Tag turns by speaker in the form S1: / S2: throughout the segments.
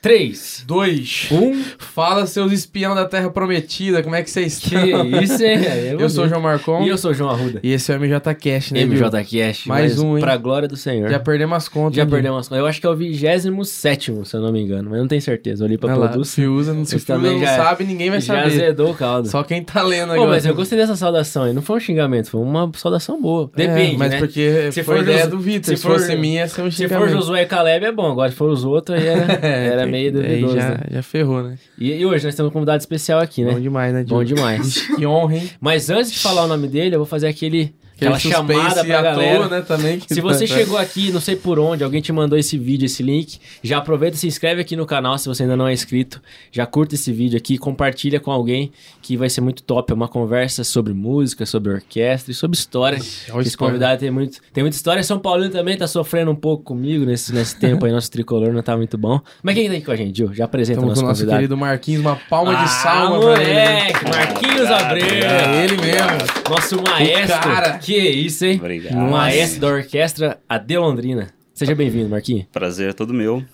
S1: 3,
S2: 2,
S1: 1.
S2: Fala, seus espião da Terra Prometida, como é que vocês
S1: Que
S2: estão?
S1: isso, hein? É
S2: Eu sou
S1: bonito.
S2: o João Marcon
S1: E eu sou o João Arruda.
S2: e esse é o MJCast, né, Bill?
S1: MJ Cash.
S2: Mais
S1: mas
S2: um, hein?
S1: Pra glória do Senhor.
S2: Já
S1: Já,
S2: perdemos as contas. né? hein,
S1: perdemos as contas. Eu acho que é o 27, se eu não me engano. Mas eu não tenho certeza. Eu olhei
S2: Bill?
S1: pra
S2: Olha lá,
S1: produção.
S2: se usa, não se
S1: Vocês
S2: usa,
S1: também
S2: não
S1: já-
S2: sabe, ninguém vai
S1: Já
S2: saber.
S1: azedou o caldo.
S2: Só quem tá lendo
S1: Pô,
S2: agora.
S1: mas eu gostei dessa saudação aí. Não foi um xingamento, foi uma saudação boa. Depende,
S2: É, mas
S1: né?
S2: porque
S1: Se
S2: foi
S1: for
S2: ideia
S1: Jos-
S2: do Vitor,
S1: se
S2: se, fosse
S1: for-
S2: minha, ia ser um
S1: Se for
S2: xingamento.
S1: Josué e Caleb é bom, agora se for os outros aí era,
S2: É,
S1: era
S2: tem-
S1: meio
S2: aí
S1: duvidoso.
S2: já,
S1: né?
S2: já ferrou, né?
S1: E, e hoje nós temos um convidado especial aqui,
S2: Bom
S1: né?
S2: demais, né,
S1: Bom
S2: Diogo?
S1: demais.
S2: Que honra, hein?
S1: Mas antes de falar o nome dele, eu vou fazer aquele, aquela
S2: Aquele suspense
S1: chamada pra
S2: à
S1: galera.
S2: toa, né, também. que
S1: Se
S2: tá-
S1: você chegou aqui, não sei por onde, alguém te mandou esse vídeo, esse link, já aproveita e se inscreve aqui no canal se você ainda não é inscrito. Já curta esse vídeo aqui, compartilha com alguém que vai ser muito top. É uma conversa sobre música, sobre orquestra e sobre história.
S2: Olha o
S1: Esse
S2: spoiler.
S1: convidado tem, muito, tem muita história. São Paulino também tá sofrendo um pouco comigo nesse, nesse tempo aí. Nosso tricolor não tá muito bom. Mas quem tá aqui com a gente, Gil? Já apresenta o
S2: Estamos
S1: nosso
S2: com o nosso
S1: convidado.
S2: querido Marquinhos, uma palma
S1: ah,
S2: de salva pra ele. né?
S1: moleque! Marquinhos Abreu!
S2: É ele mesmo.
S1: Nosso maestro.
S2: O cara.
S1: Que isso, hein?
S3: Obrigado.
S1: Um maestro da orquestra AD Londrina. Seja bem-vindo, Marquinhos.
S3: Prazer é todo meu.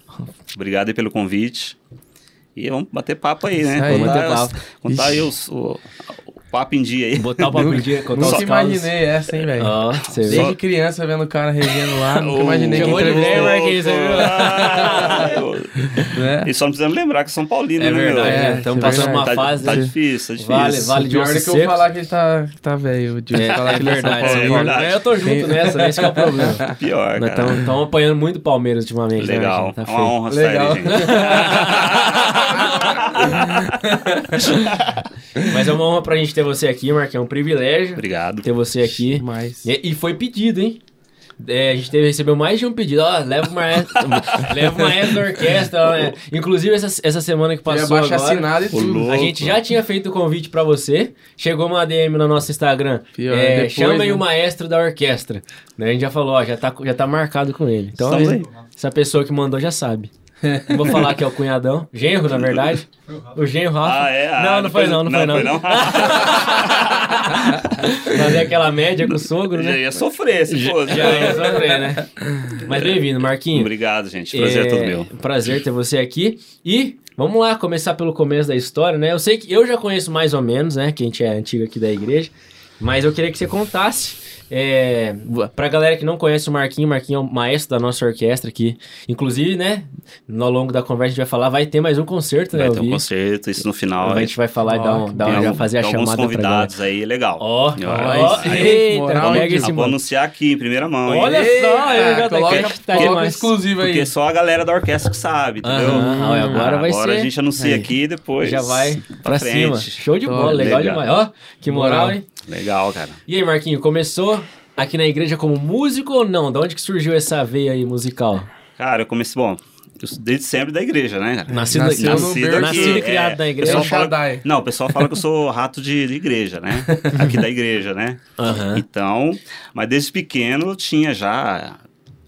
S3: Obrigado aí pelo convite. E vamos bater papo aí,
S2: Isso
S3: né?
S2: aí,
S3: contar
S1: bater
S3: as- contar aí
S2: Ixi.
S3: os- o, o papo em dia aí.
S1: Botar o papo em dia, contar os
S2: Nunca
S1: causos.
S2: imaginei essa, hein, velho.
S1: Ó, você vê.
S2: Desde criança vendo o cara regendo lá, nunca imaginei que
S1: Chamou de velho,
S2: entrevistou.
S1: Marquinhos, você viu?
S2: né?
S3: E só não precisamos lembrar que é São Paulino,
S1: É
S3: né,
S1: verdade,
S3: meu?
S2: É,
S1: né? Estamos
S2: isso é
S1: passando uma
S3: tá,
S1: fase.
S3: tá
S1: né?
S3: difícil, tá
S1: Vale,
S3: difícil.
S1: vale de
S2: Pior do
S1: ossos
S2: que eu
S1: secos.
S2: falar que ele tá, tá velho, de falar
S1: É,
S2: que ele é São
S1: verdade,
S2: Paulino.
S1: é verdade.
S3: né?
S1: Eu tô junto
S2: Tem-
S1: nessa, esse que é o problema.
S3: Tá Pior,
S1: Nós
S3: cara.
S1: estamos apanhando muito o Palmeiras ultimamente. né,
S3: Legal.
S1: gente? Tá
S3: é uma
S1: feio.
S3: honra estar
S2: Legal.
S3: aí, gente.
S1: Mas é uma honra pra gente ter você aqui, Marquinhos. É um privilégio
S3: Obrigado.
S1: ter você aqui.
S2: Mas...
S1: E, e foi pedido, hein? É, a gente teve, recebeu mais de um pedido. Ó, leva o maestro, leva o maestro da orquestra. Né? Inclusive, essa, essa semana que
S2: Ele
S1: passou
S2: abaixa
S1: agora...
S2: assinado e
S3: Ô,
S2: tudo.
S3: louco.
S1: A gente já tinha feito o convite pra você. Chegou uma DM no nosso Instagram.
S2: Pior,
S1: é,
S2: depois,
S1: chama aí
S2: né?
S1: o maestro da orquestra. Né, A gente já falou, ó, já tá, já tá marcado com ele. Então,
S3: Estamos
S1: ele- essa pessoa que mandou já sabe. Não Vou falar que é o cunhadão. Genro, na verdade. O genro Rafa.
S3: Ah, é? Ah,
S1: não, não foi
S3: depois-
S1: não, não foi não. Fazer aquela média com o sogro,
S3: Já
S1: né?
S3: ia sofrer se fosse.
S1: Já ia sofrer, né? Mas bem-vindo, Marquinhos.
S3: Obrigado, gente. Prazer é todo meu.
S1: Prazer ter você aqui. E vamos lá começar pelo começo da história, né? Eu sei que eu já conheço mais ou menos, né? Que a gente é antigo aqui da igreja. Mas eu queria que você contasse. É, pra galera que não conhece o Marquinho, o Marquinho é o maestro da nossa orquestra aqui. Inclusive, né? Ao longo da conversa a gente vai falar, vai ter mais um concerto, né?
S3: Vai
S1: eu
S3: ter
S1: vi.
S3: um concerto, isso no final.
S1: a gente vai falar e dar um, dar um-
S3: Tem
S1: já
S3: algum-
S1: fazer a
S3: tem alguns
S1: chamada pra galera.
S3: convidados aí, legal.
S1: Ó,
S3: Eu-
S1: ó,
S3: aí- aí-
S1: eita,
S2: moral,
S1: pega
S2: hein?
S1: esse
S3: eu vou
S1: mano.
S3: anunciar aqui em primeira mão, hein?
S1: Olha só,
S2: Eita,
S1: eu já tô
S2: é coloca,
S1: aqui, tá
S2: coloca
S1: demais.
S2: um exclusivo aí.
S3: Porque só a galera da orquestra que sabe, entendeu?
S1: Aham, olha, agora vai
S3: agora
S1: ser-
S3: a gente anuncia
S1: aí.
S3: aqui e depois.
S1: Já vai
S3: pra,
S1: pra
S3: frente.
S1: cima. Show de
S2: Top.
S1: bola, legal,
S3: Legal.
S1: demais. Ó, que moral,
S2: Moral.
S1: hein?
S3: Legal, cara.
S1: E aí, Marquinho, começou aqui na igreja como músico ou não? Da onde que surgiu essa veia aí musical?
S3: Cara, eu comecei, bom, eu sou desde sempre da igreja, né, cara?
S1: Nascido,
S2: Nascido
S1: nascido,
S2: no berço.
S1: nascido e criado na igreja.
S3: o pessoal
S2: É o
S3: fala-
S2: Shaddai.
S3: não, o pessoal fala que eu sou rato de, de igreja, né? Aqui da igreja, né?
S1: Aham.
S3: Então, mas desde pequeno eu tinha já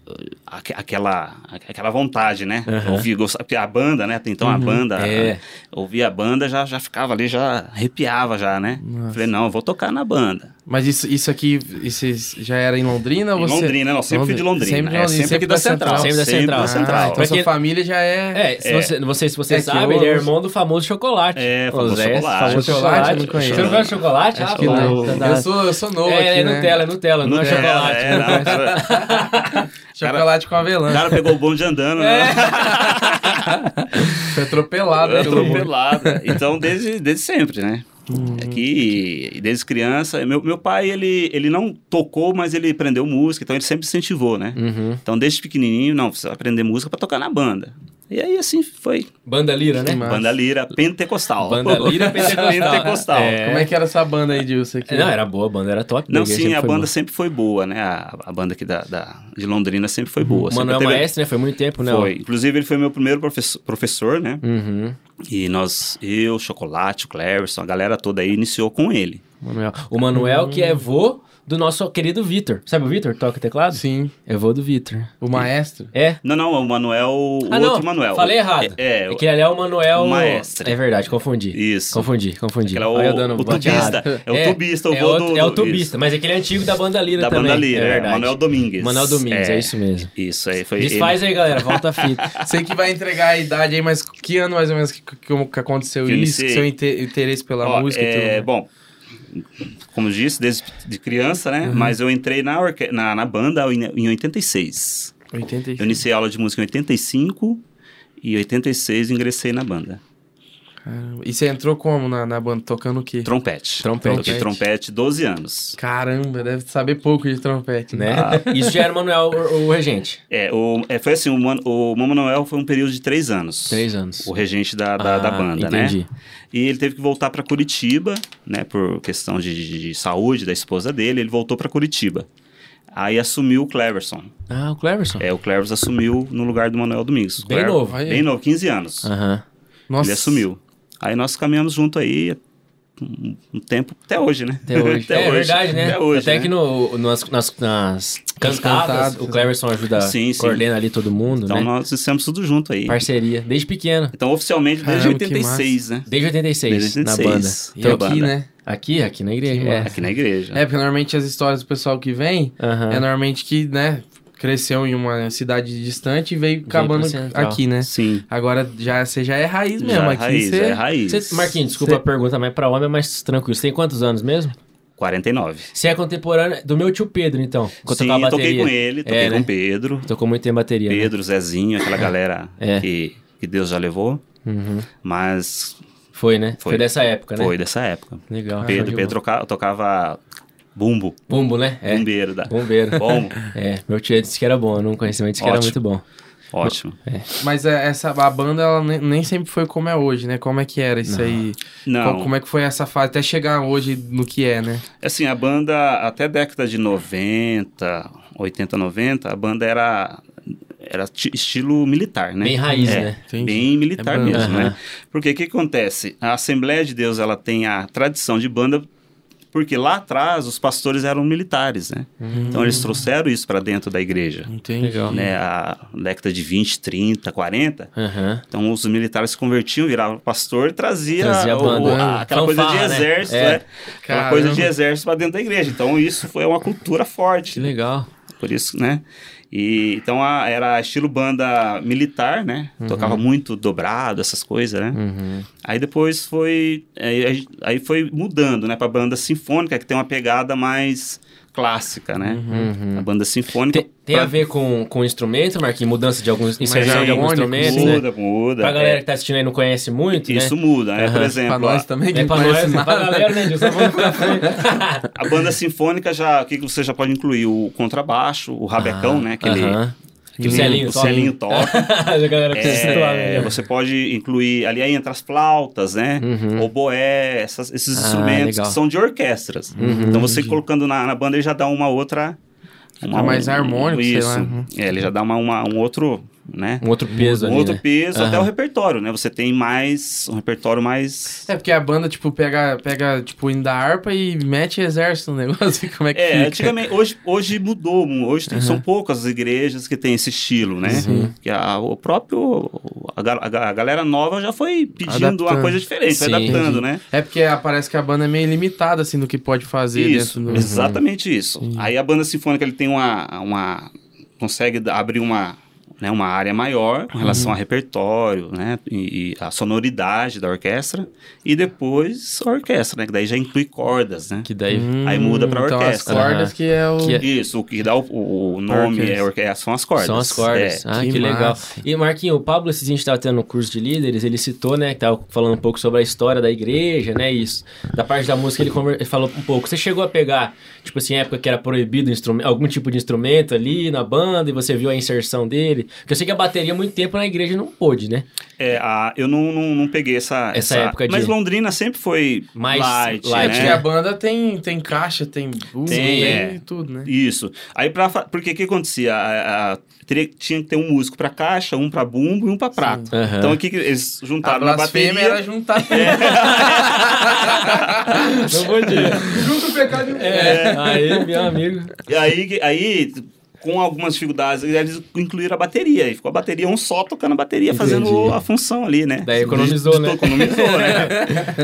S3: uh, aque- aquela aquela vontade, né?
S1: Aham.
S3: Ouvir, gostar, porque a banda, né? Então a banda,
S1: É.
S3: ouvia a banda, já, já ficava ali, já arrepiava já, né? Falei, não, eu vou tocar na banda.
S2: Mas isso, isso aqui, isso já era em Londrina ou
S3: Em
S2: Então você...
S3: Londrina, não, sempre fui de Londrina.
S2: Sempre de
S3: é,
S2: Londrina,
S3: sempre, aqui da Central.
S1: Sempre da
S3: da
S1: Central.
S2: Ah,
S3: Central.
S2: então sua
S1: Porque-
S2: família já é...
S1: É, se Você, não sei se você
S2: É que
S1: sabe,
S2: eu-
S1: ele é irmão do famoso chocolate.
S3: É, famoso
S1: O Zé,
S3: chocolate.
S1: Famoso
S2: Chocolate,
S1: chocolate.
S2: eu não conheço.
S1: Você não conhece chocolate? Ah,
S2: que
S1: pô,
S2: não.
S1: tá- tá-
S2: Eu sou, eu sou novo
S1: é,
S2: aqui,
S1: é
S2: né?
S1: Nutella, é Nutella, não é chocolate.
S3: É, não, o cara,
S2: Chocolate com
S3: o
S2: avelã.
S3: cara pegou o bonde andando,
S2: É.
S3: né?
S2: Foi atropelado. né, todo mundo?
S3: atropelado. Então, desde, desde sempre, né?
S1: Uhum.
S3: É que desde criança, meu, meu pai, ele, ele não tocou, mas ele aprendeu música, então ele sempre incentivou, né?
S1: Uhum.
S3: Então, desde pequenininho, não, precisa aprender música pra tocar na banda. E aí, assim, foi.
S1: Banda Lira, né?
S2: Massa.
S3: Banda lira pentecostal.
S1: Banda lira pentecostal.
S3: Pentecostal.
S1: É.
S2: Como é que era essa banda aí, Dilson?
S3: É,
S2: aqui?
S1: Não, era boa, a banda era top.
S3: Não,
S1: Ninguém
S3: sim,
S1: sempre
S3: a
S1: foi
S3: banda
S1: boa.
S3: sempre foi boa, né? A, a banda aqui da, da- de Londrina sempre foi boa.
S1: O Manuel
S3: sempre teve-
S1: Maestro, né? Foi muito tempo, né?
S3: Foi. Inclusive, ele foi meu primeiro professor, professor né?
S1: Uhum.
S3: E nós, eu, Chocolate, o Cleverson, a galera toda aí iniciou com ele.
S1: Manuel. O Manuel, que é vô do nosso querido Vitor. Sabe o Vitor que toca teclado?
S2: Sim.
S1: Eu vou do Vitor.
S2: O maestro.
S1: É?
S3: Não, não, o Manuel, o
S1: ah,
S3: outro
S1: não.
S3: Manuel.
S1: Falei errado.
S3: É, é,
S1: Aquele ali é o Manuel...
S3: o maestro.
S1: É verdade, confundi.
S3: isso.
S1: Confundi, confundi.
S3: Aquele é o,
S1: Olha eu dando
S3: o
S1: bote errado.
S3: tubista. É o tubista, o
S1: é,
S3: vô
S1: o,
S3: do,
S1: é o
S3: do-
S1: tubista, mas aquele é antigo da banda Lira
S3: isso, Da
S1: também.
S3: banda Lira,
S1: é
S3: é,
S1: verdade.
S3: Manuel Domingues.
S1: Manuel Domingos, é. isso mesmo.
S3: Isso aí, foi
S1: Desfaz aí, galera, volta a fita.
S2: Sei que vai entregar a idade aí, mas que ano mais ou menos que, que, que aconteceu
S3: Que eu
S2: isso?
S3: iniciei.
S2: Que seu inte- interesse pela
S3: Ó,
S2: música
S3: é,
S1: né?
S2: e tudo.
S3: Bom, como disse, desde de criança, né?
S1: Uhum.
S3: Mas eu entrei na, orque- na, na banda em, em 86.
S2: 86.
S3: Eu iniciei a aula de música em 85 e 86 ingressei na banda.
S2: Caramba. E você entrou como na, na banda? Tocando o quê?
S3: Trompete.
S1: Trompete.
S3: Toquei trompete 12 anos.
S2: Caramba, deve saber pouco de trompete, né?
S1: né?
S3: Ah.
S1: Isso já era o Manuel, o, o regente.
S3: É, o, é, foi assim, o, Man, o Manuel foi um período de três anos.
S1: Três anos.
S3: O regente da, da, da
S1: Ah,
S3: banda, né?
S1: entendi.
S3: E ele teve que voltar para Curitiba, né? Por questão de, de- de saúde da esposa dele, ele voltou para Curitiba. Aí assumiu o Cleverson.
S1: Ah, o Cleverson.
S3: É, o Cleverson assumiu no lugar do Manuel Domingos. O
S1: Bem
S3: Clever-
S1: novo. Ah.
S2: Olha aí.
S3: Bem novo, 15 anos.
S1: Aham.
S2: Nossa.
S3: Ele assumiu. Aí nós caminhamos junto aí um, um tempo, até hoje, né?
S1: Até hoje. é verdade, né?
S3: Até hoje,
S1: Até
S3: né?
S1: que no, nas, nas, nas cantadas,
S2: cantadas,
S1: o Cleverson ajuda,
S3: Sim, sim.
S1: coordena ali todo mundo,
S3: Então
S1: né?
S3: nós fizemos tudo junto aí.
S1: Parceria, desde pequeno.
S3: Então, oficialmente, desde
S2: Caramba, que
S3: 86, né?
S1: Desde 86,
S3: Desde
S1: na
S3: 86.
S1: banda.
S2: E
S3: Então,
S2: aqui,
S3: banda.
S2: né?
S1: Aqui, aqui na igreja.
S2: Que
S1: é.
S3: né? Aqui na igreja.
S2: É, porque normalmente as histórias do pessoal que vem
S1: Aham.
S2: é normalmente que, né, cresceu em uma cidade distante e veio acabando
S1: pro central.
S2: aqui, né?
S3: Sim.
S2: Agora já, você já é raiz
S3: Já
S2: mesmo.
S3: é
S2: aqui
S3: raiz,
S2: você.
S3: é raiz.
S1: Você- Marquinhos, desculpa
S2: Cê-
S1: a pergunta, mas pra homem é mais tranquilo. Você tem quantos anos mesmo?
S3: 49.
S1: Você é contemporâneo do meu tio Pedro, então. que eu
S3: Sim,
S1: tocava
S3: toquei
S1: bateria.
S3: com ele, toquei
S1: É,
S3: com
S1: né?
S3: o Pedro.
S1: Tocou muito em bateria. né?
S3: Pedro, Zezinho, aquela galera
S1: É.
S3: que, que Deus já levou.
S1: Uhum.
S3: Mas
S1: Foi, né? Foi.
S3: Foi.
S1: dessa época, né?
S3: foi dessa época.
S1: Legal.
S2: Show de
S3: Pedro,
S2: bola.
S3: Pedro troca- tocava bumbo,
S1: Bumbo, né? É.
S3: bombeiro da.
S1: Bombeiro.
S3: Bom,
S1: É, meu tio disse que era bom, eu não conheci, mas disse que era
S3: Ótimo.
S1: muito bom.
S3: ótimo.
S2: Mas é, essa, a banda, ela ne- nem, sempre foi como é hoje, né? Como é que era isso aí?
S3: Não,
S2: Co- como é que foi essa fase até chegar hoje no que é, né?
S3: Assim, a banda, até década de 90, 80, 90, a banda era, era ti- estilo militar, né?
S1: Bem raiz,
S3: É,
S1: né?
S2: Entendi.
S3: Bem militar
S2: É banda.
S3: mesmo,
S1: Aham.
S3: né? Porque o que acontece? A Assembleia de Deus, ela tem a tradição de banda, porque lá atrás os pastores eram militares, né?
S2: Hum.
S3: Então eles trouxeram isso para dentro da igreja.
S2: Entendi.
S1: Legal.
S3: Né, a década de 20, 30, 40,
S1: Aham.
S3: então os militares se convertiam, viravam pastor e trazia,
S1: Trazia a
S3: o-
S1: banda,
S3: o-
S1: né?
S3: aquela coisa de
S1: Fanfarra, né?
S3: exército,
S1: É.
S3: né? Aquela coisa de exército para dentro da igreja. Então isso foi uma cultura
S1: Que
S3: forte.
S1: legal.
S3: Por isso, né? E então a- era estilo banda militar, né? Tocava muito dobrado, essas coisas, né?
S1: Uhum.
S3: Aí depois foi aí, aí- aí foi mudando, né, para banda sinfônica, que tem uma pegada mais clássica, né?
S1: Uhum.
S3: A banda sinfônica
S1: Tem, tem a ver com, com instrumento, Marquinhos? Mudança de alguns. Inserção de alguns
S2: harmônicos,
S1: instrumentos, né?
S3: muda, muda.
S1: Pra galera
S3: é.
S1: que tá assistindo aí não conhece muito,
S3: isso
S1: né?
S3: muda, né? Por
S1: Aham.
S2: Pra
S3: exemplo,
S2: nós
S3: a,
S2: também, que
S1: É
S2: não
S1: pra
S2: conhece
S1: nós, pra
S2: nada, né?
S1: galera, né, Dilson? Vamos pra frente.
S3: a banda sinfônica já, o que que você já pode incluir? O contrabaixo, o rabecão, né? Aquele,
S1: Ah, Aham.
S3: aquele
S1: O Celinho
S3: o
S1: toca.
S3: Celinho toca.
S1: a galera precisa se situar,
S3: É,
S1: né?
S3: você pode incluir ali aí entra as flautas, né?
S1: Uhum.
S3: Oboé, essas- esses
S1: Ah,
S3: instrumentos
S1: legal.
S3: que são de orquestras. então você colocando na, na banda ele já dá uma outra. um,
S2: Fica mais harmônico, sei
S3: isso.
S2: lá. Uhum.
S3: É, ele já dá uma, uma- um outro, né?
S1: Um outro peso
S3: Um
S1: ali,
S3: outro
S1: né?
S3: peso, até
S1: Aham.
S3: o repertório, né? Você tem mais. Um repertório mais.
S2: É porque a banda, tipo, pega, pega tipo, indo da harpa e mete exército no negócio. Como é que
S3: É,
S2: fica?
S3: antigamente, hoje, hoje mudou, hoje tem- são poucas as igrejas que têm esse estilo, né? Que a, o próprio, a, ga- a ga- a galera nova já foi pedindo uma
S2: Adaptando.
S3: coisa diferente, foi
S1: Sim.
S3: adaptando, né?
S2: É porque ah, parece que a banda é meio limitada, assim, do que pode fazer
S3: Isso,
S2: dentro do...
S1: É.
S3: exatamente isso. Aí a banda sinfônica ele tem uma, uma consegue da- abrir uma né, uma área maior com relação
S1: Uhum.
S3: ao repertório, né, e, e a sonoridade da orquestra e depois a orquestra, né, que daí já inclui cordas, né?
S1: Que daí.
S3: Aí muda pra
S2: então
S3: orquestra. né?
S2: as cordas
S1: Aham.
S2: que é o...
S1: Que é-
S3: Isso, o que dá o, o- o nome
S2: Orquestra.
S3: é orquestra, são as cordas.
S1: São as cordas.
S3: É.
S1: ah, que,
S2: que
S1: legal.
S2: massa.
S1: E Marquinho, o Pablo, esses dias a gente tava tendo um curso de líderes, ele citou, né, que tava falando um pouco sobre a história da igreja, né, isso. Da parte da música ele, conver- ele falou um pouco. Você chegou a pegar, tipo assim, época que era proibido instrumento, algum tipo de instrumento ali na banda e você viu a inserção dele? bateria. Porque eu sei que a bateria muito tempo na igreja não pôde, né?
S3: É, a, eu não, não, não peguei essa,
S1: Essa época de-
S3: Mas Londrina sempre foi
S1: Mais
S3: light,
S1: light,
S2: É,
S1: né?
S2: porque a banda tem, tem caixa, tem blues,
S3: Tem,
S2: tem,
S3: é.
S2: tudo, né?
S3: Isso. Aí para porque o que acontecia? A- a- teria- tinha que ter um músico para caixa, um para bumbo e um para prato.
S1: Aham.
S3: Então o que que eles
S2: A
S3: juntaram na
S2: blasfêmia era
S3: bateria? É.
S2: juntar tudo.
S1: Não podia.
S4: Junto o pecado e o
S1: É, aí, meu amigo.
S3: E aí que- aí com algumas dificuldades eles incluíram a bateria e ficou a bateria um só tocando a bateria, fazendo
S1: Entendi.
S3: a função ali, né?
S1: Daí economizou, né?
S3: Economizou, né?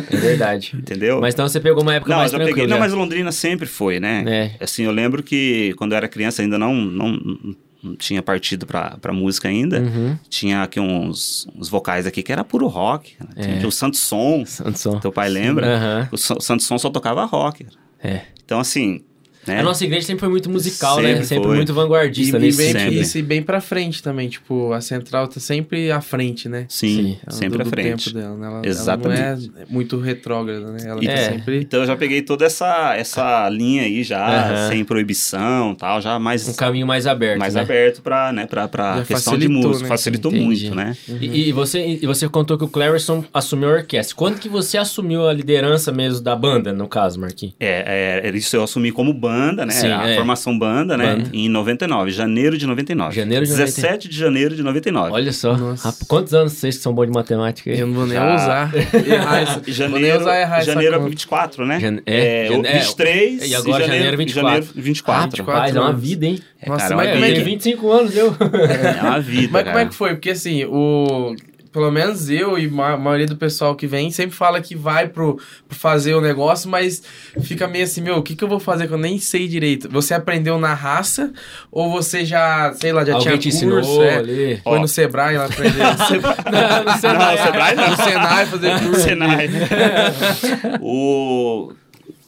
S1: É verdade.
S3: Entendeu?
S1: Mas então você pegou uma época
S3: não,
S1: mais
S3: mas eu peguei.
S1: tranquila.
S3: Não,
S1: já.
S3: mas Londrina sempre foi, né?
S1: É.
S3: Assim, eu lembro que quando eu era criança ainda não, não, não tinha partido pra, pra música ainda.
S1: Uhum.
S3: Tinha aqui uns, uns vocais aqui que era puro rock. né? Tinha
S1: É.
S3: aqui o Santos Som,
S1: Santos.
S3: teu pai lembra?
S1: Aham.
S3: O Sa- o Santos Som só tocava rock.
S1: É.
S3: Então, assim... Né?
S1: A nossa igreja sempre foi muito musical, né?
S3: Sempre
S1: Sempre
S3: foi.
S1: muito
S2: E,
S1: vanguardista
S2: e
S1: nesse
S2: bem,
S1: sentido.
S3: sempre.
S2: isso, e bem pra frente também, tipo, a central tá sempre à frente, né?
S3: Sim,
S1: Sim, é
S2: Ela-
S3: sempre
S2: do-
S3: à
S2: do
S3: frente.
S2: tempo dela, né? Ela- ela,
S3: Exatamente.
S2: não é muito retrógrada, né? Ela
S3: E-
S2: tá
S1: É.
S2: sempre...
S3: Então, eu já peguei toda essa, essa linha aí já,
S1: Aham.
S3: sem proibição tal, já mais...
S1: Um caminho mais aberto.
S3: mais
S1: né?
S3: aberto pra, né, pra, pra
S2: Já
S3: questão de
S2: facilitou,
S3: música.
S2: né?
S3: Facilitou
S1: Entendi.
S3: muito, né?
S1: E, e você, e você contou que o Clarison assumiu a orquestra. Quando que você assumiu a liderança mesmo da banda, no caso, Marquinhos?
S3: É, é, era isso eu assumi como banda, né?
S1: Sim,
S3: a
S1: é.
S3: formação banda, né?
S1: Banda.
S3: Em 99, janeiro de 99.
S1: Janeiro de
S3: 17 de janeiro de 99.
S1: Olha só.
S2: Nossa.
S1: Rap- quantos anos vocês que são bons de matemática aí?
S2: Eu não vou nem
S3: Já-
S2: ousar errar isso. Vou nem
S3: Janeiro,
S2: ousar errar essa
S3: janeiro é
S2: conta.
S3: 24, né?
S1: Jan- é,
S3: o
S1: jan- é,
S3: 23
S1: e agora janeiro 24.
S3: janeiro 24.
S1: Ah, rapaz, é uma
S2: anos.
S1: vida, hein?
S2: Nossa,
S3: cara,
S2: mas
S3: olha
S1: Eu
S2: como é
S3: aí.
S1: tenho
S2: que
S1: 25 anos, eu.
S3: É uma vida,
S2: Mas como
S3: cara.
S2: é que foi? Porque assim, o. Pelo menos eu e ma- a maioria do pessoal que vem sempre fala que vai pro, pro fazer o negócio, mas fica meio assim, meu, o que, que eu vou fazer que eu nem sei direito? Você aprendeu na raça ou você já, sei lá, já
S1: Alguém te
S2: tinha
S1: ensinou
S2: curso? é?
S1: ali.
S2: Foi
S3: Ó.
S2: no Sebrae lá aprender.
S1: Não, não sei
S3: Não,
S1: não.
S3: Ah, o Sebrae não.
S2: no Senai fazer curso.
S3: Senai. o...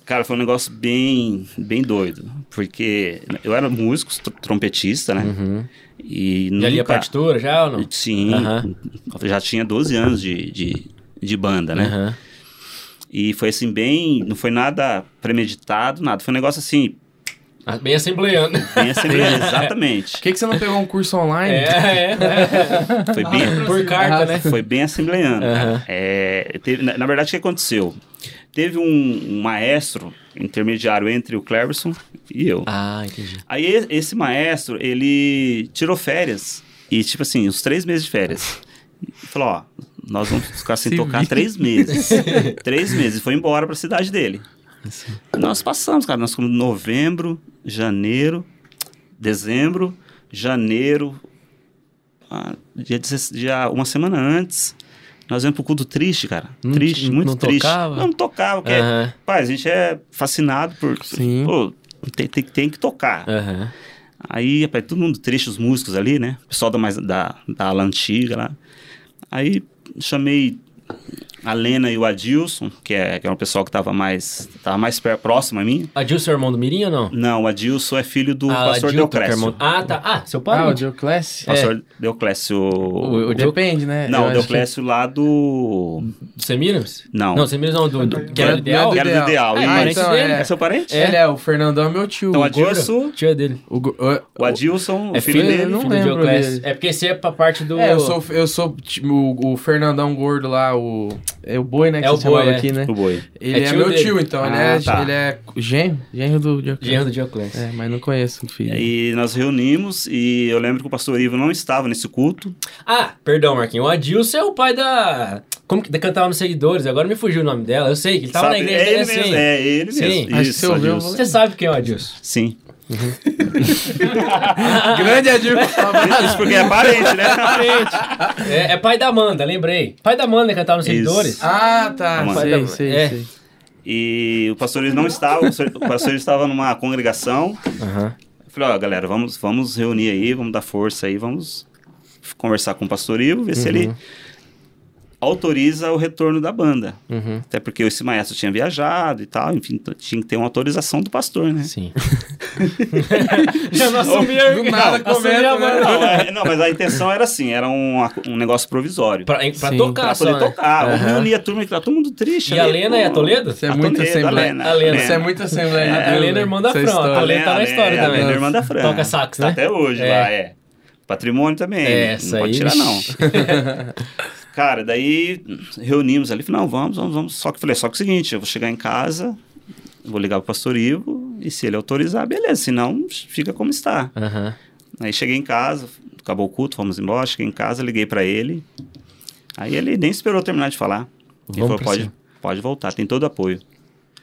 S3: Cara, foi um negócio bem, bem doido. Porque eu era músico, tr- trompetista, né?
S1: Uhum.
S3: E
S1: Já lia
S3: nunca...
S1: partitura, já ou não?
S3: Sim,
S1: Aham.
S3: já tinha 12 anos de, de, de banda, né?
S1: Aham.
S3: E foi assim, bem. Não foi nada premeditado, nada. Foi um negócio assim,
S1: Ah, Bem assembleando.
S3: bem é. assembleia, exatamente.
S2: Por que, que você não pegou um curso online?
S1: É, é, é.
S3: Foi bem,
S1: Por carta, né?
S3: Ah, foi bem assembleando. cara.
S1: Aham.
S3: É, teve- na, na verdade, o que aconteceu? Teve um, um maestro intermediário entre o Cleverson e eu.
S1: Ah, entendi.
S3: Aí e- esse maestro, ele tirou férias. E, tipo assim, uns três meses de férias. E falou, ó, nós vamos ficar sem
S2: Se
S3: tocar
S2: vira.
S3: três meses. três meses. E foi embora pra cidade dele. Nós passamos, cara. Nós fomos em novembro, janeiro, dezembro, janeiro. ah, dia, deze- dia uma semana antes. Nós viemos pro culto triste, cara.
S1: Não-
S3: triste,
S1: não-
S3: muito
S1: não
S3: triste.
S1: tocava?
S3: Não, não tocava, porque,
S1: Aham,
S3: pai, a gente é fascinado por.
S2: Sim.
S3: Pô, tem, tem- tem que tocar.
S1: aham.
S3: Aí, rapaz, todo mundo triste, os músicos ali, né? O pessoal da, mais, da, da ala antiga lá. Aí chamei a Lena e o Adilson, que é, que é um pessoal que tava mais, tava mais per- próximo a mim.
S1: Adilson é o irmão do Mirim ou não?
S3: Não, o Adilson é filho do
S1: Ah,
S3: pastor
S1: Adilton, que é
S3: Deoclésio.
S1: irmão- Ah, tá. Ah, seu pai?
S2: Ah, o Joe Class?
S3: Pastor Deoclésio.
S1: O, o Diogo
S2: Depende, né?
S3: É. Não, o
S2: Eu acho que-
S3: Deoclésio lá do.
S1: do Semiramis?
S3: Não.
S1: né? Não, Semiramis não, do, do, que era
S2: Não
S1: o
S2: é
S1: ideal.
S2: do-
S3: Era do
S2: Ideal.
S3: ideal.
S1: É,
S3: e-
S1: parente
S2: então,
S1: dele.
S3: É seu parente?
S2: Ele é, o Fernandão é meu tio.
S3: Então,
S2: o
S3: o
S2: gordo-
S3: Adilson.
S1: Tio é dele.
S2: O, go- o-
S3: O Adilson,
S2: É
S3: o filho
S2: filho
S3: dele.
S2: dele, não
S1: filho do
S2: lembro
S1: Dioclésio.
S2: dele.
S1: É porque você é pra parte do...
S2: É, eu sou, eu sou tipo, o, o Fernandão Gordo lá, o. É o boi, né? Que
S1: É o
S2: você chamava
S1: boi, é.
S2: aqui, né?
S3: O boi.
S2: Ele
S1: É
S2: é,
S1: tio
S2: meu
S1: dele.
S2: tio, então. ele,
S3: Ah,
S2: é,
S3: tá.
S2: ele é genro? Genro do Dioclésio.
S1: Genro do Dioclésio.
S2: É, mas não conheço o filho.
S3: E nós reunimos e eu lembro que o pastor Ivo não estava nesse culto.
S1: Ah, perdão, Marquinhos. O Adilson é o pai da... Como que da cantava nos seguidores? Agora me fugiu o nome dela. Eu sei que ele tava
S3: Sabe?
S1: na igreja
S3: é
S1: dele
S3: ele
S1: assim.
S3: mesmo. É ele
S1: Sim.
S2: Acho
S3: mesmo.
S2: que
S3: Isso,
S2: você ouviu,
S3: Adilson.
S1: Você sabe quem é o Adilson.
S3: Sim.
S2: Grande Adilson.
S3: Isso porque é parente, né?
S1: É, é pai da Amanda, lembrei. Pai da Amanda que cantava nos
S3: Isso.
S1: seguidores.
S2: ah, tá.
S3: Mano.
S2: Sei, sei,
S1: É.
S2: sei.
S3: E o pastor Ivo não estava, o pastor, o pastor Ivo estava numa congregação.
S1: Aham.
S3: Eu falei, ó, galera, vamos, vamos reunir aí, vamos dar força aí, vamos conversar com o pastor Ivo, ver se ele autoriza o retorno da banda.
S1: Uhum.
S3: Até porque esse maestro tinha viajado e tal, enfim, t- tinha que ter uma autorização do pastor, né?
S1: Sim. Já não assumi a
S2: Do nada
S1: não, assumi
S2: comenta,
S1: a
S2: né?
S1: banda.
S3: Não, é- não, mas a intenção era assim, era um, ac- um negócio provisório.
S1: Pra, pra
S2: Sim,
S1: tocar
S3: Pra
S1: só, né?
S3: poder tocar. Vamos
S1: Aham.
S3: reunir a turma que tá todo mundo triste.
S1: E a Lena é a Toledo?
S2: Você é muito assembleia.
S1: A Lena.
S2: Você é muito assembleia.
S1: É,
S2: de Deus,
S1: a Lena é irmã da
S2: Essa
S1: Fran, a
S2: história.
S1: Lena tá na história
S3: A Lena
S1: também.
S3: é irmã da Fran.
S1: Toca sax,
S3: Tá
S1: né?
S3: Até hoje
S1: É.
S3: lá, é. Patrimônio também.
S1: É,
S3: não
S1: essa
S3: pode
S1: aí,
S3: tirar, não.
S1: vixi.
S3: Cara, daí reunimos ali, falei, não, vamos, vamos, vamos. Só que eu falei, só que é o seguinte, eu vou chegar em casa, vou ligar pro pastor Ivo, e se ele autorizar, beleza, senão fica como está.
S1: Aham.
S3: Aí cheguei em casa, acabou o culto, fomos embora, cheguei em casa, liguei pra ele. Aí ele nem esperou terminar de falar.
S1: Vamos
S3: Ele falou,
S1: pra
S3: pode,
S1: cima.
S3: pode voltar, tem todo o apoio.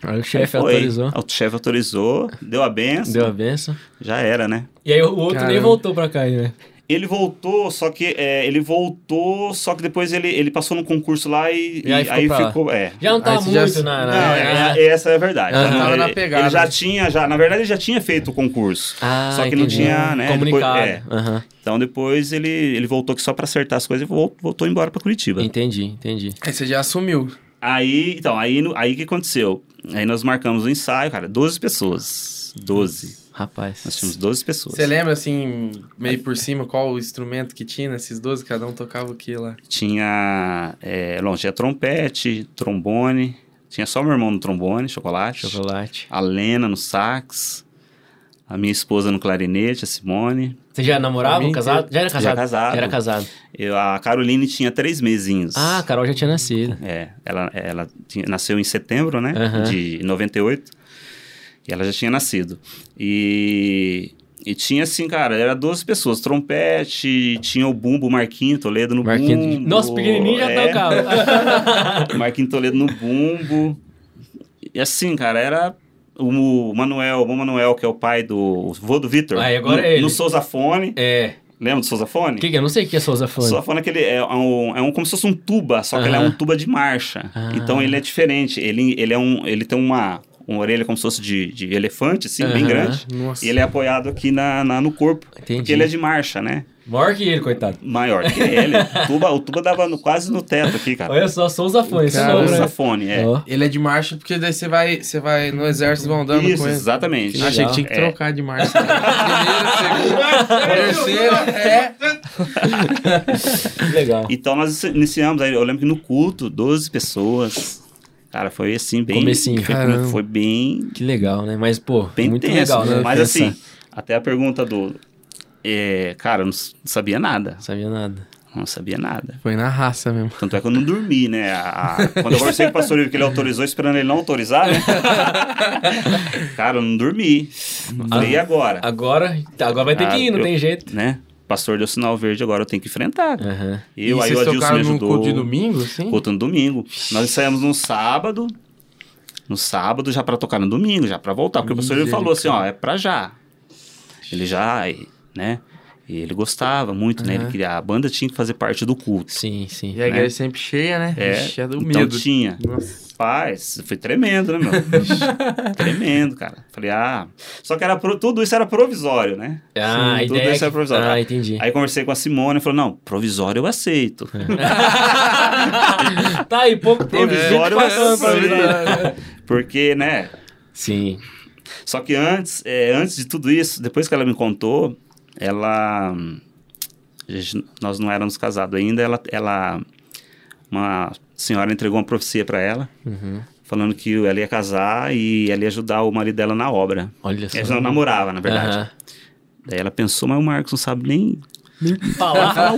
S1: Aí o chefe
S3: Foi.
S1: autorizou.
S3: O chefe autorizou, deu a benção,
S1: Deu a benção.
S3: já era, né?
S1: E aí o outro nem
S2: Caramba.
S1: voltou pra cá, né?
S3: Ele voltou, só que é, ele voltou, só que depois ele, ele passou num concurso lá e,
S1: E aí ficou pra lá.
S3: é.
S1: Já não
S2: Aí
S1: tá
S2: você já
S1: muito
S2: se-
S1: na... na-
S3: Não,
S1: na-
S3: é- é- essa é a verdade.
S1: Aham.
S3: Então,
S2: Tava na
S3: ele-
S2: pegada.
S3: Ele já tinha, já, na verdade, ele já tinha feito o concurso.
S1: Ah,
S3: só que não
S1: entendi.
S3: tinha, né,
S1: Comunicado.
S3: depois-
S1: Aham.
S3: Então depois ele, ele voltou que só pra acertar as coisas e vol- voltou embora pra Curitiba.
S1: Entendi, entendi.
S2: Aí você já assumiu.
S3: Aí, então, aí no- aí o que aconteceu? Aí nós marcamos o ensaio, cara, 12 pessoas. 12.
S1: Rapaz.
S3: Nós tínhamos 12 pessoas.
S2: Você lembra, assim, meio por cima, qual o instrumento que tinha nesses 12? Cada um tocava o que lá?
S3: Tinha, é, não, tinha trompete, trombone, tinha só meu irmão no trombone, chocolate,
S1: Chocolate.
S3: a Lena no sax, a minha esposa no clarinete, a Simone,
S1: Você já namorava,
S2: Família
S1: casado? Já era
S3: já
S1: casado.
S3: casado.
S1: Já era casado.
S3: Eu- a Caroline tinha três mesinhos.
S1: Ah, a Carol já tinha nascido.
S3: É, ela, ela tinha- nasceu em setembro, né?
S1: Aham.
S3: De 98. E ela já tinha nascido. E, e tinha assim, cara, era 12 pessoas. Trompete, tinha o bumbo, o Marquinho Toledo no
S1: Marquinhos.
S3: bumbo.
S1: Nossa, pequenininho já
S3: Hum,
S1: tá,
S3: é,
S1: tocava.
S3: o Marquinho Toledo no bumbo. E assim, cara, era o Manuel, o Manuel, que é o pai do o vô do Vitor.
S1: Ah, e agora
S3: no,
S1: é ele.
S3: no Sousafone.
S1: é.
S3: Lembra do Sousafone?
S1: Que que, eu não sei o que é Sousafone.
S3: Sousafone é, aquele, é, um, é um como se fosse um tuba, só que ele é
S1: Aham.
S3: um tuba de marcha.
S1: Ah.
S3: Então ele é diferente. Ele, ele, é um, ele tem uma, uma orelha como se fosse de, de elefante, assim, bem
S1: Aham.
S3: grande.
S2: Nossa.
S3: E ele é apoiado aqui na, na- no corpo.
S1: Entendi.
S3: Porque ele é de marcha, né?
S1: Maior que ele, coitado.
S3: Maior que ele. O tuba, o tuba dava no- quase no teto aqui, cara.
S1: Olha só, Sousafone. Isso é
S2: Cara,
S1: novo, né?
S3: Sousafone, é.
S1: Ó.
S2: Ele é de marcha porque daí você vai, você vai no exército vão andando
S3: Isso,
S2: com ele.
S3: exatamente.
S1: legal.
S2: Achei que tinha que
S3: É.
S2: trocar de marcha. Primeiro, segundo, terceiro, é.
S1: Que Legal.
S3: Então nós iniciamos, aí eu lembro que no culto, 12 pessoas. Cara, foi assim, bem.
S1: Comecinho.
S3: foi,
S2: Caramba.
S3: foi bem
S1: Que legal, né? Mas, pô,
S3: bem
S1: muito
S3: tenso,
S1: legal, né?
S3: né? Mas
S1: Pensar.
S3: assim, até a pergunta do. é, cara, eu não s- sabia nada.
S1: Não sabia nada.
S3: Não sabia nada.
S2: Foi na raça mesmo.
S3: Tanto é que eu não dormi, né? A- a- quando eu conversei com o pastor Ivo, que ele autorizou, esperando ele não autorizar, né? cara, eu não dormi. Falei, e agora?
S1: Agora, agora vai ter
S3: Ah,
S1: que ir, não
S3: eu-
S1: tem jeito.
S3: Né? O pastor deu sinal verde, agora eu tenho que
S2: É.
S3: enfrentar.
S1: Aham.
S2: E,
S3: Eu, aí o
S2: vocês
S3: Adilson
S2: tocaram
S3: me
S2: no
S3: ajudou.
S2: culto de domingo, assim?
S3: Culto Uhum. no domingo. Nós saímos no sábado. No sábado, já pra tocar no domingo, já pra voltar. Porque o pastor ele falou assim, ó, é pra já. Ele já, e- né? E ele gostava muito, né? Ele
S2: Aham.
S3: queria, a banda tinha que fazer parte do culto.
S1: Sim, sim.
S2: E a igreja
S3: né?
S2: sempre cheia, né?
S3: É,
S2: Ixi, do
S3: então
S2: medo.
S3: tinha.
S2: Nossa.
S3: Paz, foi tremendo, né, meu? Ixi, tremendo, cara. Falei, ah... Só que era pro- tudo isso era provisório, né?
S1: Ah, a
S3: Sim, tudo
S1: ideia
S3: isso
S1: que-
S3: é provisório.
S1: Ah, entendi. É.
S3: Aí conversei com a Simone, falou, não, provisório eu aceito.
S1: tá aí, pouco tempo.
S3: Provisório
S1: vinte
S3: eu
S1: e quatro anos pra
S3: aceito.
S1: virar.
S2: é.
S3: Porque, né,
S1: Sim.
S3: Só que antes, é, antes de tudo isso, depois que ela me contou, ela. hum, a gente- Nós não éramos casados ainda, ela. ela uma senhora entregou uma profecia para ela,
S1: Uhum.
S3: falando que ela ia casar e ela ia ajudar o marido dela na obra.
S1: Olha só.
S3: Ela já namorava, na é verdade.
S1: Aham.
S3: Daí ela pensou, mas o Marcos não sabe nem.
S1: Falar.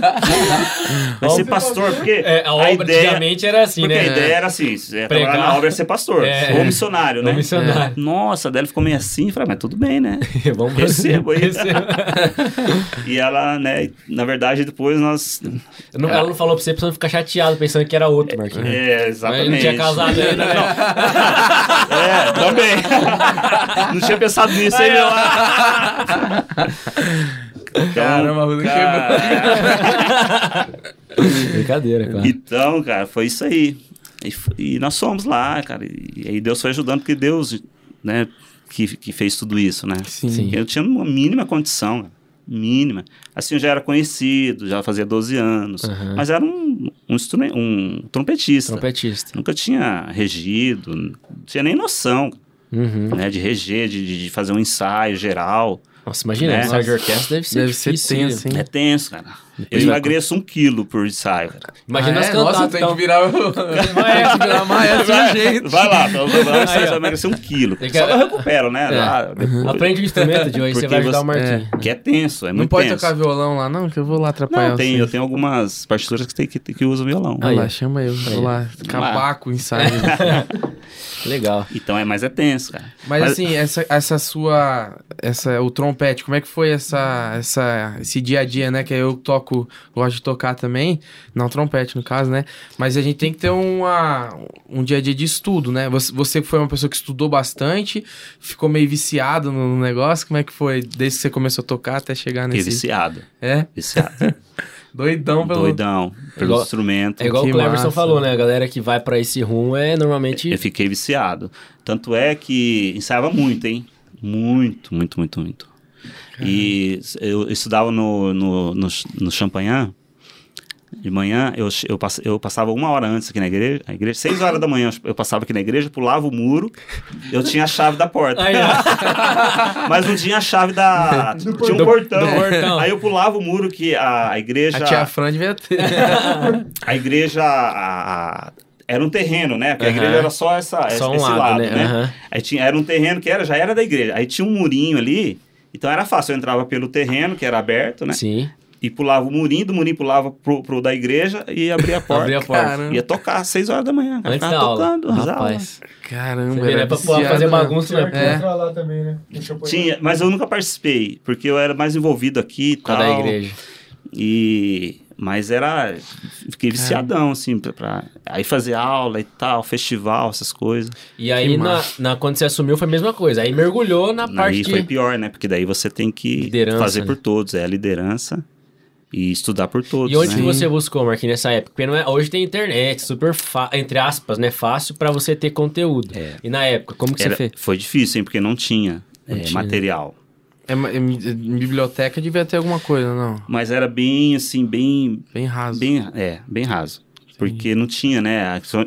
S3: Vai ser pastor, porque
S1: É, a
S3: a
S1: obra
S3: ideia.
S1: antigamente era assim,
S3: Porque
S1: né?
S3: a ideia era assim, se é
S1: Pregar.
S3: trabalhar na obra é ser pastor,
S1: É.
S3: ou missionário,
S1: Ou
S3: né?
S1: missionário.
S3: É. Nossa, daí ela ficou meio assim, eu falei, mas tudo bem, né?
S1: É. Vamos
S3: Recebo aí.
S1: Recebo.
S3: E ela, né, na verdade, depois nós.
S1: Não, ela não falou pra você, pra você não ficar chateado, pensando que era outro, Marquinhos.
S3: É,
S1: Mas
S3: exatamente.
S1: ele não tinha casado ainda, né?
S3: É, também. não tinha pensado nisso aí, meu. Então,
S2: Caramba, a Ruda
S1: Brincadeira, claro.
S3: Então, cara, foi isso aí. E, f- e nós fomos lá, cara. E aí Deus foi ajudando, porque Deus, né, que, que fez tudo isso, né?
S2: Sim.
S1: Sim.
S3: Eu tinha uma mínima condição, cara, mínima. Assim, eu já era conhecido, já fazia 12 anos.
S1: Aham.
S3: Mas era um, um, instru- um trompetista.
S1: Trompetista.
S3: Nunca tinha regido, não tinha nem noção
S1: Uhum.
S3: né, de reger, de, de- de fazer um ensaio geral.
S1: Nossa, imagina,
S3: Né?
S1: ensaio de orquestra deve ser
S2: Deve ser
S1: difícil. né?
S2: tenso, hein?
S3: É tenso, cara. Eu emagreço um quilo por ensaio, cara.
S1: Imagina
S2: ah,
S1: as
S2: é?
S1: cantadas,
S2: Nossa, eu tenho
S1: então.
S2: que virar. eu tenho que virar
S1: É,
S2: maestro de um jeito.
S3: Vai lá, vai lá, você
S1: Aí, ó.
S3: vai emagrecer um quilo.
S1: Tem que-
S3: Só que eu recupero, né?
S1: É.
S3: Lá, depois.
S1: Aprende o instrumento, de hoje você
S3: Porque
S1: vai ajudar
S3: você-
S1: o Marquinhos.
S3: Que é tenso, é
S2: Não
S3: muito
S2: pode
S3: tenso.
S2: tocar violão lá, não, que eu vou lá atrapalhar
S3: Não, tem, eu
S2: vocês.
S3: tenho algumas partituras que, tem, que, que usam violão.
S1: Ah,
S2: Vai lá,
S1: Aí.
S2: chama eu. Vou
S1: Aí.
S2: lá, capaco o ensaio.
S1: Legal.
S3: Então é, mas é tenso, cara.
S2: Mas assim, essa, essa sua. Essa, o trompete, como é que foi essa, essa, esse dia a dia, né? Que eu toco, gosto de tocar também. Não trompete, no caso, né? Mas a gente tem que ter uma, um dia a dia de estudo, né? Você, você foi uma pessoa que estudou bastante, ficou meio viciado no negócio. Como é que foi? Desde que você começou a tocar até chegar
S3: Fiquei
S2: nesse.
S3: viciado.
S2: É?
S3: Viciado.
S2: Doidão pelo.
S3: Doidão. Pelo
S1: igual-
S3: instrumento.
S1: É igual
S2: Que
S1: o Cleverson
S2: massa.
S1: falou, né? A galera que vai pra esse rumo é normalmente.
S3: Eu fiquei viciado. Tanto é que ensaiava muito, hein? Muito, muito, muito, muito. E eu estudava no, no, no, no Champagnat. De manhã, eu, che- eu, pass- eu passava uma hora antes aqui na igreja, a igreja. Seis horas da manhã eu passava aqui na igreja, pulava o muro, eu tinha a chave da porta.
S1: Aí, ó.
S3: Mas não tinha a chave da. tinha um
S1: portão.
S3: portão.
S1: Do portão.
S3: Aí eu pulava o muro que a, a igreja.
S2: A tia Fran devia ter.
S3: A igreja. a- a- era um terreno, né? Porque
S1: Aham.
S3: a igreja era só, essa,
S1: Só um
S3: esse
S1: lado,
S3: lado,
S1: né?
S3: né?
S1: Aham.
S3: Aí tinha, era um terreno que era, já era da igreja. Aí tinha um murinho ali. Então era fácil, eu entrava pelo terreno, que era aberto, né?
S1: Sim.
S3: E pulava o murinho, do murinho pulava pro, pro da igreja e abria a porta.
S1: Abria a porta.
S2: Caramba.
S3: Ia tocar às 6 horas da manhã. cara.
S1: Antes da
S3: Ficava tocando,
S1: aula.
S3: as aulas.
S1: Rapaz.
S2: Caramba,
S1: Você vê, né?
S2: era
S1: Pra pra
S2: viciado,
S1: fazer
S2: né?
S1: bagunça, não é?
S2: É.
S4: Entra lá também, né? Deixa eu pôr-
S3: Tinha, mas eu nunca participei, porque eu era mais envolvido aqui e
S1: Tá
S3: tal.
S1: da igreja.
S3: E mas era fiquei viciadão assim pra, pra- aí fazer aula e tal, festival, essas coisas.
S1: E aí,
S2: Que
S1: na,
S2: massa.
S1: na, quando você assumiu, foi a mesma coisa. Aí mergulhou na parte
S3: Aí foi
S1: de.
S3: pior, né? Porque daí você tem que
S1: Liderança,
S3: fazer
S1: né?
S3: por todos, é a liderança e estudar por todos.
S1: E onde que
S3: né?
S1: você buscou, Marquinhos, nessa época? Porque não é, hoje tem internet, super fa- entre aspas, né? Fácil pra você ter conteúdo. E na época, como que
S3: É. Era-
S1: você fez?
S3: foi difícil, hein? Porque não tinha,
S1: Não
S3: é,
S1: tinha.
S3: material.
S2: É, ma- é, mi- é, biblioteca devia ter alguma coisa, não.
S3: Mas era bem assim, bem
S2: Bem raso.
S3: bem, é, bem raso. Porque não tinha, né? a- só-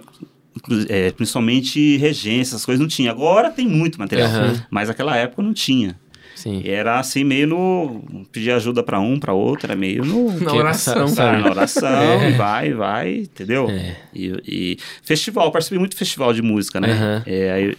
S3: inclu- é, principalmente regência, essas coisas não tinha. Agora tem muito material,
S1: Aham.
S3: mas naquela época não tinha.
S1: Sim.
S3: E Era assim, meio no. Pedir ajuda pra um, pra outro, era meio no.
S2: Na
S1: Que-
S2: oração.
S3: Sabe, na oração,
S1: É.
S3: e vai, vai, entendeu?
S1: É.
S3: E, e festival, participei muito de festival de música, né?
S1: Aham.
S3: É, aí,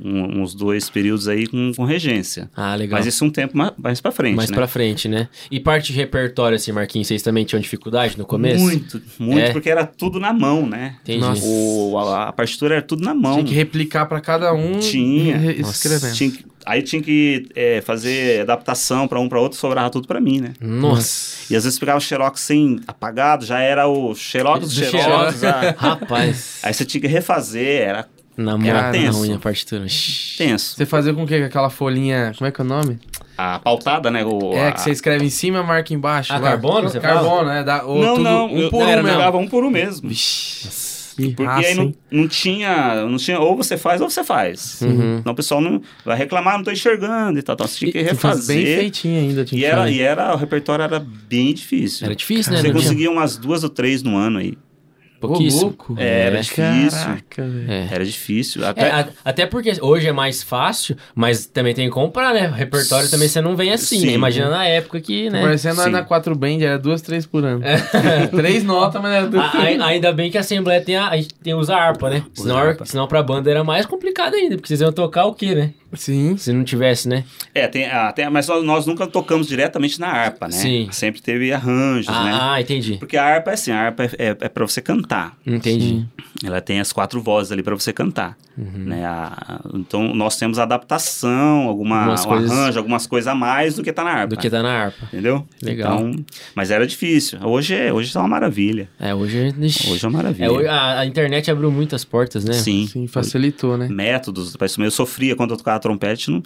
S3: um- uns dois períodos aí com, com regência.
S1: Ah, legal.
S3: Mas isso um tempo ma- mais pra frente,
S1: Mais
S3: né?
S1: pra frente, né? E parte de repertório, assim, Marquinhos, vocês também tinham dificuldade no começo?
S3: Muito, muito,
S1: É.
S3: porque era tudo na mão, né?
S1: Entendi.
S2: Nossa.
S3: O, a, a partitura era tudo na mão.
S2: Tinha que replicar pra cada um.
S3: Tinha.
S2: e re-
S1: Nossa,
S2: Escrevendo.
S3: Tinha que- aí tinha que é, fazer adaptação pra um pra outro, sobrava tudo pra mim, né?
S1: Nossa.
S3: E às vezes pegava o xerox sem apagado, já era o xerox do
S1: Do
S3: xerox.
S1: xerox.
S3: ah.
S1: Rapaz,
S3: Aí você tinha que refazer, era
S1: na mão,
S3: Era
S1: na
S3: tenso.
S1: unha, partitura.
S3: tenso.
S2: Você fazia com o quê? Com aquela folhinha. Como é que é o nome?
S3: A pautada, né? O,
S2: É,
S3: a-
S2: que você escreve em cima e marca embaixo.
S1: Ah,
S2: lá.
S1: carbono, você fala?
S2: Carbono, é. dá- ou
S3: Não,
S2: tudo-
S3: não,
S2: Um
S3: eu-
S2: por
S3: não,
S2: um
S3: era,
S2: mesmo.
S3: pegava um por um mesmo.
S2: Que
S3: Porque
S2: raça,
S3: aí não,
S2: hein?
S3: não tinha, não tinha, ou você faz ou você faz.
S1: Uhum.
S3: Então o pessoal não vai reclamar, não tô enxergando e tal, tal. Você tinha que
S2: Você faz Bem
S3: refazer.
S2: feitinho ainda. tinha
S3: E
S2: que
S3: era,
S2: fazer.
S3: e era, o repertório era bem difícil.
S1: Era difícil, né?
S3: você
S1: Não tinha
S3: conseguia umas duas ou três no ano aí.
S1: pouquíssimo.
S2: Ô, louco.
S3: É, era difícil.
S2: Caraca, velho.
S1: É.
S3: Era difícil.
S1: É,
S3: Até,
S1: a- até porque hoje é mais fácil, mas também tem que comprar, né? Repertório também você não vem assim, né?
S3: Sim.
S1: Imagina na época que, né? É.
S2: Parecendo
S3: Sim.
S2: na 4 Band, era duas, três por ano. três notas, mas era duas,
S1: A-
S2: três.
S1: ai- ainda bem que a Assembleia tem a, a gente tem usa harpa, né?
S3: Usa
S1: Senão,
S3: harpa.
S1: senão pra banda era mais complicado ainda, porque vocês iam tocar o quê, né?
S2: Sim.
S1: Se não tivesse, né?
S3: é, tem, ah, tem- mas nós, nós nunca tocamos diretamente na harpa, né?
S1: Sim.
S3: Sempre teve arranjos, né?
S1: Ah, ah, entendi.
S3: Porque a harpa é assim, a harpa é, é, é para você cantar.
S1: Entendi.
S3: Ela tem as quatro vozes ali para você cantar. Né? A- então, nós temos adaptação, alguma,
S1: Algumas
S3: um
S1: coisas-
S3: arranjo, algumas coisas a mais do que tá na harpa.
S1: Do que tá na harpa.
S3: Entendeu?
S1: Legal.
S3: Então, mas era difícil. Hoje é, hoje tá uma maravilha.
S1: É, hoje. ixi.
S3: Hoje é uma maravilha.
S1: É, hoje- a, a internet abriu muitas portas, né?
S3: Sim.
S2: Sim, facilitou, né?
S3: Métodos para isso. Eu sofria quando eu tocava trompete, não,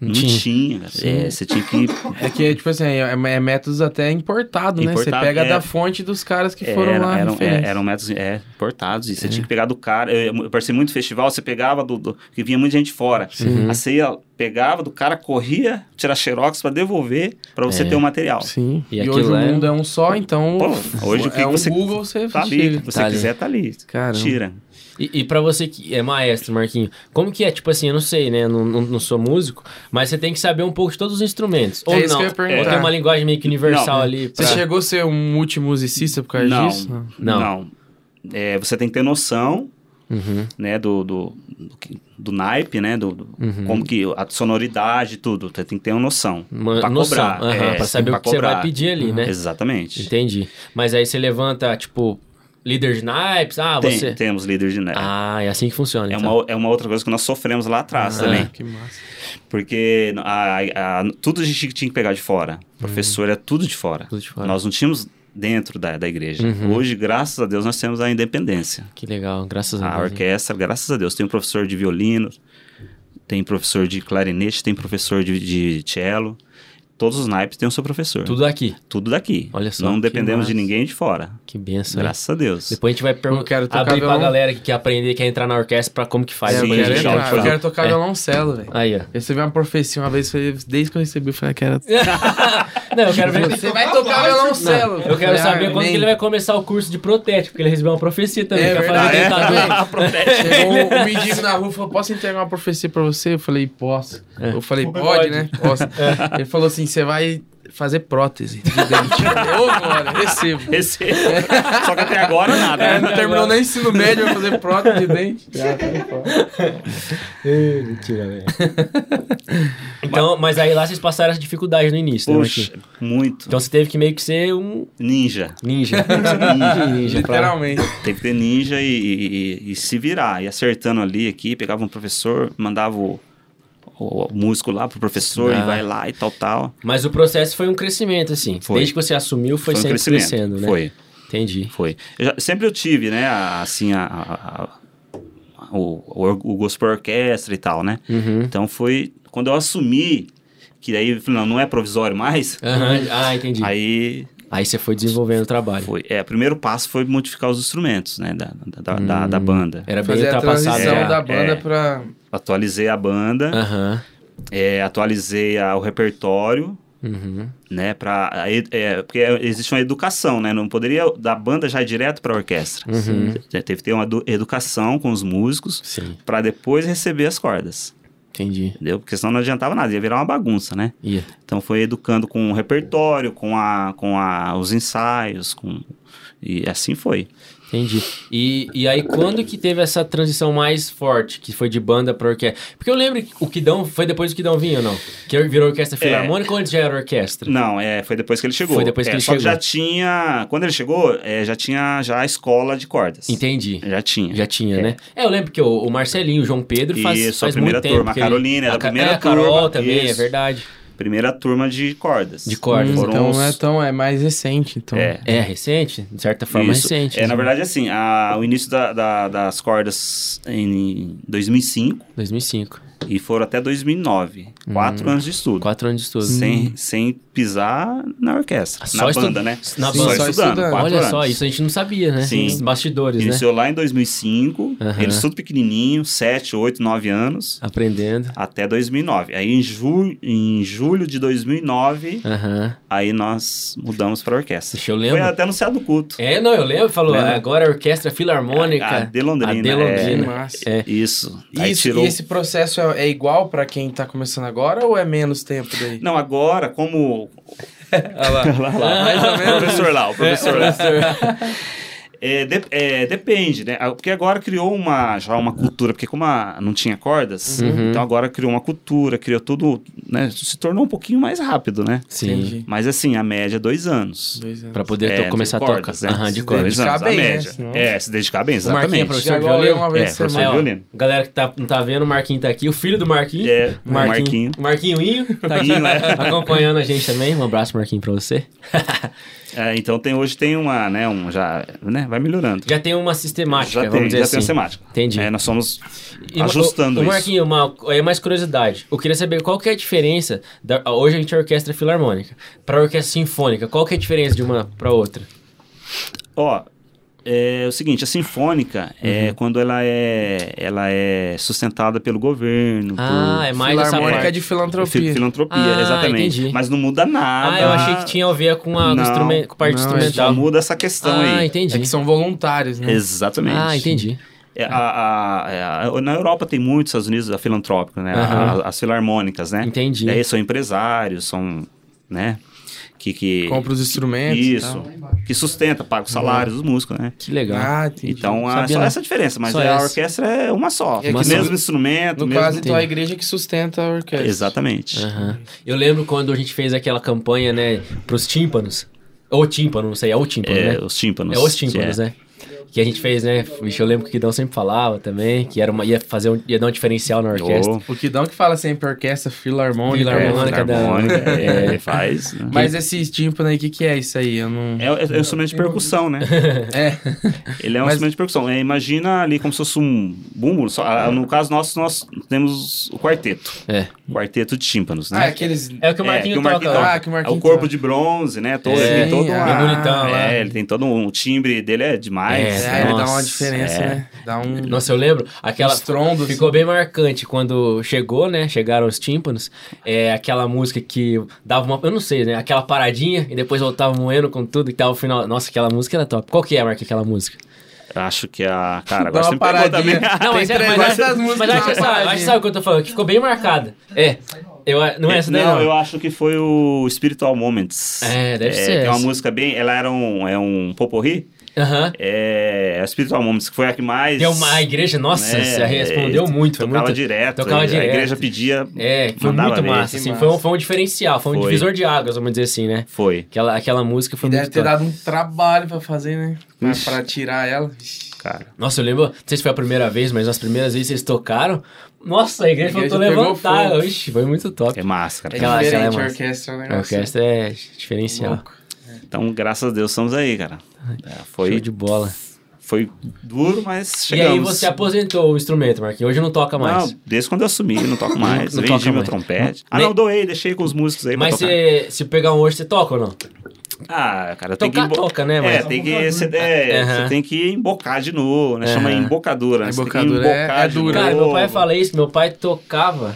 S1: Não
S3: não
S1: tinha.
S3: tinha. É, você tinha que.
S2: É que, tipo assim, é, é métodos até importado, né? Você
S3: Importado,
S2: pega
S3: é.
S2: da fonte dos caras que
S3: É,
S2: foram
S3: era-
S2: lá.
S3: eram,
S2: referência.
S3: é, eram métodos é, importados. E você tinha que pegar do cara. Eu, eu participei muito de festival, você pegava do. do que vinha muita gente fora. Aí você ia, pegava do cara, corria, tirar xerox pra devolver, pra você
S1: É.
S3: ter o material.
S2: Sim.
S1: E
S2: E,
S1: aquilo
S2: hoje o
S1: lá é-
S2: mundo é um só, então.
S3: Pô, hoje o que
S2: é um
S3: você-
S2: Google, você
S3: Tá ali,
S2: chega.
S3: se você
S1: Tá ali.
S3: quiser, tá ali.
S2: Caramba.
S3: Tira.
S1: E, e para você que é maestro, Marquinho, como que é? Tipo assim, eu não sei, né? Não, não, não sou músico, mas você tem que saber um pouco de todos os instrumentos. Ou
S2: É isso
S1: não.
S2: que eu ia
S1: Ou
S2: perguntar.
S1: tem uma linguagem meio que universal
S3: Não.
S1: ali.
S2: Você
S1: pra-
S2: chegou a ser um multimusicista por causa
S3: Não.
S2: disso?
S1: Não.
S3: Não. É, você tem que ter noção,
S1: Uhum,
S3: né, do, do, do, que- do naipe, né, do, do-
S1: Uhum.
S3: como que a sonoridade, tudo. Você tem que ter uma noção.
S1: Uma
S3: pra
S1: noção,
S3: cobrar. É,
S1: aham, pra saber o que você vai pedir ali,
S3: Uhum.
S1: né?
S3: Exatamente.
S1: entendi. Mas aí você levanta, tipo, líder de naipes, ah,
S3: Tem-
S1: você...
S3: Temos líderes de naipe.
S1: Ah, é assim que funciona,
S3: É
S1: então.
S3: uma, é uma outra coisa que nós sofremos lá atrás
S1: Ah.
S3: também.
S2: Que massa.
S3: Porque a- a- tudo a gente tinha que pegar de fora. Professor era tudo de fora.
S1: Uhum. Tudo de fora.
S3: Nós não tínhamos dentro da, da igreja.
S1: Uhum.
S3: Hoje, graças a Deus, nós temos a independência.
S1: Que legal, graças a
S3: A
S1: Deus. hein?
S3: Ah, orquestra, graças a Deus, tem um professor de violino, tem professor de clarinete, tem professor de, de cello. Todos os naipes têm o seu professor.
S1: Tudo aqui.
S3: Tudo daqui.
S1: Olha só,
S3: Não
S1: que
S3: dependemos de
S2: massa.
S3: ninguém de fora.
S1: Que benção. hein?
S3: Graças a Deus.
S1: Depois a gente vai perguntar,
S2: Eu quero tocar
S1: abrir pra
S2: violão.
S1: galera que quer aprender, quer entrar na orquestra, pra como que faz.
S2: É, eu,
S3: Sim,
S1: depois a
S2: quero
S1: gente
S3: legal,
S2: entrar,
S1: fala.
S2: eu
S3: legal.
S2: quero tocar
S1: É.
S2: violoncelo, velho.
S1: Aí, ó.
S2: Eu recebi uma profecia uma vez, foi desde que eu recebi, eu falei, quero.
S1: Não, eu quero ver...
S2: Você vai tocar violoncelo.
S1: Não, eu quero
S2: Falei,
S1: saber
S2: ah,
S1: quando
S2: nem-
S1: que ele vai começar o curso de protético, porque ele recebeu uma profecia também.
S2: É
S1: que a
S3: Ah,
S2: verdade,
S1: família
S2: é,
S1: tá
S2: também.
S1: doente.
S2: Chegou um mendigo na rua e falou: Posso entregar uma profecia pra você? Eu falei: Posso.
S1: É.
S2: Eu falei:
S1: Pode.
S2: pode, né? Posso. Ele falou assim: Você vai fazer prótese de dente. Ô, glória, recebo.
S3: Esse- Só que até agora nada.
S2: É,
S3: né?
S2: não terminou nem ensino médio, vai fazer prótese de dente.
S1: Ê, Mentira, velho. então, mas aí lá vocês passaram essa dificuldade no início, né, Marquinhos?
S3: Poxa, muito.
S1: Então você teve que meio que ser um
S3: Ninja.
S1: ninja. ninja pra...
S2: Literalmente.
S3: Tem que ter ninja e, e- e- e se virar. E acertando ali, aqui, pegava um professor, mandava o, o- o músico lá pro professor
S1: Ah.
S3: e vai lá e tal, tal.
S1: Mas o processo foi um crescimento, assim.
S3: Foi.
S1: Desde que você assumiu, foi,
S3: um
S1: sempre
S3: crescimento.
S1: crescendo, né?
S3: Foi,
S1: Entendi.
S3: foi. Eu já- sempre eu tive, né, a- assim, a, a- a- o, o, o gosto por orquestra e tal, né?
S1: Uhum.
S3: Então foi quando eu assumi, que daí eu falei, não, não é provisório mais,
S1: Aham, Ah, entendi. Aí...
S3: aí
S1: você foi desenvolvendo o trabalho.
S3: foi. É, o primeiro passo foi modificar os instrumentos, né, da, da, da, da-
S1: Hum,
S3: da banda.
S1: Era bem
S2: Fazer a
S1: ultrapassado. né?
S2: transição
S1: já.
S2: da banda
S3: é.
S2: pra.
S3: Atualizei a banda.
S1: Aham.
S3: É, atualizei a- o repertório,
S1: Uhum.
S3: né? Pra, a ed- é, porque existe uma educação, né? Não poderia da banda já ir direto para a orquestra.
S1: Uhum.
S3: Te- Teve que ter uma edu- educação com os músicos
S1: Sim,
S3: para depois receber as cordas,
S1: entendi.
S3: entendeu? Porque senão não adiantava nada, ia virar uma bagunça, né?
S1: Ia.
S3: Então foi educando com o repertório, com, a, com a, os ensaios, com... E assim foi.
S1: Entendi. E, e aí, quando que teve essa transição mais forte, que foi de banda pra orquestra? Porque eu lembro que o Kidão foi depois do Kidão vinha ou não? Que virou orquestra filarmônica ou antes já era orquestra?
S3: É. Não, é, foi depois que ele chegou.
S1: Foi depois que
S3: É,
S1: ele
S3: só
S1: chegou.
S3: já tinha... Quando ele chegou, é, já tinha já a escola de cordas.
S1: Entendi.
S3: Já tinha.
S1: Já tinha,
S3: É.
S1: né? É, eu lembro que o, o Marcelinho, o João Pedro faz,
S3: Isso,
S1: faz
S3: a primeira
S1: muito tempo.
S3: turma, a
S1: que ele-
S3: Carolina era a
S1: Ca-
S3: primeira
S1: é, a Carol
S3: turma,
S1: também, é
S3: isso.
S1: verdade.
S3: Primeira turma de cordas.
S1: De cordas. né?
S2: Hum,
S3: Foram
S2: então,
S3: os-
S2: é, então é mais recente. Então.
S3: É.
S1: É, recente? De certa forma,
S3: Isso.
S1: recente.
S3: É, na
S1: né?
S3: verdade, assim, a- o início da- da- das cordas em 2005
S1: 2005.
S3: e foram até 2009. Quatro anos de estudo.
S1: Hum. Quatro anos de estudo.
S3: Sem, sem pisar na orquestra.
S1: Só
S3: na banda,
S1: estu-
S3: né?
S1: na
S2: banda. Só
S3: Só
S2: estudando.
S3: estudando. quatro
S1: Olha só,
S3: anos.
S1: isso a gente não sabia, né?
S3: Sim.
S1: Os bastidores, né?
S3: Iniciou lá em 2005,
S1: Aham.
S3: eles tudo pequenininho, 7, 8, 9 anos,
S1: Aprendendo.
S3: até 2009. Aí em, ju... em julho de 2009,
S1: Aham.
S3: aí nós mudamos para orquestra.
S1: Deixa eu lembro.
S3: Foi até anunciado o culto.
S1: É, não, eu lembro, falou,
S3: Lembra?
S1: agora a orquestra filarmônica.
S3: A de Londrina.
S1: A de
S2: Que
S1: Londrina.
S2: massa.
S1: É.
S3: Isso.
S2: E
S3: Aí
S2: isso-
S3: tirou...
S2: E esse processo é, é igual pra quem tá começando agora ou é menos tempo daí?
S3: Não, agora, como...
S2: Olha lá.
S3: Lá,
S1: Ah,
S3: lá.
S2: Mais ou
S3: o
S2: menos.
S3: professor lá, o professor lá.
S1: Professor.
S3: É, de- é, depende, né? Ah, Porque agora criou uma, já uma cultura, porque como a- não tinha cordas,
S1: Uhum.
S3: então agora criou uma cultura, criou tudo, né? Se tornou um pouquinho mais rápido, né?
S1: Sim.
S2: Entendi.
S3: Mas assim, a média é dois anos.
S2: Dois anos.
S1: Pra poder to-
S3: É,
S1: começar
S3: de cordas,
S1: a
S3: né?
S1: tocar. Aham, de
S3: Se
S1: cordas.
S3: Dois anos,
S2: Dedicar bem,
S3: a
S2: né?
S3: média.
S2: Senão-
S3: É, se dedicar bem,
S1: O Marquinho é
S3: exatamente.
S1: professor de
S2: Agora eu
S1: violino?
S2: uma
S3: É,
S2: vez por
S3: professor de
S2: semana.
S1: ó,
S3: violino.
S1: galera que tá, não tá vendo, o Marquinho tá aqui, o filho do Marquinho.
S3: É, o
S1: Marquinho.
S3: Marquinho.
S1: Marquinhoinho, tá aqui
S3: Marquinho, é.
S1: acompanhando a gente também. Um abraço, Marquinho, pra você.
S3: É, então tem, hoje tem uma, né? Um, já, né? Vai melhorando.
S1: Já tem uma sistemática,
S3: já
S1: vamos
S3: tem,
S1: dizer
S3: já
S1: assim.
S3: tem a semática.
S1: Entendi.
S3: É, nós somos
S1: E,
S3: ajustando
S1: o, o
S3: isso.
S1: Marquinho, uma, é mais curiosidade. Eu queria saber qual que é a diferença. da- hoje a gente é orquestra filarmônica. Pra orquestra sinfônica, qual que é a diferença de uma pra outra?
S3: Ó, é o seguinte, a sinfônica é quando ela é, ela é sustentada pelo governo.
S1: Ah, é mais essa
S2: Filarmônica
S1: parte.
S2: de
S3: por fi-
S2: filantropia.
S3: filantropia,
S1: Ah,
S3: exatamente.
S1: entendi.
S3: Mas não muda nada.
S1: Ah, eu achei que tinha a ver com a
S3: Não,
S1: instrumen- com a parte
S2: não, é
S3: Já
S1: instrumental.
S3: muda essa questão
S1: ah,
S3: aí.
S1: entendi.
S2: É que são voluntários, né?
S3: Exatamente.
S1: Ah, entendi.
S3: É, a- a- a- na Europa tem muito, nos Estados Unidos, a filantrópica, né?
S1: Aham.
S3: A- as filarmônicas, né?
S1: Entendi.
S3: Daí são empresários, são, né? Que, que,
S2: Compra os instrumentos. e
S3: isso,
S2: tal.
S3: que sustenta, paga os salários dos músicos, né?
S1: Que legal.
S2: Ah, entendi.
S3: Então, é
S1: Sabia
S3: só
S1: não.
S3: essa a diferença, mas
S1: Só
S3: a
S1: essa.
S3: orquestra é uma só.
S2: É
S3: o
S2: que
S3: mesmo
S2: no-
S3: instrumento,
S2: No
S3: é mesmo...
S2: caso,
S1: entendi.
S2: então, É. a igreja que sustenta a orquestra.
S3: Exatamente.
S1: Aham. Eu lembro quando a gente fez aquela campanha, né, pros tímpanos. Ou tímpano, não sei, é o tímpano,
S3: É,
S1: né?
S3: os tímpanos.
S1: É os tímpanos,
S3: é.
S1: né? Que a gente fez, né? Vixe, eu lembro que o Guidão sempre falava também, que era uma, ia, fazer um, ia dar um diferencial
S2: é
S1: na orquestra.
S3: Ô,
S2: O Kidão que fala sempre orquestra filarmônica.
S1: Filarmônica.
S2: né?
S1: da-
S3: harmônica, é, faz. né?
S2: Mas esse tímpano aí, o que, que é isso aí? Eu não...
S3: É, é, é um instrumento de percussão, né?
S2: É.
S3: Ele é um
S2: Mas-
S3: instrumento de percussão. É, imagina ali como se fosse um bumbo. só- ah, no caso nosso, nós temos o quarteto.
S1: É.
S3: O quarteto de tímpanos,
S2: Ah,
S3: né?
S2: aqueles...
S1: É o que o
S3: É,
S1: Marquinho
S3: que o Marquinho
S1: toca.
S2: Ah,
S1: lá.
S2: que o
S3: É o
S2: Marquinhos
S3: corpo
S2: tá-
S3: de bronze, né? Todo,
S1: É,
S3: ele tem todo
S2: é
S3: uma-
S1: bonitão lá.
S3: É, ele tem todo um o timbre dele é demais.
S1: É,
S2: É, ele dá uma
S1: Nossa,
S2: diferença,
S3: é.
S2: né? Dá um...
S1: Nossa, eu lembro. Aquela
S2: Estrondo, assim.
S1: ficou bem marcante quando chegou, né? Chegaram os tímpanos. É aquela música que dava uma. Eu não sei, né? Aquela paradinha e depois voltava moendo com tudo e tava o final. Nossa, aquela música era top. Qual que é, Marquinhos, aquela música? um-
S3: Acho que a. Cara,
S2: Dá uma
S3: agora você me pegou
S2: paradinha.
S3: também.
S1: Não, mas,
S2: Ah, Tem
S1: é, mas,
S2: três
S1: acho-
S2: das músicas
S1: mas acho que
S2: da
S1: você sabe, acho que
S2: paradinha.
S1: sabe o que eu tô falando, que ficou bem marcada. É. Eu, não é essa daí,
S3: Não,
S1: não.
S3: eu acho que foi o Spiritual Moments.
S1: É, deve ser
S3: É
S1: essa.
S3: uma música bem. Ela era um. É um poporri.
S1: Aham.
S3: É. A Spiritual Moments, que foi a que mais.
S1: Deu uma a igreja, nossa,
S3: né,
S1: você respondeu
S3: é,
S1: muito. Foi
S3: Tocava
S1: muito
S3: direto.
S1: tocava
S3: a
S1: direto.
S3: igreja pedia.
S1: É, foi
S3: mandava
S1: muito
S3: ver.
S1: massa,
S2: Que
S1: assim,
S2: massa.
S1: Foi, um, foi um diferencial, foi um
S3: Foi.
S1: divisor de águas, vamos dizer assim, né?
S3: Foi.
S1: Aquela, aquela música foi
S2: Deve
S1: muito
S2: ter
S1: top.
S2: dado um trabalho pra fazer, né? Pra,
S3: Ixi.
S2: pra tirar ela. Ixi. É
S3: Cara.
S1: Nossa, eu lembro, não sei se foi a primeira vez, mas nas primeiras vezes que vocês tocaram, nossa, a igreja
S2: A
S1: voltou
S2: igreja
S1: a
S2: pegou
S1: levantar.
S2: fogo.
S1: Ixi, foi muito top.
S3: É máscara.
S1: Aquela-
S2: é diferente
S1: aquela é
S2: a
S1: massa.
S2: orquestra, é um
S1: A
S2: negócio
S1: orquestra é diferencial.
S2: louco.
S3: Então, graças a Deus, estamos aí, cara. É,
S1: Show
S3: foi,
S1: de bola.
S3: foi duro, mas chegamos.
S1: E aí você aposentou o instrumento, Marquinhos. Hoje não toca mais.
S3: Não, desde quando eu assumi, eu não toco mais.
S1: Não
S3: Vendi
S1: toca
S3: meu
S1: mais.
S3: trompete. Ah,
S1: Nem-
S3: não, doei, deixei com os músicos aí
S1: mas
S3: pra tocar.
S1: se, se pegar um hoje, você toca ou não?
S3: Ah, cara, tem que...
S1: Tocar,
S3: embo-
S1: toca, né?
S3: É,
S1: Mas... né?
S3: tem que, você, é,
S1: Aham.
S3: você tem que embocar de novo, né? Chama
S1: Aham.
S3: embocadura. né? Você tem que
S2: Embocadura é-
S3: embocar
S2: é
S3: de
S2: dura.
S1: Cara,
S3: novo.
S1: meu pai fala isso, meu pai tocava.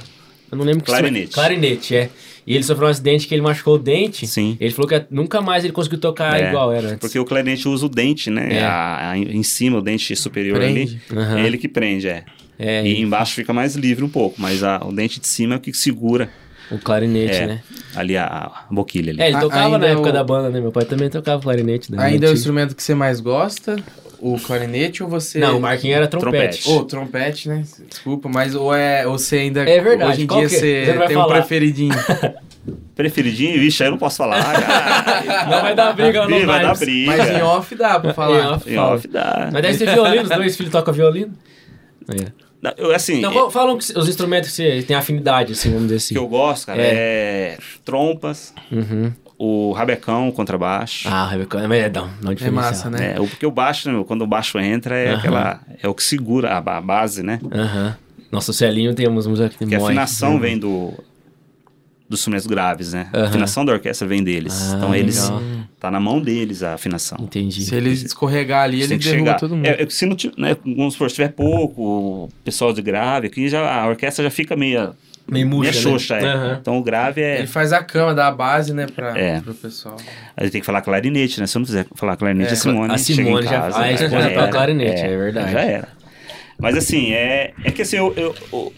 S1: Eu não lembro que
S3: Clarinete.
S1: instrumento- Clarinete, é. E ele sofreu um acidente que ele machucou o dente.
S3: Sim.
S1: Ele falou que nunca mais ele conseguiu tocar
S3: É,
S1: igual era antes.
S3: Porque o clarinete usa o dente, né?
S1: É.
S3: A- a- em cima, o dente superior
S2: Prende.
S3: ali.
S1: Aham.
S3: É ele que prende, é.
S1: É,
S3: E embaixo fica mais livre um pouco, mas a- o dente de cima é o que segura
S1: o clarinete,
S3: É.
S1: né?
S3: ali a, a boquilha ali.
S1: É, ele
S2: A-
S1: tocava na
S2: ainda
S1: época
S2: o-
S1: da banda, né? Meu pai também tocava clarinete. né?
S2: Ainda é o
S1: Antigo.
S2: instrumento que você mais gosta? O clarinete ou você...
S1: Não, o Marquinhos era trompete.
S3: Trompete.
S2: Ou trompete, né? Desculpa, mas ou é ou você ainda...
S1: É verdade,
S2: Hoje em
S1: qual
S2: dia
S1: que é? Você não vai
S2: você tem um
S1: falar.
S2: preferidinho.
S3: Preferidinho, vixe, aí eu não posso falar, cara.
S1: Não vai dar briga,
S3: Ih, é.
S1: não
S3: vai
S1: vai.
S3: dar briga.
S2: mas em off dá pra falar.
S1: Em off.
S3: Em off dá.
S1: Mas deve ser violino, os dois filhos tocam violino. É.
S3: Não, eu, assim,
S1: Então, qual- falam que os instrumentos que você tem afinidade, assim, vamos dizer
S3: que eu
S1: assim.
S3: gosto, cara, é, trompas,
S1: Uhum.
S3: o rabecão, o contrabaixo.
S1: Ah, Rebeca, mas é, dá um dá um
S2: É
S1: diferencial.
S2: massa, né?
S3: né? O- porque o baixo, né, meu, quando o baixo entra, é
S1: Aham.
S3: aquela. É o que segura a, ba- a base, né?
S1: Aham. Nossa, o Celinho tem umas músicas que tem
S3: Porque a
S1: mó-
S3: é afinação vem do. Dos instrumentos graves, né?
S1: Aham.
S3: A afinação da orquestra vem deles.
S1: Ah,
S3: então eles.
S1: legal.
S3: Tá na mão deles a afinação.
S1: Entendi.
S2: Se ele escorregar ali,
S3: É, Você
S2: ele
S3: tem que
S2: derruba
S3: chegar.
S2: todo mundo.
S3: É, é que se não tiver, né, vamos supor, se tiver pouco, o pessoal de grave, aqui já, a orquestra já fica meio,
S1: Meio murcha,
S3: meio xoxa.
S1: né?
S3: é.
S1: Aham.
S3: Então o grave é.
S2: Ele faz a cama, dá a base, né, pra,
S3: É.
S2: pro pessoal.
S3: A gente tem que falar clarinete, né? Se eu não fizer falar clarinete,
S2: É,
S3: a Simone.
S1: a
S3: chega em
S1: Simone já-
S3: casa,
S1: a
S3: né?
S1: esposa
S3: Já
S1: toca
S3: era,
S1: clarinete, é verdade.
S3: Já era. Mas assim, é, é que assim, eu, eu, eu-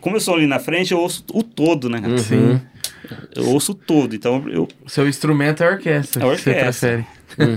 S3: como eu sou ali na frente, eu ouço o todo, né? cara?
S1: Uhum.
S3: Eu ouço o todo, então eu.
S2: O seu instrumento é a orquestra.
S3: É a
S2: que você prefere.
S3: orquestra.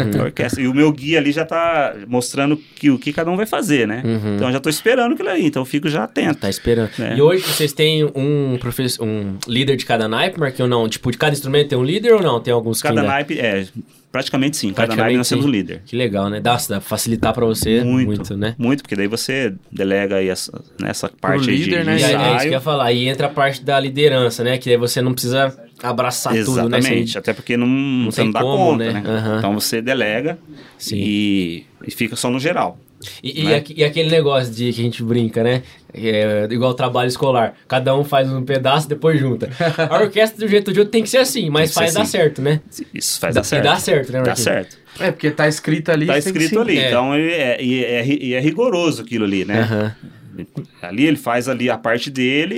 S1: Uhum.
S3: a orquestra- e o meu guia ali já tá mostrando que, o que cada um vai fazer, né?
S1: Uhum.
S3: Então eu já tô esperando aquilo aí, então eu fico já atento.
S1: Tá esperando.
S3: É.
S1: E hoje vocês têm um professor, um líder de cada naipe, Marquinhos, ou não? Tipo, de cada instrumento tem um líder ou não? Tem alguns que
S3: Cada
S1: ainda-
S3: naipe, é, praticamente sim. Cada
S1: né? Praticamente
S3: naipe nós temos
S1: sim.
S3: um líder.
S1: Que legal, né? Dá, dá pra facilitar pra você muito,
S3: Muito.
S1: né?
S3: Muito, porque daí você delega aí essa, nessa parte aí
S2: líder,
S3: de
S2: né?
S1: E aí, é isso que eu
S3: ensaio.
S1: ia falar. Aí entra a parte da liderança, né? Que aí você não precisa abraçar tudo, né? Você-
S3: Exatamente, até porque não, você
S1: tem
S3: não dá
S1: como,
S3: conta,
S1: né?
S3: né?
S1: Aham.
S3: Então você delega
S1: Sim.
S3: E, e fica só no geral.
S1: E, e
S3: né?
S1: aque- e aquele negócio de que a gente brinca, né? É, igual trabalho escolar. Cada um faz um pedaço, depois junta. A orquestra, do jeito de outro, tem que ser assim, mas
S3: que ser
S1: faz dar
S3: assim.
S1: certo, né?
S3: Isso faz
S1: Dá-
S3: dar certo.
S1: E dá certo, né,
S3: Dá
S1: Marquinhos?
S3: certo.
S2: É, porque tá escrito ali.
S3: Tá
S2: você tem que
S3: escrito
S2: seguir.
S3: ali.
S1: É.
S3: Então ele é, e é, ri- e é rigoroso aquilo ali, né?
S1: Aham.
S3: Ali ele faz ali a parte dele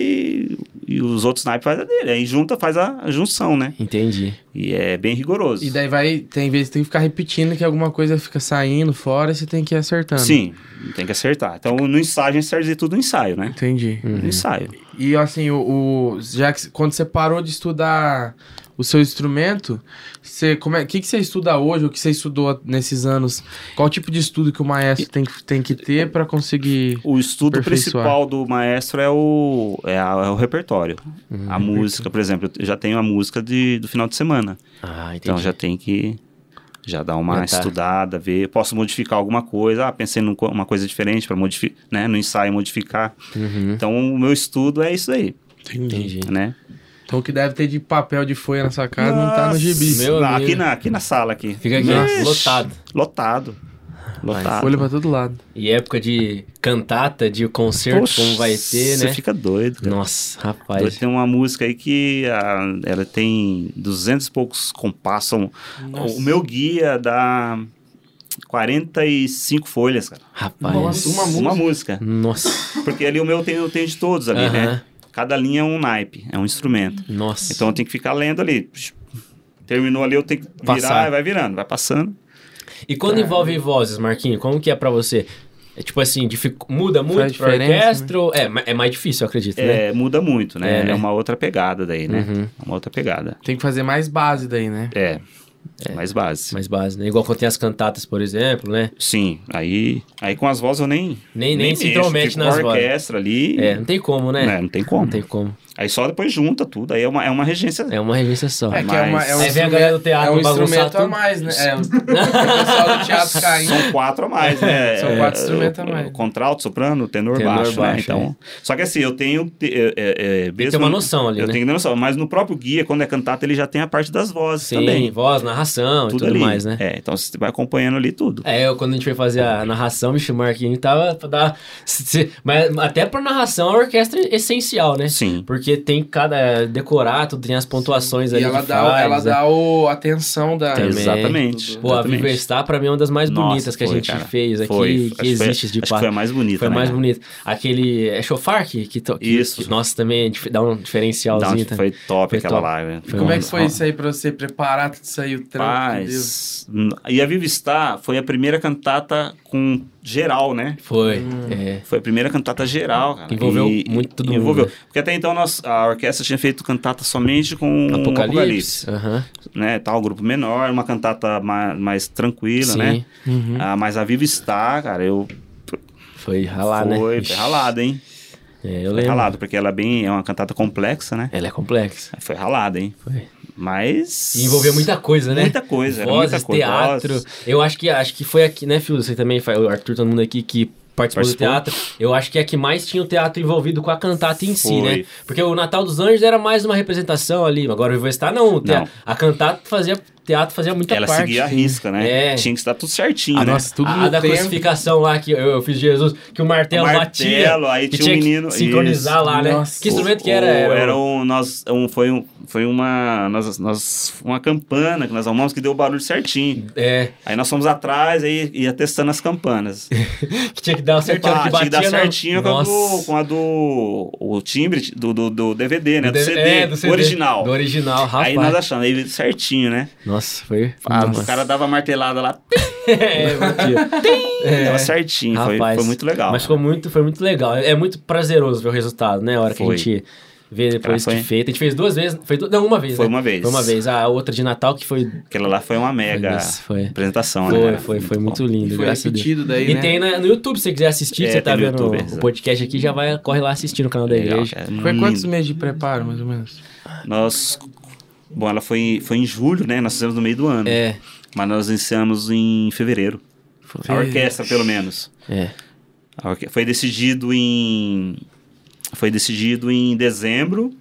S3: e e os outros naipes faz a dele. Aí junta, faz a junção, né?
S1: Entendi.
S3: E é bem rigoroso.
S2: E daí vai, tem vezes que tem que ficar repetindo que alguma coisa fica saindo fora e você tem que ir acertando.
S3: Sim, tem que acertar. Então no ensaio a gente serve tudo no ensaio, né?
S2: Entendi.
S1: Uhum.
S3: No ensaio.
S2: E assim, o, o- já que quando você parou de estudar o seu instrumento, você como é, que que você estuda hoje, o que você estudou nesses anos? Qual tipo de estudo que o maestro tem, que- tem que ter pra conseguir?
S3: O estudo
S2: Aperfeiçoar.
S3: principal do maestro é o, é a- é o repertório.
S1: Hum,
S3: a música, por exemplo, eu já tenho a música de, do final de semana.
S1: Ah, entendi. tá.
S3: Então já tem que já dar uma
S1: Aumentar.
S3: estudada, ver. Posso modificar alguma coisa. Ah, pensei numa coisa diferente para modificar, né? No ensaio modificar.
S1: Uhum,
S3: Então o meu estudo é isso aí,
S1: Entendi.
S3: né?
S2: Então o que deve ter de papel de folha nessa casa não tá no gibi.
S1: Meu
S3: Não,
S1: amigo.
S3: aqui, na, aqui na sala aqui.
S1: Fica aqui,
S3: Nossa.
S1: lotado.
S3: Lotado. Lotado.
S2: Folha pra todo lado.
S1: E época de cantata, de concerto,
S3: Poxa,
S1: como vai ter,
S3: Você
S1: né?
S3: fica doido, cara.
S1: Nossa,
S3: Doido.
S1: rapaz.
S3: Tem uma música aí que ah, ela tem 200 e poucos compassos. são- O meu guia dá 45 folhas, cara.
S1: Rapaz.
S2: Nossa, uma música.
S3: Uma música.
S1: Nossa.
S3: Porque ali o meu tem, eu tenho de todos ali, né?
S1: Aham.
S3: Cada linha é um naipe, é um instrumento.
S1: Nossa.
S3: Então eu tenho que ficar lendo ali. Terminou ali, eu tenho que virar,
S1: Passar.
S3: e vai virando, vai passando.
S1: E
S3: é.
S1: quando envolve vozes, Marquinhos, como que é pra você? É tipo assim, dificu- muda muito pra
S2: diferença,
S1: orquestra? ou- É, ma- é mais difícil, eu acredito, né?
S3: É, muda muito,
S1: É,
S3: né? É,
S1: né?
S3: uma outra pegada daí, né?
S1: Uhum.
S3: É uma outra pegada.
S2: Tem que fazer mais base daí, né?
S3: É, mais base.
S1: Mais base, né? Igual quando tem as cantatas, por exemplo, né?
S3: Sim, aí, aí com as vozes eu nem.
S1: Nem, nem, se
S3: mexo,
S1: intromete
S3: fico com
S1: nas
S3: a
S1: vozes.
S3: orquestra ali.
S1: É, não tem como, né?
S3: Né, não tem como.
S1: Não tem como.
S3: Aí só depois junta tudo. Aí é uma, é uma regência.
S1: É uma regência só.
S2: É que é, uma, é um
S1: Aí vem a
S2: instrumento-
S1: galera do teatro
S2: é um
S1: bagunçar
S2: instrumento a
S1: tudo.
S2: mais, né? É, o pessoal do teatro caindo.
S3: São quatro a mais, né?
S2: São quatro instrumentos a
S3: o-
S2: mais.
S3: o Contralto, soprano, tenor,
S1: Tenor,
S3: baixo, né?
S1: baixo, é.
S3: Então, Só que assim, eu tenho... é, é, é,
S1: Tem que ter
S3: mesmo-
S1: uma noção ali,
S3: Eu
S1: né?
S3: tenho que ter noção. Mas no próprio guia, quando é cantata, ele já tem a parte das vozes
S1: Sim,
S3: também.
S1: voz, narração
S3: Tudo
S1: e tudo
S3: ali.
S1: mais, né?
S3: É, então você vai acompanhando ali tudo.
S1: É, eu, quando a gente foi fazer a narração, bicho, o Marquinhos tava pra dar. se- se- mas até pra narração, a orquestra é essencial, né?
S3: Sim.
S1: Porque tem cada. é, decorar, tudo, tem as pontuações
S2: E
S1: ali.
S2: ela
S1: que
S2: dá,
S1: faz,
S2: ela
S1: né?
S2: dá o, a atenção da.
S1: Também.
S3: Exatamente.
S1: Pô, a
S3: exatamente.
S1: Viva Star, pra mim, é uma das mais
S3: Nossa,
S1: bonitas que a
S3: foi,
S1: gente
S3: cara.
S1: fez aqui,
S3: Foi. Acho
S1: que existe
S3: foi,
S1: de
S3: acho que foi
S1: fato.
S3: a mais bonita,
S1: Foi
S3: né,
S1: mais
S3: cara?
S1: bonito. Aquele. É chofar que, que, to- que-
S3: Isso.
S1: que, Nossa, também é dif- dá um
S3: Dá um-
S1: diferencialzinho. também.
S3: Foi top
S1: Foi
S3: aquela
S1: top.
S3: live. né?
S1: Foi
S2: Como é que foi
S3: Ó,
S2: isso aí pra você preparar tudo isso aí, o trampo? meu Deus?
S3: Rapaz, e a Viva Star foi a primeira cantata com geral, né?
S1: Foi.
S2: Hum.
S1: é.
S3: Foi a primeira cantata geral, cara.
S1: Envolveu muito todo mundo,
S3: Envolveu.
S1: né?
S3: Porque até então nós, a orquestra tinha feito cantata somente com o
S1: Apocalipse.
S3: Apocalipse,
S1: Aham.
S3: né? Tal, grupo menor, uma cantata mais, mais tranquila,
S1: Sim.
S3: né? Ah, mas a Viva Star, cara, eu
S1: Foi ralar, né?
S3: foi,
S1: Ixi.
S3: foi ralado, hein?
S1: É, eu
S3: Foi
S1: lembro.
S3: ralado, porque ela é bem, é uma cantata complexa, né?
S1: Ela é complexa.
S3: Foi ralado, hein?
S1: Foi.
S3: Mas
S1: E envolveu muita coisa, né?
S3: Muita coisa, é, era
S1: Vozes,
S3: muita coisa.
S1: teatro.
S3: Vozes.
S1: Eu acho que acho que foi aqui, né, Fio? Você também, fa- o Arthur, todo mundo aqui que participou,
S3: Participou.
S1: do teatro. Eu acho que é a que mais tinha o teatro envolvido com a cantata em si,
S3: Foi.
S1: né? Porque o Natal dos Anjos era mais uma representação ali. Agora o Vivo Estar não. o te-
S3: Não.
S1: A cantata fazia. Teatro fazia muita
S3: Ela
S1: parte.
S3: seguia a risca, né?
S1: É.
S3: Tinha que estar tudo certinho,
S2: Ah,
S3: né?
S2: nossa, tudo
S1: a
S2: no
S1: da
S2: tempo.
S1: crucificação lá que eu, eu fiz de Jesus, que o martelo,
S3: O martelo,
S1: batia.
S3: aí
S1: que
S3: tinha um
S1: que
S3: menino,
S1: sincronizar
S3: isso.
S1: lá, né?
S2: Nossa.
S1: Que instrumento que
S3: O-
S1: era?
S3: o-
S1: o-
S3: Era um, nós, um, foi, um, foi uma, nós, nós, uma campana que nós arrumamos que deu o barulho certinho.
S1: É,
S3: Aí nós fomos atrás aí ia testando as campanas.
S1: que tinha que dar certinho.
S3: Pá,
S1: que
S3: Ah, tinha
S1: batia
S3: que dar
S1: na-
S3: certinho com a, do,
S1: Nossa.
S3: com a do. O timbre do, do, do DVD, né? Do,
S1: D-
S3: CD,
S1: é,
S3: do original.
S1: Do original, rapaz.
S3: Aí nós achamos, aí certinho, né?
S1: Nossa, foi.
S3: Ah,
S1: Nossa.
S3: O cara dava martelada lá,
S1: é, batia. É.
S3: dava certinho. Foi,
S1: Rapaz,
S3: foi muito legal.
S1: Mas ficou muito, foi muito legal. É muito prazeroso ver o resultado, né? A hora que
S3: Foi.
S1: a gente vê depois
S3: Cara,
S1: que
S3: foi-
S1: feito. A gente fez duas vezes. Foi du- Não, uma vez.
S3: Foi
S1: né?
S3: uma vez.
S1: Foi uma vez. A outra de Natal que foi.
S3: Aquela lá foi uma mega
S1: Nossa, foi.
S3: apresentação, né?
S1: Foi,
S3: cara?
S1: foi, foi
S3: bom.
S1: muito
S2: E
S1: lindo,
S2: foi
S1: graças a Deus.
S2: repetido daí,
S1: E
S2: né?
S1: tem na- no YouTube, se você quiser assistir,
S3: É,
S1: você tá
S3: tem no
S1: vendo
S3: YouTube,
S1: o
S3: exato.
S1: podcast aqui, já vai, corre lá assistir no canal da
S3: Legal,
S1: igreja.
S3: cara,
S2: Foi quantos
S3: lindo.
S2: meses de preparo, mais ou menos?
S3: Nós. Bom, ela foi, foi em julho, né? Nós fizemos no meio do ano.
S1: É,
S3: Mas nós iniciamos em fevereiro. A
S2: Fevereiro.
S3: orquestra, pelo menos.
S1: é.
S3: A orque- Foi decidido em. Foi decidido em dezembro.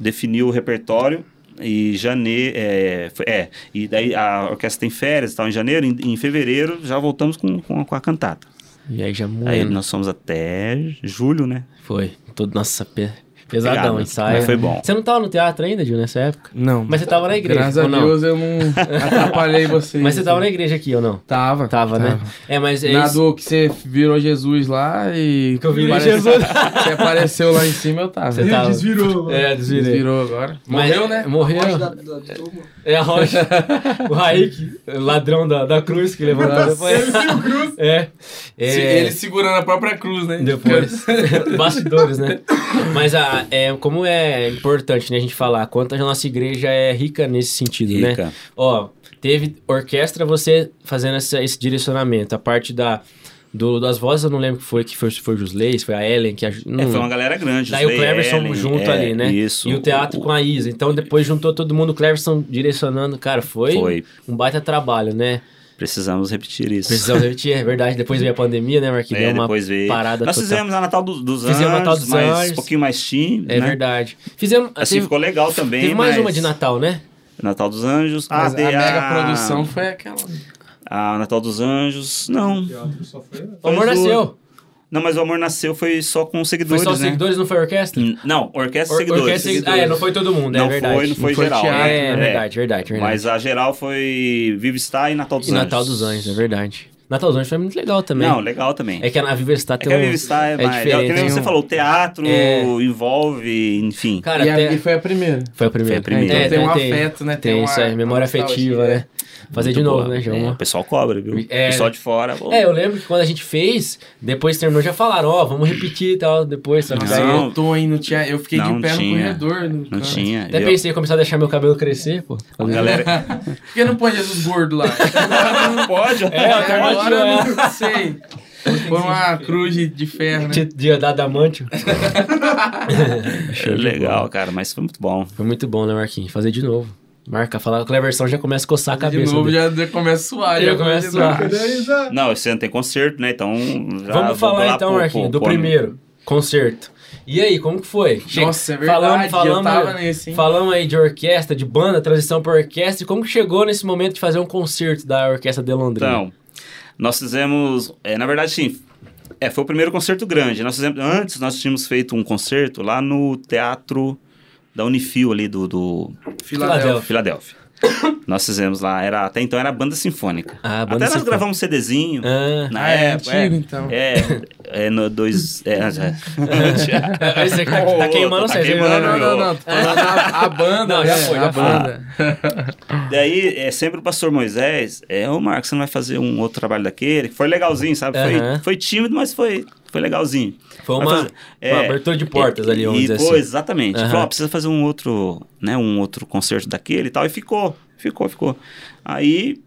S3: Definiu o repertório. E janeiro. É, foi- é, e daí a orquestra tem férias e tal em janeiro. Em, em fevereiro já voltamos com, com, a- com a cantata.
S1: E aí já
S3: Aí
S1: moendo.
S3: nós fomos até julho, né?
S1: Foi. Todo, nossa, pe- Pesadão,
S3: pegada,
S1: ensaio. né?
S3: mas foi bom.
S1: Você não tava no teatro ainda, Gil, nessa época?
S2: Não.
S1: Mas você tava na igreja,
S2: Graças
S1: ou
S2: a
S1: não?
S2: Deus eu não atrapalhei vocês. assim.
S1: Mas você tava na igreja aqui, ou não?
S2: Tava.
S1: Tava, né? É, mas é
S2: Na
S1: isso.
S2: do que você virou Jesus lá e.
S1: Que eu virei
S2: Parece-
S1: Jesus.
S2: Você apareceu lá em cima, eu tava.
S1: Você tava.
S4: Desvirou.
S1: É, desvirei.
S2: Virou agora.
S1: Mas-
S2: Morreu, né?
S1: Morreu.
S4: Morte da- da- da turma.
S1: É a rocha. o Raik, ladrão da, da cruz que levantou depois. É. é...
S2: Tá Se- Ele segurando a própria cruz, né?
S1: Depois. Bastidores, né? Mas a, é, como é importante né, a gente falar quanto a nossa igreja é rica nesse sentido, né?
S3: Rica.
S1: Ó, teve orquestra você fazendo essa- esse direcionamento. A parte da, do- das vozes, eu não lembro que foi, que foi, se foi o Jusley, se foi a Ellen que ajudou.
S3: É, foi uma galera grande.
S1: Hum. Daí o
S3: Slay,
S1: Cleverson
S3: Ellen,
S1: junto
S3: é,
S1: ali, né?
S3: Isso.
S1: E o teatro com a Isa. Então depois juntou todo mundo, o Cleverson direcionando. Cara, foi,
S3: Foi.
S1: um baita trabalho, né?
S3: Precisamos repetir isso.
S1: Precisamos repetir, é verdade. Depois veio a pandemia, né, Marquinhos?
S3: É,
S1: Deu uma
S3: depois veio.
S1: parada
S3: Nós
S1: total.
S3: fizemos a Natal do- dos
S1: Fizemos a Natal
S3: Anjos,
S1: dos
S3: mas
S1: Anjos.
S3: um pouquinho mais teen,
S1: É
S3: né?
S1: verdade. Fizemos.
S3: Assim
S1: teve-
S3: ficou legal também,
S1: Teve mais
S3: mas-
S1: uma de Natal, né?
S3: Natal dos Anjos.
S2: Mas
S3: ah,
S2: a
S3: de-
S2: mega produção foi aquela.
S3: A Natal dos Anjos, não.
S4: Teatro só foi-
S1: O amor
S3: Foi do-
S1: nasceu.
S3: Não, mas o Amor Nasceu foi só com os
S1: Foi
S3: seguidores,
S1: só os
S3: né?
S1: seguidores, não foi a orquestra?
S3: N- Não, orquestra
S1: Or-
S3: e seguidores.
S1: orquestra e- Ah, é, não foi todo mundo, é
S3: Não
S1: verdade.
S3: foi, não foi
S2: Não foi
S3: geral.
S2: teatro,
S3: né?
S1: É, é verdade, verdade, verdade.
S3: Mas a geral foi Vive Star e Natal dos
S1: e
S3: Anjos.
S1: Natal dos Anjos, é verdade. Natal dos Anjos foi muito legal também.
S3: Não, legal também.
S1: É que a Viva está
S3: É
S1: tem
S3: que a
S1: um-
S3: Vive Star é, mais... É o que
S1: diferente.
S3: nem você
S1: um-
S3: falou, o teatro
S1: É.
S3: envolve, enfim.
S1: Cara,
S2: e, a-
S1: até...
S2: e foi a primeira.
S1: foi a primeira.
S3: Foi a primeira.
S1: É,
S3: Então
S2: tem um
S1: tem-
S2: afeto, né?
S1: Tem,
S2: Tem
S1: isso
S2: uma-
S1: aí, memória
S2: uma nostalgia,
S1: afetiva, né? Fazer de
S3: Muito
S1: novo,
S3: boa.
S1: né, João?
S3: É, o pessoal cobra, viu?
S1: É.
S3: O pessoal de fora... pô,
S1: É, eu lembro que quando a gente fez, depois terminou, já falaram, ó, vamos repetir e tal, depois, sabe?
S3: Não.
S2: Nossa,
S1: Aí-
S2: eu tô, hein? Não tinha, eu fiquei
S3: Não
S2: de pé
S3: tinha.
S2: no corredor. No
S3: Não
S2: canto.
S3: tinha.
S1: Até
S3: viu?
S1: pensei né? em começar a deixar meu cabelo crescer, pô.
S3: A galera...
S2: Por que não põe Jesus gordo lá?
S3: Pode?
S1: É, a alternativa
S2: Agora eu não sei. Foi uma cruz de- de ferro, né?
S1: Dia- Dia da Adamantio.
S3: É legal, cara, mas foi muito bom.
S1: Foi muito bom, né, Marquinhos? Fazer de novo. Marca, falar que a versão já começa a coçar a
S2: De
S1: cabeça.
S2: novo
S1: dele.
S2: já já começa a suar.
S1: Já
S2: começa
S1: começa a
S2: de novo.
S1: suar.
S4: Organiza.
S3: Não, esse ano tem concerto, né? Então. já
S1: Vamos falar
S3: lá
S1: então,
S3: pro-
S1: Marquinhos,
S3: pro-
S1: do
S3: pro-
S1: primeiro concerto. E aí, como que foi? Che-
S2: Nossa, é verdade. eu tava nesse, hein?
S1: falamos aí de orquestra, de banda, transição pra orquestra. E como que chegou nesse momento de fazer um concerto da Orquestra de Londrina?
S3: Então, nós fizemos. é, na verdade, sim. É, foi o primeiro concerto grande. Nós fizemos, antes nós tínhamos feito um concerto lá no teatro da Unifil ali do, do
S1: Filadélfia.
S2: Filadélfia.
S3: Filadélfia. nós fizemos lá, era, até então era banda sinfônica.
S1: Ah,
S3: até
S1: banda
S3: nós
S1: sinfônica.
S3: gravamos um CDzinho.
S1: Ah,
S3: Na
S2: Ah, é
S3: época.
S2: antigo, então.
S3: É, é no dois. É, já-
S1: esse aqui tá, tá
S3: Ô,
S1: queimando
S3: tá
S1: vocês. né?
S2: Não,
S3: queimando,
S2: não,
S3: meu.
S2: não. tô falando A, a banda,
S1: Não, É. já
S2: né?
S1: foi, já
S2: a
S1: foi.
S2: banda.
S3: Daí, é, sempre o pastor Moisés, é, ô Marcos, você não vai fazer um outro trabalho daquele? Foi legalzinho, sabe? Foi,
S1: Aham.
S3: foi tímido, mas foi, foi legalzinho.
S1: Foi
S3: Vai
S1: uma,
S3: fazer-
S1: uma
S3: é,
S1: abertura de portas ali, vamos
S3: e,
S1: dizer
S3: pô,
S1: assim.
S3: exatamente.
S1: Aham.
S3: Falou, ó, precisa fazer um outro, né, um outro concerto daquele e tal. E ficou, ficou, ficou. Aí,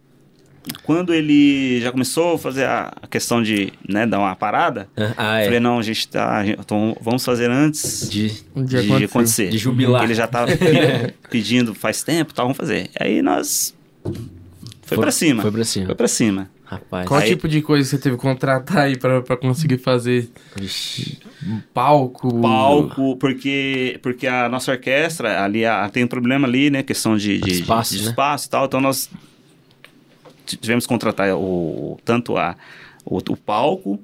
S3: quando ele já começou a fazer a a questão de, né, dar uma parada,
S1: Ah,
S3: falei, né?
S1: é.
S3: não, a gente tá, a gente- então vamos fazer antes
S1: De,
S2: Um
S3: de,
S2: dia aconteceu.
S3: acontecer.
S1: De jubilar.
S3: Ele já tava pe- pedindo faz tempo, tal, vamos fazer. Aí nós... Foi, pra cima.
S1: Foi pra
S3: Foi
S1: cima.
S3: pra cima.
S1: Rapaz.
S2: Qual
S3: Aí-
S2: tipo de coisa você teve que contratar aí pra, pra conseguir fazer?
S1: Ixi.
S2: Palco?
S3: palco, porque, porque a nossa orquestra ali a- tem um problema ali, né? Questão de, de-
S1: Espaço,
S3: de
S1: né?
S3: espaço e tal. Então nós t- tivemos que contratar o, tanto a, o, o palco.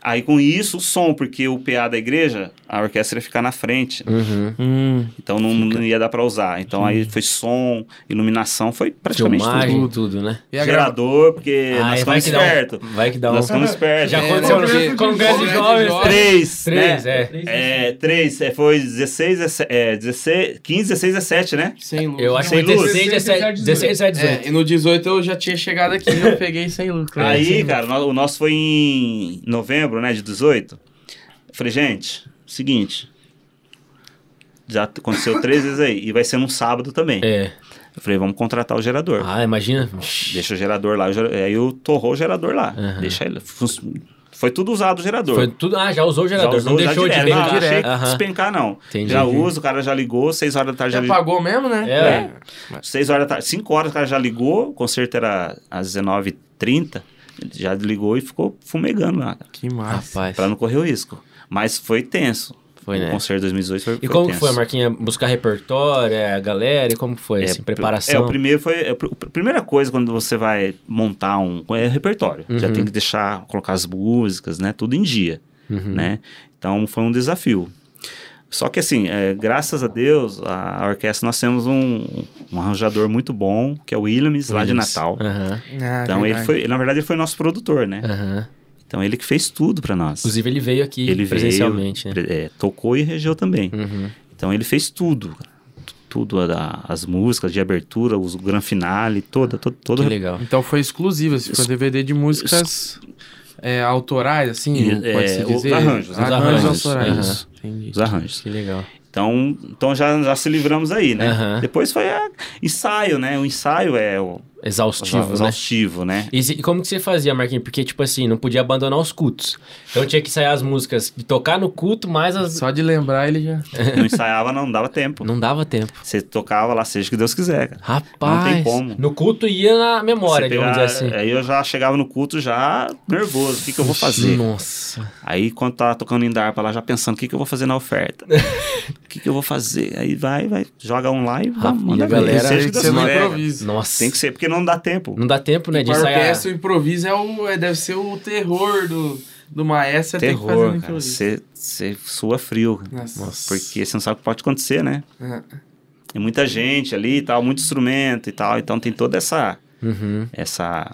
S3: Aí com isso, o som, porque o PA da igreja, a orquestra ia ficar na frente.
S1: Uhum.
S2: Hum,
S3: Então não, não ia dar pra usar. Então aí foi som, iluminação, foi praticamente
S1: Filmagem,
S2: tudo.
S1: tudo, né?
S2: e
S3: tudo.
S2: a grava-
S3: Gerador, porque
S1: Ah,
S3: nós
S1: é, vai
S3: ficamos
S1: que dá um-
S3: espertos.
S1: Vai que dá um...
S3: Nós ficamos espertos.
S1: Já
S2: É,
S1: aconteceu
S2: congresso
S1: no
S2: de
S1: Congresso de
S2: jovens,
S1: Jovens.
S2: jovens.
S3: Três,
S1: Três,
S3: né?
S1: é.
S3: É, três, é, foi 16, 17, é, 16, 15, 16, 17, né?
S2: Sem luz.
S1: Eu acho que
S3: Sem
S1: foi
S3: luz.
S1: 16, 17, 16, 17,
S2: É,
S1: 18.
S2: e no 18 eu já tinha chegado aqui e eu peguei sem luz. cara.
S3: Aí,
S2: Sem
S3: cara, no- o nosso foi em novembro, né, de 18. Eu Falei, gente, seguinte. Já t- aconteceu três vezes aí. E vai ser num sábado também.
S1: É.
S3: Eu falei, vamos contratar o gerador.
S1: Ah, imagina.
S3: Deixa o gerador lá. o ger- Aí eu torrou o gerador lá.
S1: Aham.
S3: Deixa ele. fus- Foi tudo usado o gerador.
S1: Foi tudo... Ah, já usou o
S3: Já
S1: gerador.
S3: usou,
S1: não
S3: já
S1: deixou de
S3: direto.
S1: brincar.
S3: Não, não achei que
S1: Aham.
S3: despencar, não.
S1: Entendi.
S3: Já uso, o cara já ligou, seis horas da tarde
S2: Já
S3: já ligou.
S2: pagou mesmo, né?
S1: É,
S3: É. seis horas da tarde, 5 horas o cara já ligou, o concerto era às 19h30, ele já ligou e ficou fumegando lá, cara,
S2: Que massa.
S1: Rapaz.
S3: pra não correr o risco. Mas foi tenso.
S1: Foi, né?
S3: O concerto de 2018 foi,
S1: E
S3: foi
S1: como que
S3: tenso.
S1: foi, Marquinha? Buscar repertório, é, a galera? E como que foi, assim,
S3: pr-
S1: preparação?
S3: É, o primeiro foi. é, pr- A primeira coisa quando você vai montar um. É repertório. Já
S1: Uhum.
S3: tem que deixar, colocar as músicas, né? Tudo em dia,
S1: Uhum.
S3: né? Então foi um desafio. Só que assim, é, graças a Deus, a orquestra, nós temos um, um arranjador muito bom, que é o Williams, lá de
S1: Williams.
S3: Natal.
S1: Aham.
S2: Ah,
S3: Então ele
S2: verdade.
S3: foi, na verdade, ele foi nosso produtor, né?
S1: aham.
S3: Então ele que fez tudo pra nós.
S1: Inclusive, ele veio aqui
S3: ele
S1: presencialmente,
S3: veio, pre- é, tocou e regeu também.
S1: né? Uhum.
S3: Então ele fez tudo, cara. T- tudo a da- as músicas de abertura, os o gran finale, toda, todo, todo
S1: Que legal.
S2: Então foi exclusivo, esse foi um DVD de músicas é, autorais, assim,
S3: E-
S2: pode
S3: é,
S2: se
S3: os
S2: dizer?
S3: arranjos, né?
S2: arranjos,
S1: Arranjos,
S2: autorais.
S1: aham.
S2: Entendi.
S3: os arranjos.
S1: Que legal.
S3: Então, então já, já se livramos aí, né?
S1: Aham.
S3: Depois foi a, ensaio, né? O ensaio é o
S1: Exaustivo, né?
S3: exaustivo, né?
S1: E se- e como que você fazia, Marquinhos? Porque, tipo assim, não podia abandonar os cultos. Então tinha que ensaiar as músicas e tocar no culto, mas
S3: um
S1: as...
S2: Só de lembrar ele já.
S3: Não ensaiava, não dava tempo.
S1: não dava tempo.
S3: Você tocava lá, seja o que Deus quiser, cara.
S1: Rapaz,
S3: Não tem como.
S1: no culto ia na memória,
S3: Você
S1: vamos
S3: pegar- é,
S1: dizer assim.
S3: Aí eu já chegava no culto já nervoso, o que, que eu vou fazer?
S1: Nossa.
S3: Aí quando tá tocando em DARPA lá, já pensando, o que, que eu vou fazer na oferta? O que, que eu vou fazer? Aí vai, vai, joga um lá e vai,
S1: Rapaz, e
S3: manda
S1: a
S3: ver.
S1: galera-
S3: Seja o
S2: Tem
S3: que
S2: que
S3: Deus
S2: ser no
S3: quiser, cara.
S2: improviso.
S1: Nossa.
S3: Tem que ser, porque não dá tempo.
S1: Não dá tempo, né, de
S2: Pra
S1: ensaiar.
S2: orquestra, o improviso é o, é- deve ser o terror do, do maestro. é ter que fazer no
S3: Terror, cara.
S2: improviso.
S3: Você você sua frio.
S2: Nossa.
S3: Porque você não sabe o que pode acontecer, né?
S2: É.
S3: Tem muita gente ali e tal, muito instrumento e tal. Então tem toda essa.
S1: Uhum.
S3: essa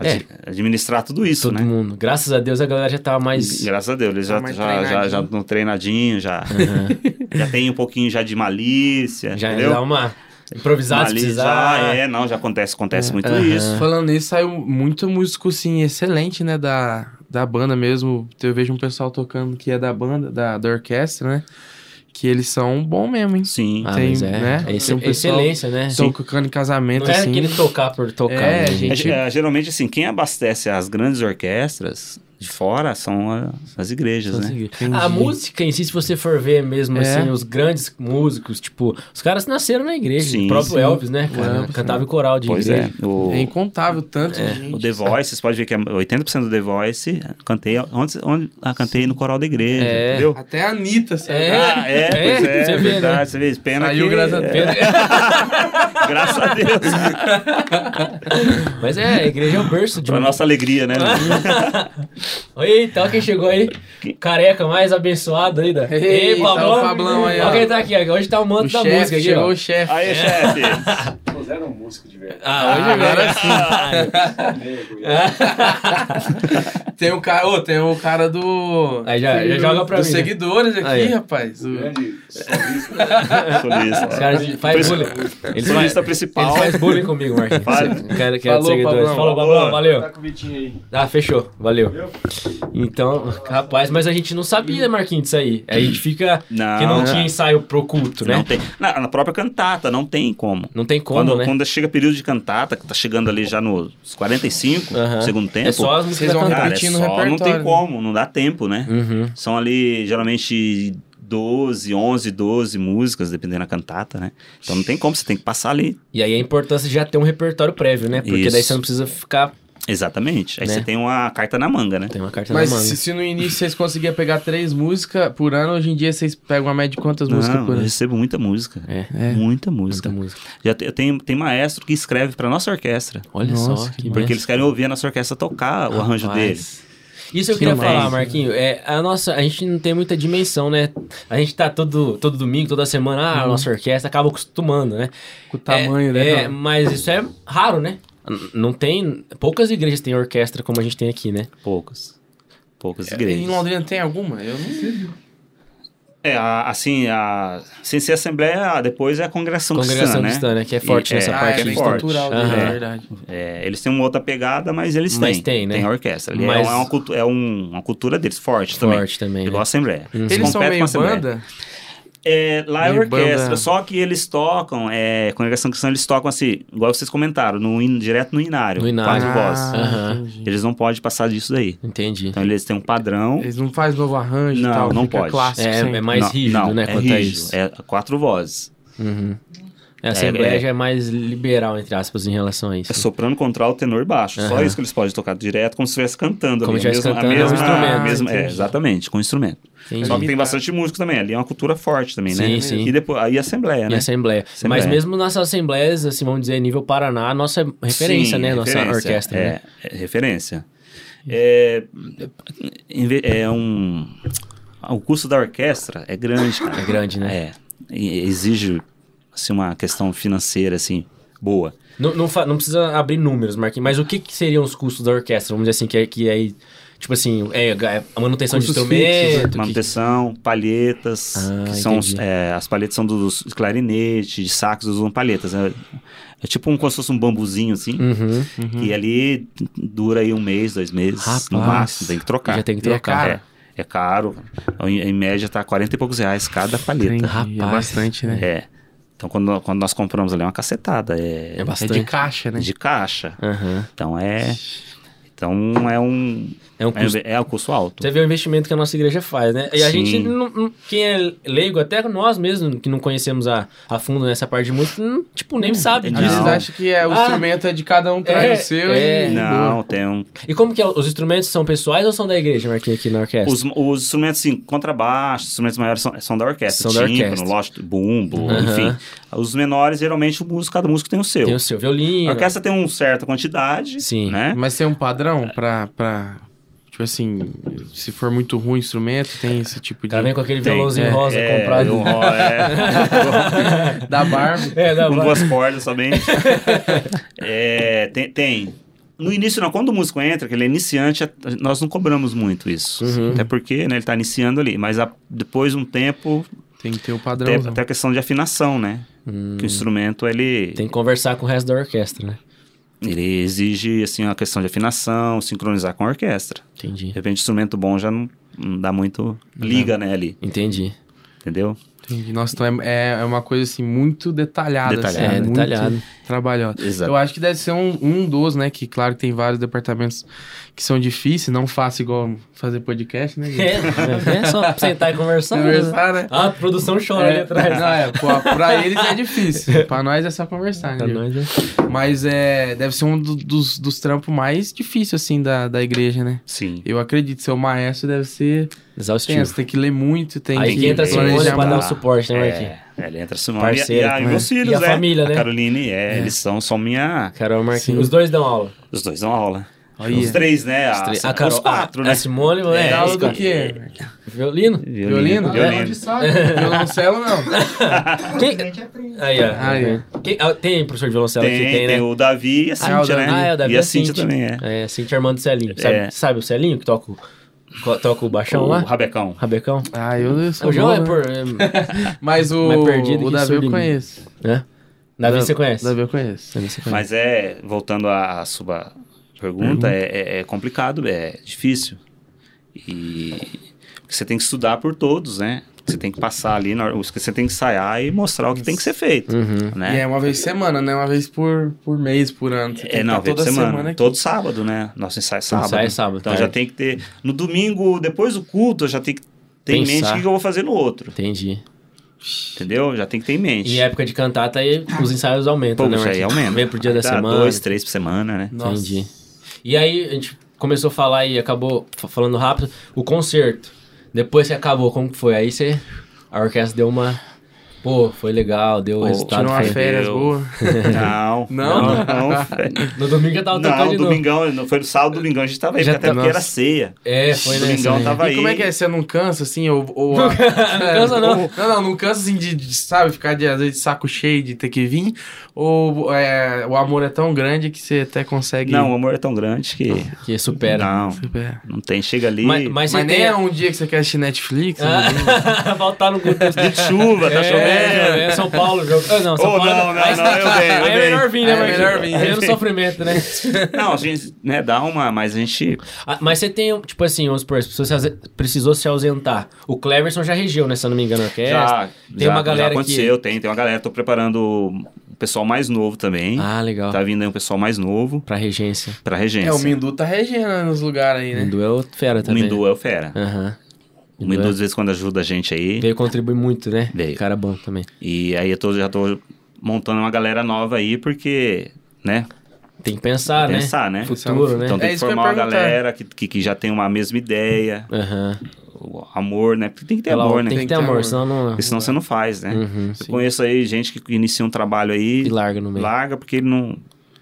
S1: É.
S3: ad- Administrar tudo isso,
S1: Todo
S3: né?
S1: mundo. Graças a Deus a galera já tava mais.
S3: Graças a Deus, eles
S2: Tá
S3: já,
S2: mais
S3: já, já, já estão treinadinhos, já,
S1: Aham.
S3: já tem um pouquinho já de malícia,
S1: Já
S3: é, entendeu?
S1: dá uma. Improvisar se
S3: Malícia,
S1: precisar.
S3: já é, não, já acontece, acontece muito
S1: Aham.
S3: isso.
S2: Falando nisso, saiu muito músico, assim, excelente, né? Da, da banda mesmo. Eu vejo um pessoal tocando que é da banda, da, da orquestra, né? Que eles são bom mesmo, hein?
S3: Sim.
S1: Ah,
S2: Tem,
S1: mas é.
S2: né?
S1: é ex-
S2: Tem um pessoal-
S1: excelência,
S3: É,
S1: né?
S2: Estão tocando em casamento,
S1: Não é
S2: assim.
S1: aquele tocar por tocar.
S2: É,
S1: né?
S2: gente.
S3: É, ge- é, geralmente, assim, quem abastece as grandes orquestras de fora são a- as igrejas, né?
S1: Consegui.
S2: Entendi.
S1: A música em si, se você for ver mesmo,
S2: É.
S1: assim, os grandes músicos, tipo, os caras nasceram na igreja.
S3: Sim,
S1: o próprio
S2: sim.
S1: Elvis, né, cara?
S2: Elvis,
S1: Cantava em coral de
S3: Pois é.
S1: igreja.
S3: O,
S2: É incontável tanto, de gente.
S3: o The Voice, vocês podem ver que é 80% do The Voice, cantei, onde, onde, ah, cantei no coral da igreja,
S1: É.
S3: entendeu?
S2: Até a Anitta, sabe?
S1: É.
S3: Ah, é,
S1: É,
S3: pois é,
S1: você vê, né?
S3: verdade, você vê, pena
S2: Saiu
S3: que...
S2: graças a Deus.
S3: é, graças a Deus,
S1: Mas é, a igreja é o berço de
S3: pra
S1: um...
S3: nossa alegria, né?
S1: Oi, então quem chegou aí? Careca mais abençoado ainda.
S2: Eita,
S1: Ei, Pablão.
S2: o Pablão aí, ó.
S1: Olha quem tá aqui, ó. hoje tá o manto
S2: O
S1: da
S2: chefe,
S1: música aqui,
S2: chegou
S1: ó.
S2: o chefe.
S1: É.
S3: Aí, chefe,
S4: Puseram música um de verdade. né?
S1: Ah, hoje
S2: Ah,
S1: agora
S2: agora
S1: sim.
S4: Nego,
S2: Tem o cara, ô, tem o cara do...
S1: Aí já- já
S2: do-
S1: joga pra
S2: dos
S1: mim, né? É.
S2: seguidores aqui,
S1: Aí.
S2: rapaz. O-
S4: o grande solista.
S1: Os
S3: solista.
S1: caras fazem bullying. Eles fazem
S3: Solista principal.
S1: eles fazem bullying comigo, Marquinhos.
S3: Faz.
S1: Quero, quero
S2: Falou,
S1: seguidores.
S2: Pablão.
S1: Falou, Pablão,
S3: Falou.
S1: valeu.
S4: Tá com o Vitinho aí.
S1: Ah, fechou. Valeu.
S4: Valeu.
S1: Então, rapaz, mas a gente não sabia, Marquinhos, disso aí. A gente fica
S3: Não,
S1: que não tinha ensaio pro culto, né?
S3: Não tem. Na, na própria cantata, não tem como.
S1: Não tem como,
S3: quando,
S1: né?
S3: quando chega período de cantata, que tá chegando ali já nos 45,
S1: Aham.
S3: segundo tempo.
S1: É só as músicas
S2: Vocês vão
S1: cantadas.
S3: cara, é
S2: repetir no
S3: só, não
S2: repertório,
S3: tem
S2: né?
S3: como, não dá tempo, né?
S1: Uhum.
S3: São ali geralmente 12, 11, 12 músicas, dependendo da cantata, né? Então não tem como, você tem que passar ali.
S1: E aí a importância de já ter um repertório prévio, né? Porque
S3: Isso.
S1: daí você não precisa ficar...
S3: Exatamente. Aí
S1: Né?
S3: você tem uma carta na manga, né?
S1: Tem uma carta
S2: Mas
S1: na manga.
S2: se, se no início vocês conseguiam pegar três músicas por ano, hoje em dia vocês pegam uma média de quantas músicas
S3: Não,
S2: por
S3: eu
S2: ano?
S3: recebo muita música.
S1: né? É.
S2: É.
S1: Muita
S3: Muita música.
S1: música.
S3: Já te- eu tenho, tem maestro que escreve pra nossa orquestra.
S1: Olha
S2: Nossa,
S1: só.
S2: que
S1: Que
S3: Porque
S1: massa.
S3: eles querem ouvir a nossa orquestra tocar
S1: Ah,
S3: o arranjo
S1: Rapaz.
S3: deles.
S1: Isso eu
S2: Que
S1: queria
S2: demais.
S1: falar, Marquinho. É, a nossa, a gente não tem muita dimensão, né? A gente tá todo, todo domingo, toda semana, ah, a nossa orquestra acaba acostumando, né?
S2: Com o Uhum. tamanho,
S1: é,
S2: né?
S1: É, mas isso é raro, né? N- Não tem. Poucas igrejas têm orquestra como a gente tem aqui, né?
S3: Poucas.
S1: É,
S3: Poucas
S2: Em
S3: igrejas.
S2: Londrina tem alguma? Eu não sei.
S3: É, a- assim, a, sem ser assembleia, a- depois é a congregação,
S1: Congregação
S3: cristã, né?
S1: cristã, né? Que é forte
S3: E-
S1: nessa
S3: é,
S1: parte.
S2: é
S3: bem
S1: né?
S2: bem
S3: forte.
S2: cultural, né?
S1: Aham.
S2: é verdade.
S3: É, eles têm uma outra pegada, mas eles
S1: Mas
S3: têm.
S1: tem, né?
S3: Tem a orquestra. Ali
S1: Mas-
S3: É, uma, cultu- é um- uma cultura deles, forte, É, também.
S1: Forte também.
S3: Igual a
S1: né?
S3: assembleia.
S2: Eles são
S3: competem com a
S2: meio
S3: Assembleia.
S2: banda?
S3: É, lá é
S2: Meio
S3: orquestra,
S2: banda-
S3: só que eles tocam, é, congregação cristã, eles tocam assim, igual vocês comentaram, no, in- direto no inário,
S1: No inário. Ah,
S3: quatro vozes.
S1: Aham.
S2: Ah, entendi.
S3: Eles não podem passar disso daí.
S1: Entendi.
S3: Então eles têm um padrão.
S2: Eles não fazem novo arranjo e
S3: Não,
S2: tal,
S3: não
S2: fica
S3: pode.
S2: clássico
S1: É,
S2: sempre.
S1: é mais
S3: não,
S1: rígido,
S3: não,
S1: né?
S3: É
S1: quanto a
S3: rígido,
S1: isso.
S3: é quatro vozes.
S1: Uhum. A Assembleia
S3: é-
S1: já é mais liberal, entre aspas, em relação a isso.
S3: É soprano, contralto, tenor e baixo. Só
S1: Aham.
S3: isso que eles podem tocar direto, como se estivesse cantando.
S1: Como
S3: ali,
S1: se
S3: a
S1: estivesse
S3: mesma- a
S1: cantando
S3: mesma-
S1: com instrumento.
S3: a mesma- é,
S2: Entendi.
S3: exatamente, com instrumento.
S1: Entendi.
S3: Só que tem bastante músico também. Ali é uma cultura forte também, né?
S1: Sim, sim.
S3: E depois, aí a assembleia,
S1: E
S3: né?
S1: assembleia.
S3: Assembleia.
S1: Mas mesmo nas assembleias, assim, vamos dizer, nível Paraná, a nossa referência,
S3: Sim,
S1: né? Nossa
S3: referência,
S1: orquestra,
S3: É,
S1: né?
S3: é referência. É, em ve- é um... o custo da orquestra é grande, cara.
S1: É grande, né?
S3: É. E Exige assim, uma questão financeira, assim, boa.
S1: Não, não, fa- não precisa abrir números, Marquinhos, mas o que, que seriam os custos da orquestra? Vamos dizer assim, que, é- que aí. Tipo assim, é, é a manutenção de
S2: Custos
S1: instrumento.
S2: fixos,
S1: que-
S3: né? Manutenção, palhetas,
S1: Ah,
S3: que são os-
S1: entendi.
S3: é, as palhetas são dos clarinetes, de sacos usam palhetas. né? É tipo um, como se fosse um bambuzinho, assim,
S1: Uhum.
S3: e ali dura aí um mês, dois meses, no
S1: Rapaz,
S3: máximo, tem que trocar.
S1: Já tem que
S2: E é
S1: trocar.
S3: É, é caro, em, em média tá 40 e poucos reais cada palheta.
S2: Entendi,
S1: Rapaz.
S2: É bastante, né?
S3: É. Então, quando, quando nós compramos ali, é uma cacetada. É,
S1: É
S2: É
S1: bastante.
S2: de caixa, né?
S3: de caixa.
S1: Aham.
S3: Então, é... Então, é um...
S1: É um
S3: É,
S1: custo
S3: é um custo alto.
S1: Você vê o investimento que a nossa igreja faz, né? E a
S3: Sim.
S1: gente, não- não- quem é leigo, até nós mesmos que não conhecemos a, a fundo nessa parte de música, não- tipo, nem sabe
S3: Não.
S2: Às vezes
S1: disso.
S2: acha que é, o
S1: Ah.
S2: instrumento é de cada um traz
S1: É,
S2: o seu
S1: é.
S2: e...
S3: Não, tem um...
S1: E como que é? Os instrumentos são pessoais ou são da igreja, Marquinhos, aqui na orquestra?
S3: Os, os instrumentos, assim, contrabaixo, os instrumentos maiores são, são da orquestra.
S1: São da
S3: tímpano,
S1: orquestra.
S3: lógico, bumbo,
S1: Aham.
S3: enfim. Os menores, geralmente, o músico, cada músico tem o seu.
S1: Tem o seu violino.
S3: A orquestra tem uma certa quantidade,
S1: Sim.
S3: né?
S2: Mas tem um padrão pra, pra... Tipo assim, se for muito ruim o instrumento, tem esse tipo
S1: O
S2: de...
S1: cara vem com aquele
S3: Tem.
S1: violãozinho
S2: É,
S1: rosa
S3: é,
S1: comprado.
S3: eu- é.
S2: Da barba.
S1: É, dá
S3: com
S1: pra-
S3: duas cordas somente. É, tem, tem. No início, não, quando o músico entra, que ele é iniciante, a- nós não cobramos muito isso.
S1: Uhum.
S3: Até porque né, ele está iniciando ali. Mas a- depois de um tempo,
S2: Tem que ter o
S3: tem
S2: padrão.
S3: até a questão de afinação, né?
S1: Hum,
S3: Que o instrumento, ele,
S1: tem que conversar com o resto da orquestra, né?
S3: ele exige assim, uma questão de afinação, sincronizar com a orquestra.
S1: Entendi.
S3: De repente, instrumento bom já não, não dá muito liga, né, ali.
S1: Entendi.
S3: Entendeu?
S2: Entendi. Nossa, então é, é uma coisa assim muito detalhada.
S3: Detalhada.
S2: assim,
S1: É,
S2: muito
S1: detalhado.
S2: Trabalhosa.
S3: Exato.
S2: Eu acho que deve ser um, um dos, né? Que claro que tem vários departamentos que são difíceis, não faço igual fazer podcast, né? gente?
S1: É, é só sentar e conversar. né?
S2: Conversar, né?
S1: Ah, a produção chora ali
S2: É,
S1: atrás.
S2: não, é, pô, pra eles é difícil. pra nós é só conversar, né?
S1: Pra
S2: Diego?
S1: nós, né?
S2: Mas é, deve ser um do- dos, dos trampos mais difíceis, assim, da, da igreja, né?
S3: Sim.
S2: Eu acredito, ser o maestro deve ser
S1: Exaustivo.
S2: tenso, tem que ler muito, tem
S1: Aí
S2: que
S1: que entra a Simone
S2: planejar
S1: pra dar o
S2: muito.
S1: suporte, né, Marquinhos?
S3: É, ela entra a Simone
S1: Parceira
S3: e, a- e
S1: também.
S3: meus filhos,
S1: E a
S3: né?
S1: família, né?
S3: A Caroline, é, eles são, são minha...
S1: Carol Marquinhos.
S2: Sim.
S1: Os dois dão aula.
S3: Os dois dão aula.
S2: Olha.
S3: Os três, né?
S1: Os
S3: A-
S1: três-
S3: a- os quatro,
S1: a-
S3: né?
S1: A Simone,
S3: É,
S1: é,
S2: Dá aula
S1: os
S2: do
S1: quatro.
S2: quê?
S1: Violino?
S2: Violino?
S4: Violino.
S3: Violino.
S4: de saco. né?
S2: Violoncelo, não.
S1: Quem...
S4: A gente aprende. Tá
S1: Aí, ó.
S2: Aí.
S1: Quem- ah, tem professor de violoncelo
S3: Tem,
S1: aqui,
S3: tem,
S1: tem, né?
S3: o Davi e
S2: Ah, o
S3: a Cintia,
S2: Davi.
S3: né?
S1: Ah, é, o Davi
S3: e
S1: é
S3: a Cintia
S1: Cintia.
S3: também, é.
S1: É, Cintia Armando Celinho. Sabe,
S3: É.
S1: sabe o Celinho que toca o, co- toca o baixão
S3: o
S1: lá?
S3: Rabecão.
S1: Rabecão?
S2: Ah, eu, eu sou
S1: o João
S2: bom,
S1: é
S2: né?
S1: por... É,
S2: Mas o,
S1: mais perdido
S2: o
S1: que
S2: Davi
S1: surdo
S2: eu
S1: em
S2: conheço.
S1: né? Davi você conhece?
S2: Davi eu conheço.
S1: Davi você conhece.
S3: Mas é, voltando à à sua pergunta, é, é- é complicado, é difícil. E porque você tem que estudar por todos, né? Você tem que passar ali, na hora- você tem que ensaiar e mostrar o que tem que ser feito,
S1: Uhum.
S2: E
S3: né?
S2: é uma vez por semana, né? Uma vez por, por mês, por ano. Você tem que
S3: É, não,
S2: tá
S3: vez
S2: toda
S3: de semana.
S2: aqui.
S3: todo sábado, né? Nosso ensaio é sábado.
S1: Sai sábado.
S3: Então
S1: tá?
S3: já tem que ter. No domingo, depois do culto, eu já tem que ter em mente
S1: Pensar.
S3: o que eu vou fazer no outro.
S1: Entendi.
S3: Entendeu? Já tem que ter em mente.
S1: E é época de cantata, aí os ensaios aumentam,
S3: Pô,
S1: né,
S3: isso aí
S1: Marquinhos?
S3: aumenta.
S1: Vem pro dia
S3: Aí
S1: da
S3: dá
S1: semana.
S3: Dois, três por semana, né?
S2: Nossa.
S1: Entendi. E aí, a gente começou a falar e acabou fa- falando rápido. O concerto. Depois que acabou, como que foi? Aí você. A orquestra deu uma. Pô, foi legal, deu o
S3: Pô,
S1: resultado.
S2: Tirou uma
S1: foi-
S3: fé.
S2: férias boa.
S3: Não.
S2: Não?
S3: Não,
S1: No domingo eu tava tocando
S3: não
S1: de novo.
S3: domingão, não foi no sábado, domingão a gente tava aí,
S1: Já
S3: porque até
S1: tá-
S3: porque era
S2: Nossa.
S3: ceia.
S1: É, foi nessa.
S3: domingão
S1: né?
S3: Então tava aí.
S2: E como é que é? Você não cansa, assim? Ou, ou
S1: Não cansa, não.
S2: ou- não, não, não cansa, assim, de, de, sabe? Ficar, de, às vezes, de saco cheio de ter que vir? Ou é, o amor é tão grande que você até consegue...
S3: Não, o amor é tão grande que.
S1: Que supera.
S3: Não,
S2: É.
S3: não tem. Chega ali.
S1: Mas, mas você
S2: Mas nem
S1: tem.
S2: é um dia que você quer assistir Netflix. né?
S1: Ah, faltar no grupo.
S3: De chuva, tá
S1: É,
S3: chovendo.
S1: é São Paulo, jogo. Ah, não, São
S3: Ou
S1: Paulo.
S3: não, não,
S1: aí,
S3: não, eu dei, eu
S1: aí é
S3: dei.
S1: melhor vir, né,
S2: Aí é
S1: Marquinhos?
S2: melhor vir,
S1: Aí
S2: eu
S1: no
S2: dei.
S1: sofrimento, né?
S3: Não, a gente, né, dá uma, mas a gente.
S1: Ah, Mas você tem, tipo assim, vamos supor, as pessoas se ause- precisou se ausentar. O Cleverson já regeu, né? Se eu não me engano, a orquestra.
S3: já,
S1: tem
S3: já-
S1: uma galera
S3: já aconteceu, tem, tem uma galera. Tô preparando o pessoal mais novo também.
S1: Ah, legal.
S3: Tá vindo aí um pessoal mais novo
S1: Pra regência.
S3: pra regência.
S2: É, o Mindu tá regendo nos lugares aí,
S1: O
S2: né?
S1: Mindu é outro fera
S3: O
S1: também.
S3: Mindu é o fera.
S1: Aham.
S3: O
S1: é.
S3: Mindu, às vezes, quando ajuda a gente aí.
S1: Veio contribuir muito, né?
S3: Veio.
S1: Cara bom também.
S3: E aí eu tô, já tô montando uma galera nova aí, porque, né?
S1: Tem que pensar, né?
S3: pensar, né?
S1: Futuro, né?
S3: Então tem
S2: É
S3: que
S2: isso que eu ia
S3: formar uma
S2: perguntar.
S3: galera que, que, que já tem uma mesma ideia,
S1: Aham.
S3: o amor, né? Porque tem que ter
S1: Pela-
S3: amor, né?
S1: Tem que ter amor, senão não.
S3: Porque senão você não faz, né?
S1: Uhum.
S3: eu conheço aí gente que inicia um trabalho aí,
S1: E larga no meio.
S3: larga porque ele não.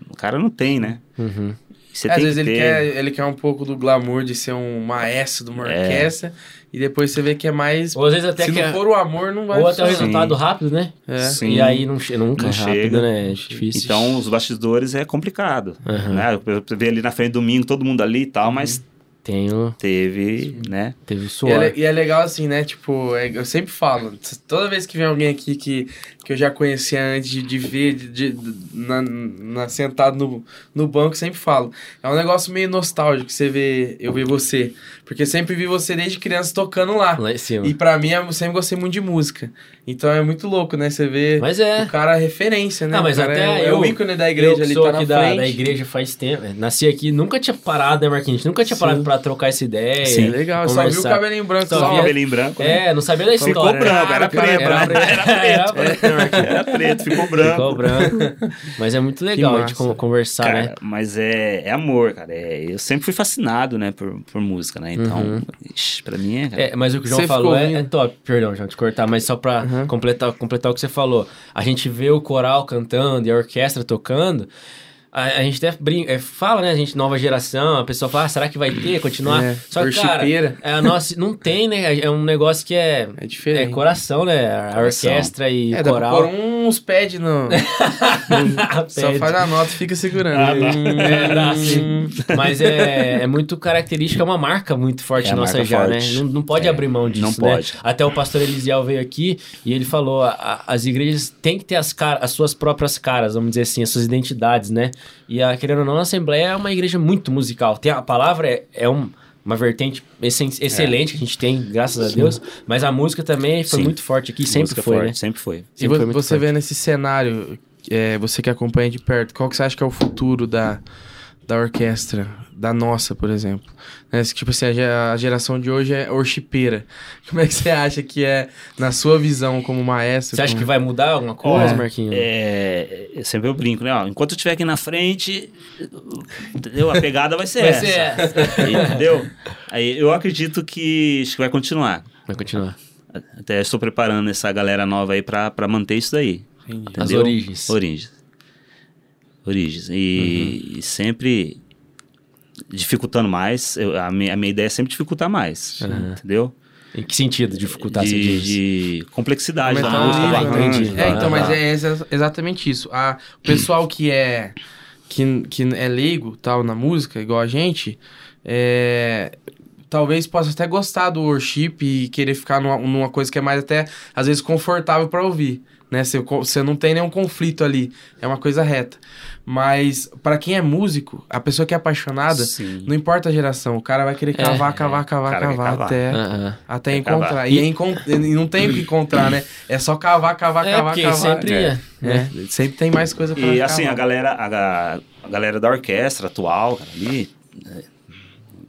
S3: O cara não tem, né?
S1: Uhum.
S3: Você
S2: Às
S3: tem
S2: vezes
S3: que
S2: ele
S3: ter-
S2: quer, ele quer um pouco do glamour de ser um maestro de uma
S3: É.
S2: orquestra e depois você vê que é mais.
S1: Ou às vezes até
S2: se
S1: que. é
S2: não for o amor, não vai
S1: Ou até o
S2: funcionar.
S3: Sim.
S1: resultado rápido, né?
S2: É.
S3: Sim.
S1: E aí não che- nunca
S3: Não
S1: é rápido,
S3: chega.
S1: né? É difícil.
S3: Então, os bastidores é complicado.
S1: Aham.
S3: Né? Você vê ali na frente domingo, todo mundo ali e tal, mas
S1: Uhum. Tem o-
S3: teve, né?
S1: teve o
S2: E é,
S1: suor.
S2: le- e é legal assim, né? Tipo, é- eu sempre falo, t- toda vez que vem alguém aqui que, que eu já conhecia antes de, de ver, de, de- na, na- sentado no, no banco, sempre falo. É um negócio meio nostálgico você ver, eu ver você. Porque sempre vi você desde criança tocando
S3: é
S2: lá.
S1: Lá em cima.
S2: E pra mim, eu sempre gostei muito de música. Então é muito louco, né? Você vê
S1: Mas é.
S2: o cara referência, né?
S1: Ah, mas
S2: o cara é-
S1: até
S2: é,
S1: eu-
S2: o ícone da
S1: Eu
S2: igreja
S1: que
S2: ali,
S1: sou
S2: tá
S1: aqui
S2: na
S1: da,
S2: frente.
S1: da igreja faz tempo. né? Nasci aqui, nunca tinha parado, né, Marquinhos? A gente Nunca tinha parado pra trocar essa ideia.
S2: É legal, eu só vi o
S1: Conversar.
S2: cabelinho branco
S1: Só
S2: só.
S1: vi
S3: Só o cabelinho branco, né?
S1: É, não sabia da
S3: Ficou
S1: história.
S3: branco, era preto, né? Era
S1: Era
S3: preto.
S1: preto.
S2: É,
S3: Era preto, ficou branco.
S1: É. Ficou branco. Mas é muito legal a gente
S2: massa.
S1: con- conversar,
S3: Cara,
S1: né?
S3: mas é, é amor, cara. É, eu sempre fui fascinado, né, por, por música, né? Então,
S1: Uhum.
S3: ixi, pra mim é, cara,
S1: É, mas o que o João
S2: Você
S1: falou
S2: ficou
S1: é,
S2: ouvindo?
S1: é top. Perdão, João, te cortar, mas só pra
S2: Uhum.
S1: completar, completar o que você falou. A gente vê o coral cantando e a orquestra tocando. A, a gente até brinca, é, fala, né? A gente, nova geração, a pessoa fala, ah, será que vai ter? Continuar?
S2: É,
S1: só que, cara,
S2: worshipeira.
S1: é a nossa, não tem, né? É um negócio que é,
S2: É
S1: é
S2: diferente.
S1: coração, né? A
S3: Coração.
S1: orquestra e
S2: É,
S1: o
S2: dá pra pôr
S1: coral.
S2: uns pads no. só
S1: Pede.
S2: faz a nota e fica segurando.
S3: Ah, tá.
S2: Hum,
S1: É, dá sim. Mas é, é muito característica, é uma marca muito forte
S3: É a
S1: nossa
S3: marca
S1: já,
S3: forte.
S1: né? Não, não pode
S3: É,
S1: abrir mão disso,
S3: não
S1: né?
S3: pode.
S1: Até o pastor Elisiel veio aqui e ele falou: a- a- as igrejas têm que ter as, cara- as suas próprias caras, vamos dizer assim, as suas identidades, né? E a, querendo ou não, a Assembleia é uma igreja muito musical. Tem, a palavra é, é um- Uma vertente essen- excelente que a gente tem, graças a Deus. Mas a música também foi
S3: É. Sim.
S1: muito forte aqui, sempre
S3: música é
S1: foi,
S3: forte,
S1: né?
S3: sempre foi.
S2: E
S1: Sempre foi
S2: vo-
S1: muito
S2: você
S1: forte.
S2: vê nesse cenário, é, você que acompanha de perto, qual que você acha que é o futuro da, da orquestra, da nossa, por exemplo? Né, se, Tipo assim, a ge- a geração de hoje é worshipeira. Como é que você acha que é, na sua visão como maestro?
S1: Você acha que
S2: como-
S1: vai mudar alguma coisa,
S3: Ó,
S1: Marquinhos?
S3: É, eu sempre eu brinco, né? ó, enquanto eu estiver aqui na frente, entendeu? A pegada vai ser
S1: Vai
S3: essa.
S1: ser essa.
S3: Entendeu? Aí eu acredito que acho que vai continuar.
S1: Vai continuar.
S3: Até estou preparando essa galera nova aí pra, pra manter isso daí.
S2: Entendi.
S1: As
S3: Entendeu?
S1: origens.
S3: Origens. Origens. E, e sempre dificultando mais. eu- a, minha, a minha ideia é sempre dificultar mais.
S1: Aham.
S3: Entendeu?
S1: Em que sentido dificultar
S3: de,
S1: você diz?
S3: de complexidade da
S2: Aumentar o
S3: música, do
S2: nível, né?
S3: arranjo,
S2: É, então,
S3: da-
S2: mas
S3: da-
S2: é exa- exatamente isso. A, o pessoal que é que, que é leigo, tal, na música, igual a gente, é, talvez possa até gostar do worship e querer ficar numa, numa coisa que é mais até, às vezes, confortável pra ouvir. Né? Você, co- você não tem nenhum conflito ali. É uma coisa reta. Mas, pra quem é músico, a pessoa que é apaixonada,
S3: Sim. É,
S2: não importa a geração, o cara vai querer cavar, cavar, cavar,
S3: cara quer
S2: cavar,
S3: cavar.
S1: Ah,
S2: até.
S1: Aham.
S2: Até
S3: É cavar.
S2: encontrar. E, é encon- e não tem o que encontrar, né? É só cavar, cavar,
S1: É,
S2: cavar,
S1: porque
S2: cavar.
S1: sempre
S3: é.
S1: é. né?
S2: É, sempre tem mais coisa pra
S3: E
S1: "Tá
S3: assim, a
S2: cavar.
S3: galera, a, ga- a galera da orquestra atual, cara, ali, é,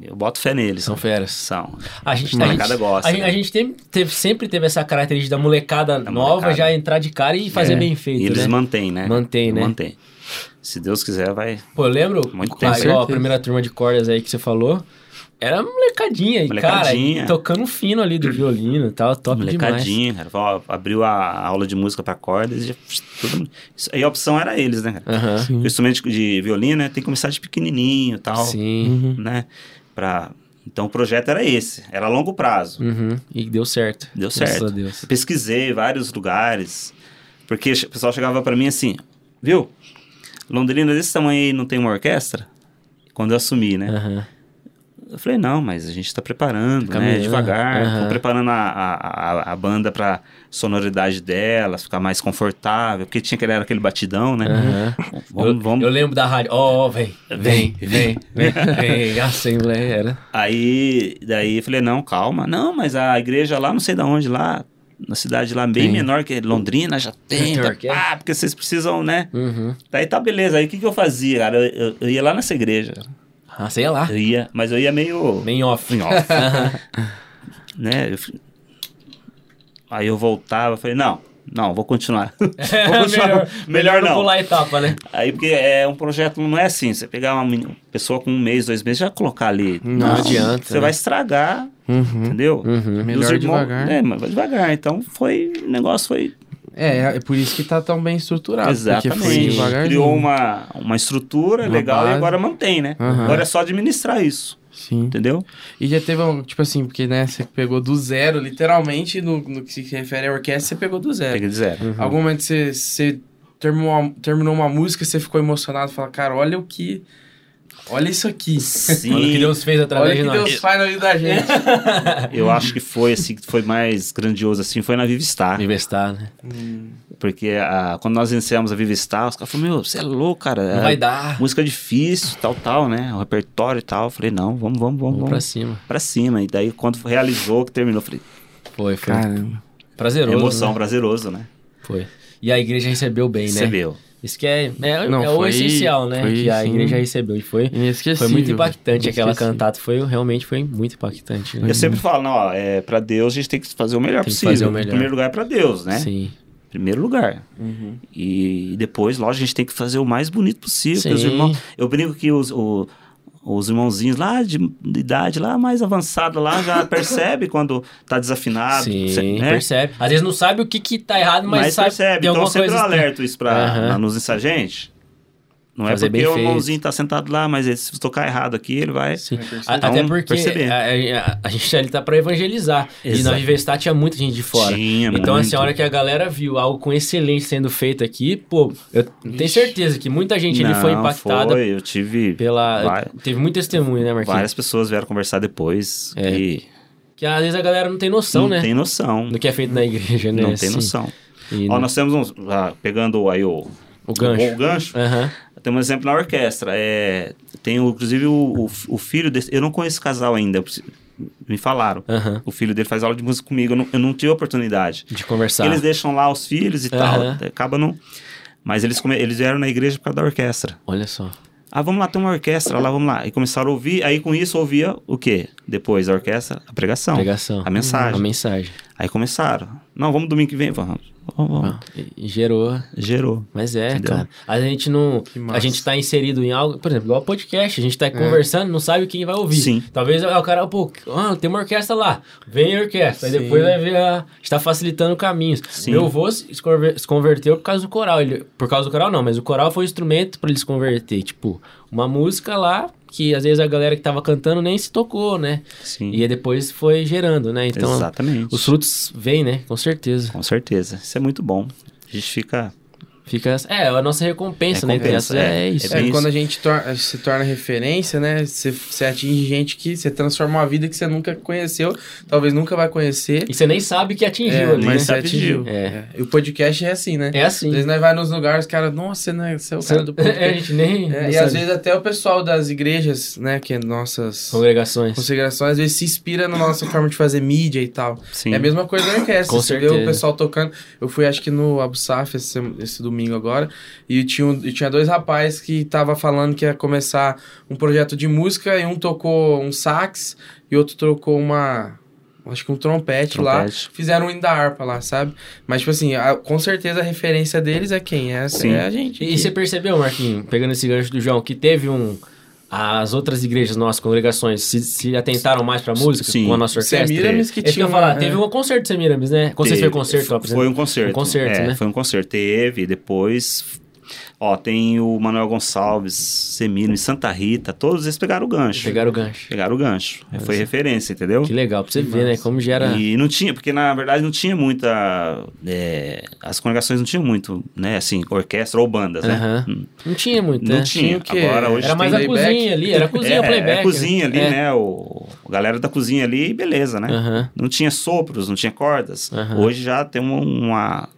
S3: eu boto fé neles. né?
S1: São feras.
S3: São.
S1: A gente, a
S3: Molecada
S1: gente,
S3: gosta,
S1: a gente-
S3: né?
S1: a gente tem- teve- sempre teve essa característica da molecada
S3: Da
S1: nova
S3: molecada.
S1: já entrar de cara e fazer
S3: É.
S1: bem
S3: e
S1: feito,
S3: eles
S1: né?
S3: mantêm, né?
S1: Mantém, né?
S3: Mantém. Se Deus quiser, vai.
S1: Pô, eu lembro,
S3: Muito
S1: ah, igual
S3: tempo. Com
S1: a
S2: certeza.
S1: primeira turma de cordas aí que você falou, era molecadinha, e cara,
S3: Molecadinha.
S1: e tocando fino ali do violino e tal, top demais.
S3: Molecadinho, cara. Ó, abriu a aula de música pra cordas. e Já, todo mundo- Isso- aí a opção era eles, né, cara?
S1: Aham,
S2: Sim.
S3: O instrumento de- de violino, né? Tem que começar de pequenininho e tal.
S1: sim.
S2: Uhum.
S3: Né? Pra... Então o projeto era esse. Era a longo prazo.
S1: Uhum. E deu certo.
S3: Deu
S1: Graças
S3: certo.
S1: a Deus.
S3: Pesquisei vários lugares. Porque o pessoal chegava pra mim assim, viu? Londrina é desse tamanho aí não tem uma orquestra? Quando eu assumi, né?
S1: Aham.
S3: Eu falei, não, mas a gente tá preparando, né?
S1: Caminhando,
S3: Devagar.
S1: aham.
S3: Tô preparando a, a, a- a banda pra sonoridade dela, ficar mais confortável. Porque tinha aquele, era aquele batidão, né?
S1: Aham.
S3: Vamos,
S1: eu,
S3: vamos.
S1: eu lembro da rádio. Ó, ó, vem, vem, vem, vem, vem. A Assembleia era.
S3: Aí, daí eu falei, não, calma. Não, mas a igreja lá, não sei de onde, lá... Na cidade lá, bem
S2: Tem.
S3: menor que Londrina, já tem.
S1: tem
S3: tá-
S1: orquestra.
S3: ah, porque vocês precisam, né?
S1: Uhum.
S3: Daí tá beleza. Aí o que, que eu fazia, cara? Eu, eu- eu ia lá nessa igreja.
S1: Ah, sei lá.
S3: Eu ia, mas eu ia meio.
S1: Bem off.
S3: Em off. né? Eu fui- Aí eu voltava, falei, não, não, vou continuar. vou
S1: É, melhor,
S3: continuar. melhor,
S1: melhor não
S3: não.
S1: pular a etapa, né?
S3: Aí porque é um projeto, não é assim. Você pegar uma meni- pessoa com um mês, dois meses, já colocar ali.
S2: Não
S1: adianta,
S3: Você
S1: né?
S3: vai estragar,
S2: Uhum.
S3: entendeu? né,
S1: Uhum.
S3: E os
S2: Melhor devagar.
S3: É, mas vai devagar. Então foi. O negócio foi
S2: É, é por isso que tá tão bem estruturado. Porque foi
S3: Exatamente.
S2: devagarzinho.
S3: Criou uma, uma estrutura
S2: Uma
S3: legal e
S2: base.
S3: agora mantém, né?
S2: Aham.
S3: Agora é só administrar isso,
S2: Sim.
S3: entendeu?
S2: E já teve um, tipo assim, porque né, você pegou do zero, literalmente, no, no que se refere à orquestra, você pegou do
S1: É.
S2: zero.
S3: Peguei de zero.
S2: Algum momento você, você terminou, uma, terminou uma música, você ficou emocionado, fala, cara, olha o que. Olha isso aqui.
S1: Olha o que
S3: Sim,
S1: Deus fez através
S2: Olha o que
S1: de nós.
S2: Deus faz na vida da gente.
S3: eu acho que foi assim, que foi mais grandioso assim, foi na Vivistar.
S1: Investar, né?
S3: Porque a- quando nós iniciamos a Vivistar, os caras falaram, meu, você é louco, cara.
S1: Não
S3: é
S1: vai dar.
S3: Música difícil, tal, tal, né? O repertório e tal. Eu falei, não, vamos, vamos, vamos,
S1: Vamos
S3: vamos
S1: pra cima.
S3: pra, cima. E daí, quando realizou, que terminou, eu falei,
S1: Foi, foi.
S2: Caramba.
S1: prazeroso.
S3: emoção,
S1: né?
S3: prazeroso, né?
S1: Foi. E a igreja recebeu bem, né?
S3: Recebeu.
S1: Isso que é, é,
S2: Não,
S1: é o
S2: foi-
S1: essencial, né?
S2: foi,
S1: que a
S2: sim.
S1: igreja recebeu. E foi,
S2: Inesquecível.
S1: foi muito impactante
S2: velho.
S1: aquela
S2: Inesquecível.
S1: cantata. Foi, realmente foi muito impactante. Né?
S3: Eu sempre falo, não, ó, é, pra Deus a gente tem que fazer o melhor
S1: Tem que
S3: possível.
S1: fazer o
S3: Em
S1: melhor.
S3: primeiro lugar é pra Deus, né?
S1: Sim.
S3: Primeiro lugar.
S2: Uhum.
S3: E depois, lógico, a gente tem que fazer o mais bonito possível. porque Os
S1: Sim.
S3: irmãos, eu brinco que os, o- os irmãozinhos lá de, de idade, lá mais avançada, lá já percebe quando tá desafinado.
S1: Sim,
S3: né?
S1: percebe. Às vezes não sabe o que, que tá errado, mas,
S3: Mas,
S1: sabe que
S3: percebe.
S1: tem
S3: Então eu
S1: alguma
S3: sempre
S1: coisa. estranha.
S3: alerto isso pra,
S1: Aham.
S3: pra nos ensaiar. Gente, não
S1: Fazer
S3: é porque
S1: bem
S3: o
S1: feito.
S3: irmãozinho tá sentado lá, mas ele, se tocar errado aqui, ele vai...
S1: Sim.
S2: perceber.
S1: A- Até
S3: Então,
S1: porque
S3: perceber.
S1: a, a- a gente ali tá pra evangelizar. E na
S3: Exato.
S1: Vivestar tinha muita gente de fora.
S3: Tinha
S1: Então,
S3: muito.
S1: assim, a hora que a galera viu algo com excelência sendo feito aqui, pô, eu tenho certeza que muita gente ali foi
S3: Não,
S1: impactada
S3: foi, eu tive...
S1: pela.
S3: Vai-
S1: Teve muito testemunho, né, Marquinhos?
S3: Várias pessoas vieram conversar depois
S1: É.
S3: que
S1: Que às vezes a galera não tem noção,
S3: não
S1: né?
S3: tem noção.
S1: Do que é feito na igreja, né?
S3: Não tem
S1: Assim,
S3: noção.
S1: e
S3: Ó,
S1: no-
S3: nós temos uns... ah, pegando aí o...
S1: O gancho. É.
S3: O gancho.
S1: Aham.
S3: Tem um exemplo na orquestra. É, tem, o- inclusive, o, o, o filho desse. Eu não conheço esse casal ainda. eu preciso- Me falaram.
S1: Aham.
S3: O filho dele faz aula de música comigo. Eu não, eu não tive oportunidade.
S1: De conversar.
S3: Eles deixam lá os filhos e
S1: Tá. Aham.
S3: tal. Acaba não. Mas eles, come- eles vieram na igreja por causa da orquestra.
S1: Olha só.
S3: Ah, vamos lá, tem uma orquestra lá, vamos lá. E começaram a ouvir. Aí com isso ouvia o quê? Depois da orquestra, a pregação.
S1: Pregação. Uhum.
S3: A mensagem.
S1: A mensagem.
S3: Aí começaram. Não, vamos domingo que vem. Vamos. vamos, vamos.
S1: Ah, e- e gerou.
S3: Gerou.
S1: Mas é,
S3: Entendeu?
S1: cara. A gente não.
S2: massa.
S1: A gente tá inserido em algo. Por exemplo, igual podcast. A gente tá conversando, não sabe quem vai ouvir.
S3: É. Sim.
S1: Talvez ah, o cara, pô, ah, tem uma orquestra lá. Vem a orquestra. Aí
S2: Sim.
S1: depois vai ver a. A gente tá facilitando caminhos.
S3: Sim.
S1: Meu avô se conver- se converteu por causa do coral. Ele, por causa do coral, não, mas o coral foi um instrumento pra ele se converter. Tipo, uma música lá que às vezes a galera que tava cantando nem se tocou, né?
S3: Sim.
S1: E aí depois foi gerando, né? Então,
S3: Exatamente.
S1: os frutos vêm, né? Com certeza.
S3: Com certeza. Isso é muito bom. A gente fica.
S1: Fica. essa- É, a nossa recompensa, né?
S3: Recompensa,
S1: Entre aspas, é,
S3: é.
S1: isso.
S2: É,
S3: bem
S2: quando
S3: isso.
S2: a gente tor- se torna referência, né? Você, você atinge gente que você transforma uma vida que você nunca conheceu, talvez nunca vai conhecer.
S1: E você nem sabe que atingiu
S2: É,
S1: ali,
S2: mas
S1: né?
S2: você atingiu.
S1: É.
S2: É. E o podcast é assim, né?
S1: É assim.
S2: Às vezes nós vai nos lugares, os caras, nossa, você não é, você é o cara do
S1: É, a
S2: podcast.
S1: gente nem.
S2: É,
S1: não
S2: e
S1: sabe.
S2: às vezes até o pessoal das igrejas, né, que é nossas
S1: Congregações.
S2: consagrações, às vezes se inspira na nossa forma de fazer mídia e tal.
S3: Sim.
S2: É a mesma coisa da orquestra,
S1: Com
S2: você vê o
S1: certeza.
S2: pessoal tocando. Eu fui, acho que no Abu Safi esse, esse domingo agora, e tinha, um- e tinha dois rapazes que tava falando que ia começar um projeto de música, e um tocou um sax, e outro tocou uma... Acho que um trompete, lá.
S3: Trompete.
S2: Fizeram um hino da harpa lá, sabe? Mas, tipo assim, a- com certeza a referência deles é quem? É,
S3: Sim.
S2: é a gente.
S1: E
S2: aqui.
S1: você percebeu, Marquinhos, pegando esse gancho do João, que teve um. As outras igrejas, nossas congregações, se, se atentaram mais pra música
S3: Sim.
S1: com a nossa orquestra?
S2: Semiramis que
S1: É isso que
S2: tinha
S1: eu ia falar,
S2: uma-
S1: teve um concerto de Semiramis, né? Quando vocês
S3: Teve.
S1: fez concerto, ó, por exemplo.
S3: Foi um concerto.
S1: Um concerto,
S3: É,
S1: né?
S3: Foi um concerto. Teve, depois. Ó, tem o Manuel Gonçalves, Semino e Santa Rita, todos eles pegaram o gancho.
S1: Pegaram o gancho.
S3: Pegaram o gancho. É, foi referência, entendeu?
S1: Que legal, pra você
S2: Que
S1: ver, né?
S2: massa.
S1: Como gera.
S3: E não tinha, porque na verdade não tinha muita. é, as congregações não tinham muito, né? Assim, orquestra ou bandas,
S1: Aham.
S3: né? Hum,
S1: Não tinha muito,
S3: Não
S1: né?
S3: tinha.
S2: Tinha o quê?
S3: Agora hoje
S1: Era mais
S3: tem
S1: a
S2: playback.
S1: cozinha ali, era a cozinha,
S3: é,
S1: playback.
S3: é cozinha ali,
S1: É.
S3: né? O, a galera da cozinha ali, beleza, né?
S1: Aham.
S3: Não tinha sopros, não tinha cordas.
S1: Aham.
S3: Hoje já tem uma, uma,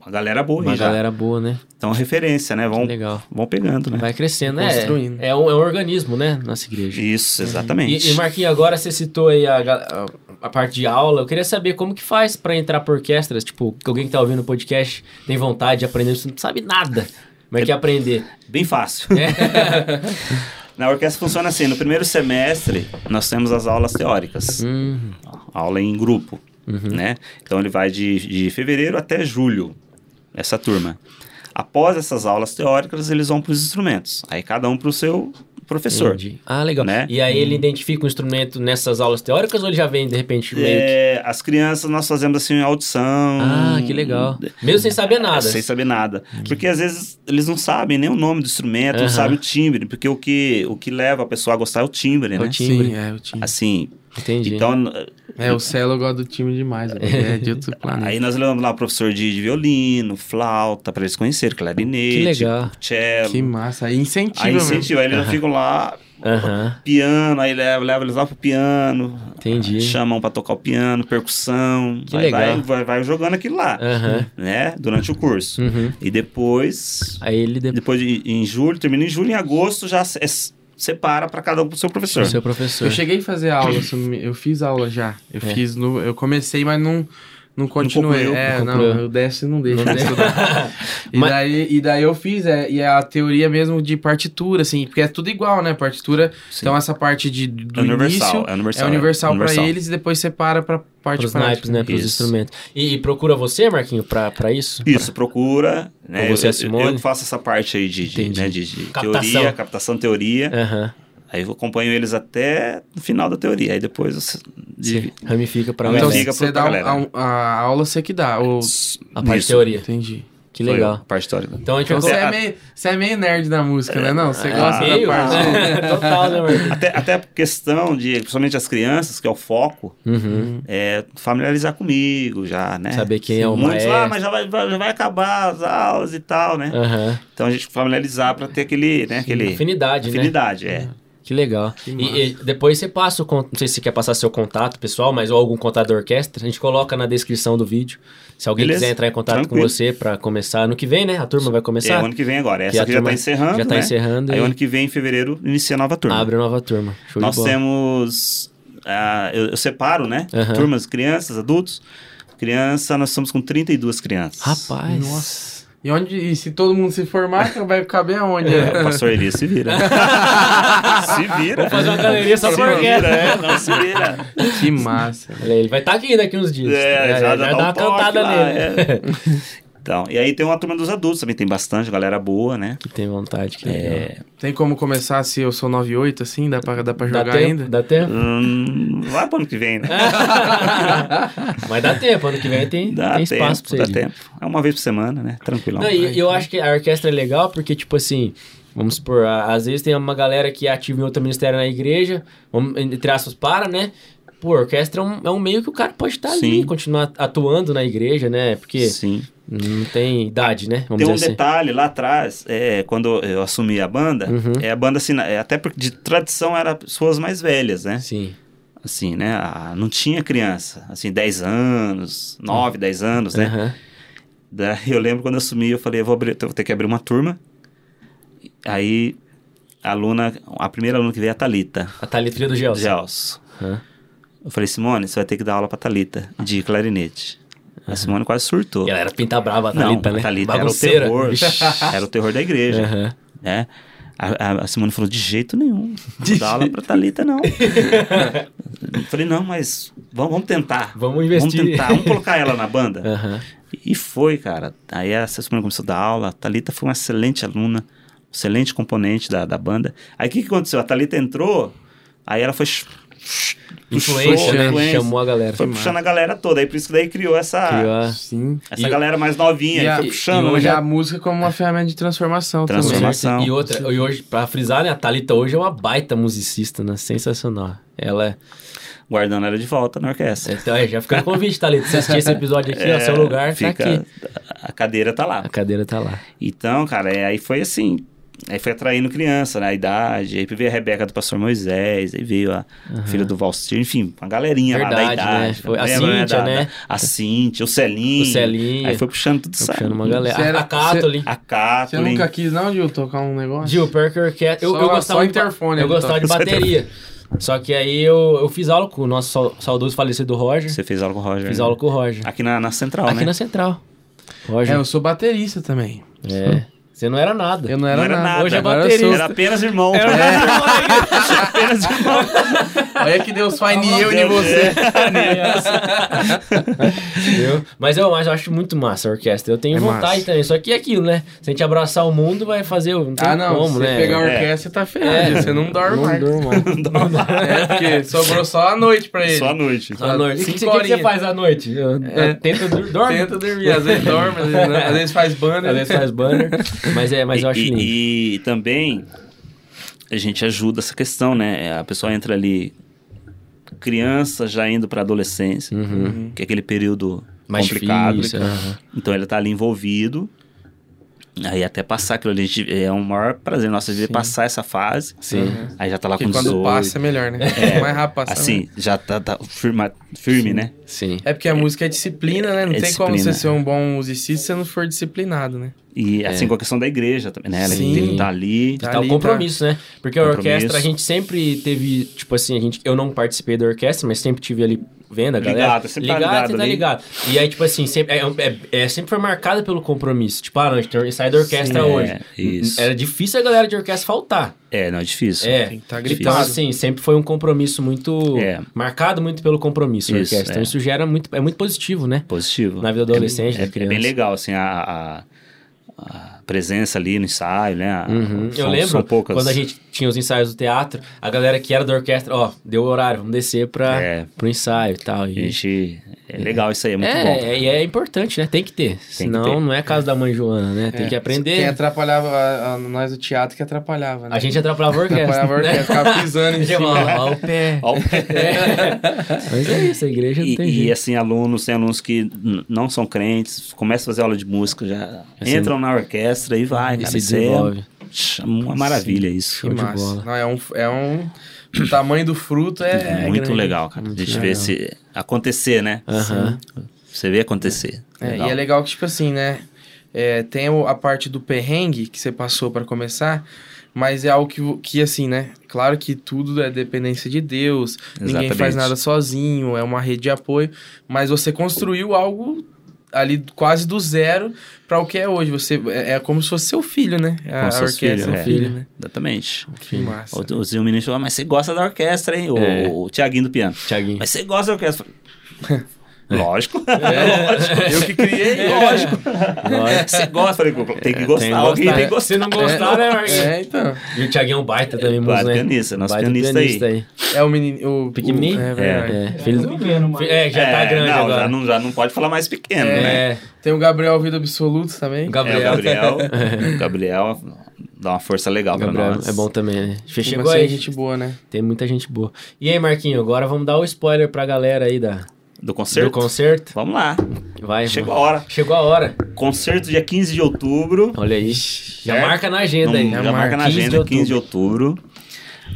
S3: uma galera boa
S1: Uma
S3: aí já.
S1: galera boa, né?
S3: Então, referência, né? Vão,
S1: Legal.
S3: vão pegando, né?
S1: Vai crescendo, né?
S2: Construindo.
S1: É, é um, é um organismo, né? Nossa igreja. E,
S3: Isso, exatamente.
S1: Uhum. e Marquinhos, agora você citou aí a, ga- a parte de aula. Eu queria saber como que faz pra entrar pra orquestras. Tipo, alguém que tá ouvindo o podcast tem vontade de aprender, você não sabe nada. Como é que é aprender?
S3: Bem fácil.
S1: É,
S3: Na orquestra funciona assim: no primeiro semestre, nós temos as aulas teóricas,
S1: Hum,
S3: aula em grupo,
S1: Uhum.
S3: né? Então, ele vai de, de fevereiro até julho, essa turma. Após essas aulas teóricas, eles vão para os instrumentos. Aí, cada um para o seu professor.
S1: Entendi. Ah, legal.
S3: Né?
S1: E aí ele identifica o instrumento nessas aulas teóricas ou ele já vem de repente Tipo, meio que.
S3: É, as crianças nós fazemos assim audição.
S1: Ah, que legal. Mesmo sem saber nada.
S3: hum, Sem saber nada. Porque às vezes eles não sabem nem o nome do instrumento, não
S1: Aham.
S3: sabem o timbre, porque o que, o que leva a pessoa a gostar é o timbre,
S1: É
S3: né?
S1: o timbre.
S2: Sim, é, o time.
S3: Assim,
S1: Entendi.
S3: então
S2: É, o Celo gosta do time demais. velho. É de outro planeta.
S3: aí nós levamos lá o professor de, de violino, flauta, para eles conhecerem, clarinete,
S1: que legal.
S3: cello.
S2: Que massa. Aí incentiva,
S3: É Aí
S2: mesmo.
S3: incentiva, aí eles já ficam lá,
S1: Aham,
S3: piano, aí leva, leva eles lá pro piano,
S1: entendi.
S3: chamam pra tocar o piano, percussão,
S1: Que
S3: aí vai,
S1: legal.
S3: vai, vai jogando aquilo lá,
S1: Aham.
S3: né, durante o curso.
S1: Uhum.
S3: E depois,
S1: Aí ele depois
S3: depois de- em julho, termina em julho, em agosto já se- é- separa pra cada um pro seu professor.
S1: o seu professor.
S2: Eu cheguei a fazer aula, se eu me- eu fiz aula já. Eu
S1: É.
S2: fiz no. Eu comecei, mas não, não continuei.
S3: concluiu,
S2: é,
S1: não
S2: não,
S1: concluiu.
S2: eu desço e não deixo.
S1: Não
S2: de
S1: deixa.
S2: estudar. e,
S1: Mas-
S2: daí, e daí eu fiz, é, e é a teoria mesmo de partitura, assim, porque é tudo igual, né? Partitura.
S3: Sim.
S2: Então essa parte de, do
S3: é universal,
S2: início
S3: é universal.
S2: é universal pra
S3: universal.
S2: eles e depois separa pra parte
S1: Pros naipes, né? Pros
S3: Isso.
S1: instrumentos. E, e procura você, Marquinho, pra, pra isso?
S3: Isso, procura, né,
S1: Ou você,
S3: eu-
S1: a Simone?
S3: eu, eu faço essa parte aí de, de,
S1: Entendi.
S3: né, de- de
S1: Captação. É.
S3: teoria, captação teoria,
S1: Aham.
S3: aí eu acompanho eles até o final da teoria, aí depois eu se- de-
S1: Sim. Ramifica pra
S2: Então
S3: Então,
S1: galera.
S3: Ramifica.
S2: você
S3: pra
S2: dá
S3: galera.
S2: a, a aula, você que dá. Ou...
S1: a parte
S3: Isso.
S1: teoria.
S2: Entendi.
S1: Que
S3: Foi
S1: legal.
S3: a parte teórica.
S1: Então a gente
S2: Então você
S1: vai Ah.
S2: é,
S3: a-
S2: meio, você é meio nerd da música, né? Não,
S3: é,
S2: você gosta
S1: É. meio,
S2: da parte.
S1: né? Total, né, Marquinho?
S3: Até, até a questão de, principalmente as crianças, que é o foco,
S1: Uhum.
S3: é familiarizar comigo já, né?
S1: Saber quem é o
S3: Muitos,
S1: maestro.
S3: ah, mas já vai, vai- já vai acabar as aulas e tal, né?
S1: Aham.
S3: Então a gente familiarizar pra ter aquele, né, aquele
S1: Afinidade, né?
S3: afinidade, é.
S1: Que legal.
S2: Que
S1: E, e depois você passa o contato, não sei se você quer passar seu contato pessoal, mas ou algum contato da orquestra, a gente coloca na descrição do vídeo. Se alguém
S3: Beleza.
S1: quiser entrar em contato com
S3: Tranquilo.
S1: você pra começar ano que vem, né? A turma vai
S3: É
S1: começar.
S3: o ano que vem
S1: Que
S3: agora.
S1: a
S3: Essa aqui já
S1: turma
S3: tá encerrando,
S1: Já tá
S3: né?
S1: encerrando
S3: Aí
S1: e
S3: o ano que vem, em fevereiro, inicia a nova turma.
S1: abre a nova turma. Show
S3: Nós
S1: de bola.
S3: temos. ah, eu, eu separo, né?
S1: Aham.
S3: Turmas, crianças, adultos. Criança, nós estamos com 32 crianças.
S1: Rapaz.
S2: Nossa. E, onde, e se todo mundo se formar, vai caber aonde? né?
S3: É, o pastor Elias se vira. se vira.
S1: Vou fazer uma galeria só
S3: se
S1: pra
S3: vira, é, não se vira.
S2: Que massa.
S1: Olha aí, Ele vai estar aqui daqui uns dias.
S3: É,
S1: Vai-
S3: já- já
S1: vai
S3: dá
S1: dar
S3: um
S1: uma
S3: toque
S1: cantada
S3: lá,
S1: nele.
S3: Então, e aí tem uma turma dos adultos também, tem bastante galera boa, né?
S1: Que tem vontade. Que legal.
S3: É,
S2: Tem como começar se eu sou 98, assim? Dá pra, dá pra
S1: dá
S2: jogar
S1: tempo?
S2: ainda?
S1: Dá tempo?
S3: hum, lá pro ano que vem, né?
S1: mas dá tempo. Ano que vem tem,
S3: Dá
S1: É, tem
S3: tempo,
S1: espaço pra
S3: dá
S1: vocês.
S3: tempo. É uma vez por semana, né? Tranquilão.
S1: Não, e eu acho que a orquestra é legal porque, tipo assim, vamos supor, a- às vezes tem uma galera que é ativa em outro ministério na igreja, vamos, entre aspas, para, né? Pô, a orquestra é um, é um meio que o cara pode estar ali,
S3: Sim.
S1: continuar atuando na igreja, né? Porque
S3: Sim.
S1: não tem idade, né? Vamos
S3: Tem um
S1: dizer assim.
S3: detalhe lá atrás, é, quando eu assumi a banda,
S1: Uhum.
S3: é a banda assim, na- é, até porque de tradição era pessoas mais velhas, né?
S1: Sim.
S3: Assim, né? A- não tinha criança, assim, 10 anos, 9, 10 anos, né?
S1: Aham.
S3: Daí eu lembro quando eu assumi, eu falei, eu vou, abrir, eu vou ter que abrir uma turma. Aí a aluna, a primeira aluna que veio é a Thalita
S1: A talitria do Gelson.
S3: Gels.
S1: Aham.
S3: Eu falei, Simone, você vai ter que dar aula pra Thalita de clarinete. A Simone quase surtou.
S1: E ela era pinta brava, a
S3: Não,
S1: Thalita, né?
S3: a Thalita era o
S1: Bagunceira.
S3: terror.
S1: Vixe.
S3: Era o terror da igreja,
S1: Aham.
S3: né? A, a- a Simone falou, de jeito nenhum. Não dá aula pra Thalita, não. eu falei, não, mas vamos, vamos tentar.
S1: Vamos investir.
S3: Vamos tentar, vamos colocar ela na banda.
S1: Aham.
S3: E foi, cara. Aí a Simone começou a dar aula. A Thalita foi uma excelente aluna, um excelente componente da, da banda. Aí o que, que aconteceu? A Thalita entrou, aí ela foi. ch- ch- puxou
S1: Influência, né?
S3: influência,
S1: Chamou a galera.
S3: Foi puxando a galera toda. Aí por isso que daí criou essa,
S1: Criou a-
S2: Sim.
S3: essa
S1: E-
S3: galera mais novinha.
S2: E,
S3: aí
S2: a,
S3: foi puxando,
S2: e
S3: né?
S2: hoje a música como uma ferramenta de transformação,
S3: Transforma-
S2: também. né?
S3: Transformação.
S1: E outra, e hoje, pra frisar, né? A Thalita hoje é uma baita musicista, né? Sensacional. Ela é,
S3: Guardando ela de volta na orquestra.
S1: Então, é, já fica o convite, Thalita. Você assistir esse episódio
S3: É,
S1: aqui, ó, é, seu lugar tá aqui.
S3: A cadeira tá lá.
S1: A cadeira tá lá.
S3: Então, cara, é- aí foi assim. Aí foi atraindo criança, né? A idade. Aí veio a Rebeca do pastor Moisés. Aí veio a filha do Valstir. Enfim, uma galerinha lá da
S1: Verdade,
S3: idade.
S1: né? Foi a
S3: Lembra,
S1: Cíntia,
S3: da-
S1: né?
S3: da- a Cíntia, o Celinho.
S1: O Celinho.
S3: Aí foi puxando tudo
S1: Tô
S3: isso aí.
S1: tá puxando uma galera.
S2: Você
S1: A-
S2: era-
S1: a Cato
S2: você-
S1: ali.
S3: A Cátia.
S2: Você nunca quis, não, Gil, tocar um negócio?
S1: Gil Perker, que é- eu,
S2: Só-
S1: eu gostava
S2: só
S1: de, ba-
S2: interfone, tá?
S1: eu
S2: ele
S1: gostava de
S3: toca. Só
S1: bateria. Só que aí eu, eu fiz aula com o nosso sau- saudoso falecido Roger.
S3: Você fez aula com o Roger.
S1: Fiz
S3: né?
S1: aula com o Roger.
S3: Aqui na, na Central,
S1: Aqui
S3: né?
S1: na Central.
S2: É,
S1: Roger.
S2: eu sou baterista também.
S1: É. Você não era nada.
S2: Eu não era,
S3: Não era nada.
S2: Hoje é
S1: Agora eu
S2: baterista.
S1: sou-
S3: Era apenas irmão.
S1: Era
S3: apenas irmão.
S2: Olha que Deus faz em eu e em
S3: Deus, é.
S2: você.
S1: Entendeu? Mas eu, mas eu acho muito massa a orquestra. Eu tenho
S2: É
S1: vontade
S2: massa.
S1: também. Só que é aquilo, né? Se a gente abraçar o mundo, vai fazer. Não tem
S2: Ah, não.
S1: como,
S2: se
S1: né?
S2: pegar a
S3: É.
S2: orquestra, tá ferrado.
S1: É.
S2: Você não dorme mais.
S1: Normal.
S2: É, porque sobrou só a noite pra ele.
S3: Só à noite.
S1: À noite. O que,
S2: Cinco
S1: que, que você
S2: horinhas.
S1: faz à noite? Eu-
S2: É.
S1: Tenta dur- dorme.
S2: Tenta dormir. Às vezes dorme, às vezes, não. Às vezes faz banner.
S1: Às vezes faz banner. Mas é, mas eu acho
S3: e,
S1: lindo.
S3: e também a gente ajuda essa questão, né? A pessoa entra ali criança já indo para adolescência, que é aquele período
S1: Uhum. Mais
S3: complicado.
S1: difícil, é. Uhum. aham.
S3: Então ele tá ali envolvido. Aí até passar aquilo ali, a gente- é o maior prazer nosso de passar essa fase.
S1: Sim.
S3: Aí já tá lá
S2: Porque
S3: com
S2: quando
S3: 18.
S2: passa é melhor, né?
S3: É,
S2: Mais rápido passa. né?
S3: assim, já tá, tá firma, firme, né?
S1: Sim.
S2: É porque a música é disciplina, né? Não
S3: É
S2: tem como você
S3: disciplina.
S2: ser um bom musicista se você não for disciplinado, né?
S3: E assim com a questão da igreja também, né? Ela
S2: Sim.
S3: tem que tá ali.
S1: É. Tá,
S2: Tá
S1: o
S2: ali,
S1: compromisso, né? Porque a
S3: Compromisso.
S1: orquestra, a gente sempre teve, tipo assim, a gente, eu não participei da orquestra, mas sempre tive ali vendo a galera.
S3: Ligado, sempre tá ligado
S1: sempre tá
S3: ali.
S1: ligado. E aí, tipo assim, sempre, é, é- é- sempre foi marcada pelo compromisso. Tipo, ah, não, a gente tem- sai da orquestra
S2: Tá
S3: Sim, é,
S1: hoje.
S3: isso.
S1: Era difícil a galera de orquestra faltar.
S3: É, não é difícil.
S1: É.
S2: Tem que estar
S1: Então,
S2: gritado.
S1: assim, sempre foi um compromisso muito.
S3: É.
S1: Marcado muito pelo compromisso da
S3: Isso,
S1: orquestra. Então,
S3: é.
S1: isso gera muito. É muito positivo, né?
S3: Positivo.
S1: Na vida adolescente,
S3: é,
S1: da
S3: é, é
S1: criança.
S3: bem legal, assim, a, a- a presença ali no ensaio, né? A-
S1: Uhum. Eu
S3: são-
S1: lembro
S3: São poucas.
S1: quando a gente tinha os ensaios do teatro, a galera que era da orquestra, ó, deu o horário, vamos descer pra,
S3: É.
S1: pro ensaio e tal.
S3: A
S1: E...
S3: gente- É legal isso aí, é
S1: É,
S3: muito bom.
S1: é, e é importante, né? Tem que ter. Senão
S3: ter.
S1: não é caso da mãe Joana, né? Tem
S2: É.
S1: que
S2: Quem
S1: aprender.
S2: atrapalhava a- a- nós o teatro que atrapalhava, né?
S1: A gente atrapalhava a orquestra.
S2: atrapalhava a
S1: né?
S2: orquestra, ficava pisando em
S1: Ó,
S2: cima.
S1: ó, o pé.
S3: Ó,
S1: Mas é isso, a igreja não
S3: E,
S1: tem
S3: e,
S1: jeito.
S3: assim, alunos, tem alunos que n- não são crentes, começam a fazer aula de música, já
S1: Assim,
S3: entram na orquestra e vai,
S1: E
S3: cara,
S1: se
S3: isso é
S1: desenvolve.
S3: uma maravilha isso.
S1: Show de
S2: Massa.
S1: bola.
S2: Não, é um, é um... O tamanho do fruto é...
S3: muito
S2: grande.
S3: legal, cara. a gente vê
S1: legal.
S3: se acontecer, né?
S1: Aham.
S3: Você vê acontecer.
S2: É,
S3: Legal.
S2: e é legal que, tipo assim, né? é, tem o- a parte do perrengue que você passou pra começar, mas é algo que, vo- que, assim, né? Claro que tudo é dependência de Deus, ninguém faz
S3: Exatamente.
S2: nada sozinho, é uma rede de apoio, mas você construiu algo ali quase do zero pra o que é hoje. Você, é, é como se fosse seu filho, né?
S3: como se fosse filho,
S2: é
S3: é.
S2: filho, né?
S3: Exatamente.
S2: Que massa.
S3: O, o Zinho Menino falou, "Ah, mas você gosta da orquestra, hein? O,
S1: É.
S3: o Tiaguinho do piano.
S1: Tiaguinho.
S3: Mas você gosta da orquestra? Lógico. É,
S2: Eu que criei,
S3: Lógico.
S1: É, Lógico.
S3: Você gosta. Falei, tem que
S1: É,
S3: gostar. alguém tem que
S1: né?
S3: gostar.
S1: Se não gostar, né, Marquinhos?
S2: É, então.
S1: E o Thiaguinho é um baita também, moço,
S3: Baita
S1: né?
S3: pianista, nosso
S1: Baita
S3: pianista aí.
S2: É o menino. O,
S1: Pequenininho?
S2: O, é verdade.
S1: É,
S4: Filho do pequeno, mas...
S1: É, já tá
S3: É,
S1: grande
S3: não,
S1: agora.
S3: Já não, já não pode falar mais pequeno, né?
S1: É,
S2: Tem o Gabriel Vida Absoluto também.
S1: o
S3: É, o
S1: Gabriel.
S3: Gabriel. o Gabriel dá uma força legal pra
S1: Gabriel
S3: nós.
S1: é bom também, né? Che- Chegou
S2: Mas tem
S1: aí,
S2: gente boa, né?
S1: tem muita gente boa. E aí, Marquinho, agora vamos dar o spoiler pra galera aí da,
S3: Do
S1: do
S3: concerto?
S1: concerto.
S3: Vamos lá.
S1: Vai,
S3: Chegou a
S1: mano.
S3: hora.
S1: Chegou a hora.
S3: Concerto dia 15 de outubro.
S1: Olha aí. Já
S3: Certo?
S1: marca na agenda
S3: Não-
S1: aí.
S3: já marca na
S1: 15 de
S3: agenda,
S1: outubro.
S3: 15 de outubro.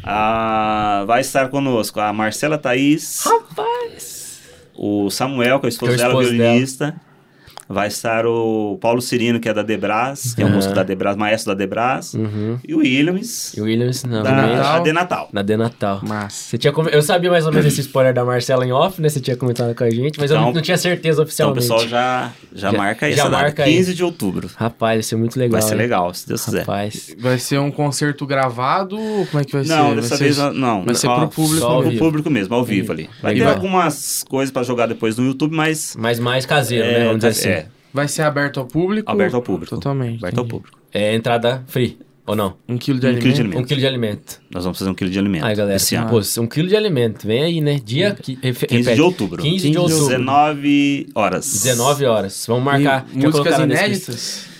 S3: Ah, vai estar conosco a Marcela Thaís,
S1: Rapaz!
S3: o Samuel, que é o esposo
S1: Que é o
S3: dela,
S1: esposo
S3: violinista. Vai estar o Paulo Cirino, que é da Debras, que é o
S1: Aham.
S3: músico da Debras, maestro da Debras.
S1: Uhum.
S3: E o Williams,
S1: E o Williams, não,
S3: da
S1: também.
S2: Natal.
S3: a De Natal.
S1: Na De Natal.
S2: Massa.
S1: Você tinha come- Eu sabia mais ou menos esse spoiler da Marcela em off, né? Você tinha comentado com a gente, mas eu
S3: Então-
S1: não- não tinha certeza
S3: Então o
S1: oficialmente.
S3: pessoal já, já,
S1: Já-
S3: marca aí
S1: já
S3: essa data,
S1: marca aí.
S3: 15 de outubro.
S1: Rapaz, isso é muito legal.
S3: vai ser
S1: né?
S3: legal, se Deus quiser.
S1: Rapaz.
S2: Vai ser um concerto gravado? Como é que vai ser?
S3: Não,
S2: Vai
S3: dessa
S2: ser-
S3: vez não.
S2: vai ser
S3: Ó,
S2: pro público
S1: só ao
S3: pro
S1: vivo.
S3: público mesmo, ao vivo ali. Vai ter
S1: Legal.
S3: algumas coisas pra jogar depois no YouTube, mas
S1: Mas mais caseiro, né? Vamos dizer assim.
S3: é,
S2: Vai ser aberto ao público?
S3: aberto ao público.
S2: Totalmente.
S3: Aberto ao público.
S1: É entrada free, ou não?
S2: Um quilo de
S3: Um
S2: alimento.
S3: quilo de
S1: Um
S3: alimento.
S1: quilo de alimento.
S3: Nós vamos fazer um quilo de alimento
S1: Aí, galera.
S3: esse ano.
S1: Pô, se um quilo de alimento. Vem aí, né? Dia... que- refe-
S3: 15 de
S1: repete.
S3: outubro.
S1: 15 de outubro.
S3: 19 horas.
S1: 19 horas. Vamos marcar.
S2: E
S1: Já
S2: músicas
S1: colocaram na descrição.
S2: inéditas?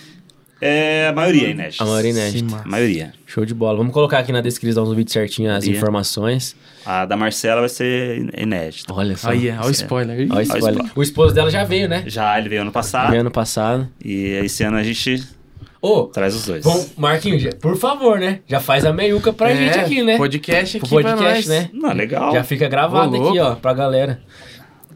S3: É, a maioria, Inês.
S1: A maioria é
S2: Sim,
S1: inédita.
S2: massa.
S3: A maioria.
S1: Show de bola. Vamos colocar aqui na descrição do vídeo certinho as
S3: Maioria.
S2: é.
S1: informações.
S3: A da Marcela vai ser inédita.
S1: é. Olha só.
S2: Aí, é. ó, o spoiler.
S1: Olha o
S3: Olha o
S1: spoiler.
S3: spoiler.
S1: O esposo dela já veio, né?
S3: Já ele veio ano passado.
S1: Veio ano passado.
S3: E esse ano a gente
S1: Ô,
S3: traz os dois.
S1: bom, Marquinhos, já- por favor, né? Já faz a meiuca pra
S2: É,
S1: gente aqui, né?
S2: Podcast aqui
S1: Pro podcast,
S2: pra nós.
S1: né?
S3: Não, Ah, legal.
S1: Já fica gravado
S2: Ô,
S1: aqui,
S2: louco.
S1: ó, pra galera.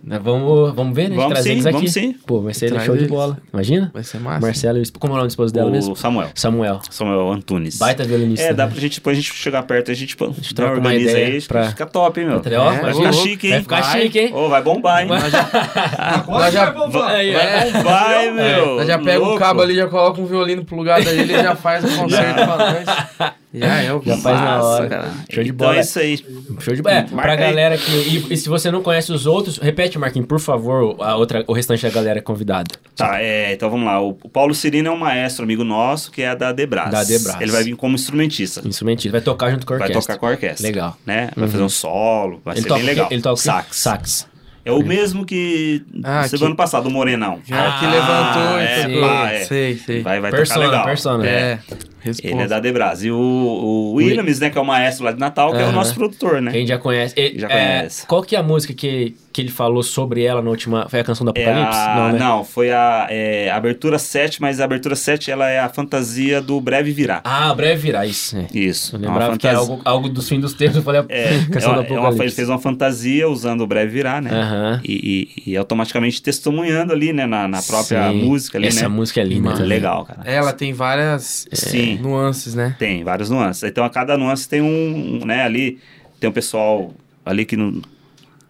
S1: Nós Vamos, vamos ver, né?
S3: Vamos
S1: Trazer
S3: sim,
S1: eles aqui.
S3: vamos sim.
S1: Pô, vai ser
S2: Traz
S1: show de
S2: eles.
S1: bola. Imagina?
S2: Vai ser
S3: Ah,
S2: massa.
S1: Marcelo, e o esp- como é o nome da esposa dela
S3: o
S1: mesmo?
S3: Samuel.
S1: Samuel.
S3: Samuel Antunes.
S1: Baita violinista.
S3: É, dá pra
S1: né?
S3: gente, depois a gente chegar perto, a gente, pô,
S1: gente
S3: dá
S1: troca uma
S3: organiza
S1: ideia
S3: aí,
S1: pra-
S3: fica top, hein, meu.
S1: Outra- ó,
S2: É,
S1: vai
S3: vai
S1: ficar
S3: ficar
S2: ô, louco.
S3: chique, hein?
S1: Vai ficar chique, hein?
S3: Ô, vai bombar, hein?
S4: Agora
S2: Nós já-
S4: já vai bombar.
S1: Aí, ó.
S3: É.
S2: Vai-
S3: Vai,
S1: É,
S3: meu.
S2: Nós já pega
S3: louco.
S2: um cabo ali, já coloca um violino plugado ali, ele já faz um concerto pra nós. Já é o
S1: Já faz na
S3: Massa,
S1: hora.
S3: cara.
S1: Show de
S3: então
S1: bola.
S3: é isso aí.
S1: Show de bola. É,
S3: Marca
S1: pra
S3: aí.
S1: galera que. E, e se você não conhece os outros, repete, Marquinhos, por favor, a outra, o restante da galera convidada.
S3: Tá, é, então vamos lá. O, o Paulo Cirino é um maestro amigo nosso, que é da Debras.
S1: Da Debras.
S3: Ele vai vir como instrumentista.
S1: Instrumentista. Vai tocar junto com a
S3: Vai
S1: orquestra.
S3: tocar com a orquestra.
S1: Legal. Uhum.
S3: Né? Vai fazer um solo, vai
S1: Ele
S3: ser
S1: toca,
S3: bem
S1: o quê?
S3: legal.
S1: ele toca o quê? Uhum.
S3: Sax.
S1: Sax.
S3: É o mesmo que
S2: Ah,
S3: semana
S2: que-
S3: ano passado, o Morenão.
S2: Já que
S1: Ah,
S2: levantou
S3: é,
S2: e
S3: pá, é.
S2: Sei, sei.
S3: Vai, vai
S1: Persona,
S3: tocar legal.
S1: persona.
S3: É.
S2: É,
S3: Ele é
S2: responde.
S3: da Debras. E o, o Williams, né, que é o maestro lá de Natal, que é o
S1: Aham.
S3: nosso produtor, né?
S1: Quem já conhece. E-
S3: Já
S1: é,
S3: conhece.
S1: Qual que é a música que, que ele falou sobre ela na última. Foi a canção do
S3: É a-
S1: Apocalipse?
S3: não,
S1: né?
S3: foi a é, abertura 7, mas a abertura 7 ela é a fantasia do breve virá.
S1: Ah, breve virá, isso. É.
S3: Isso.
S1: Eu
S3: é uma
S1: lembrava que era
S3: fantasia-
S1: algo, algo dos fins dos tempos. Eu falei,
S3: É,
S1: a canção do
S3: é uma- é uma- ele
S1: Apocalipse.
S3: fez uma fantasia usando o breve virá, né?
S1: Aham.
S3: E, e- e automaticamente testemunhando ali, né, na, na própria
S1: Sim.
S3: música ali,
S1: Essa
S3: né?
S1: música é linda.
S3: Muito
S1: também.
S3: legal, cara.
S2: Ela tem várias
S3: Sim.
S2: eh, nuances, né?
S3: Tem vários nuances. Então, a cada nuance tem um, um, né, ali, tem um pessoal ali que não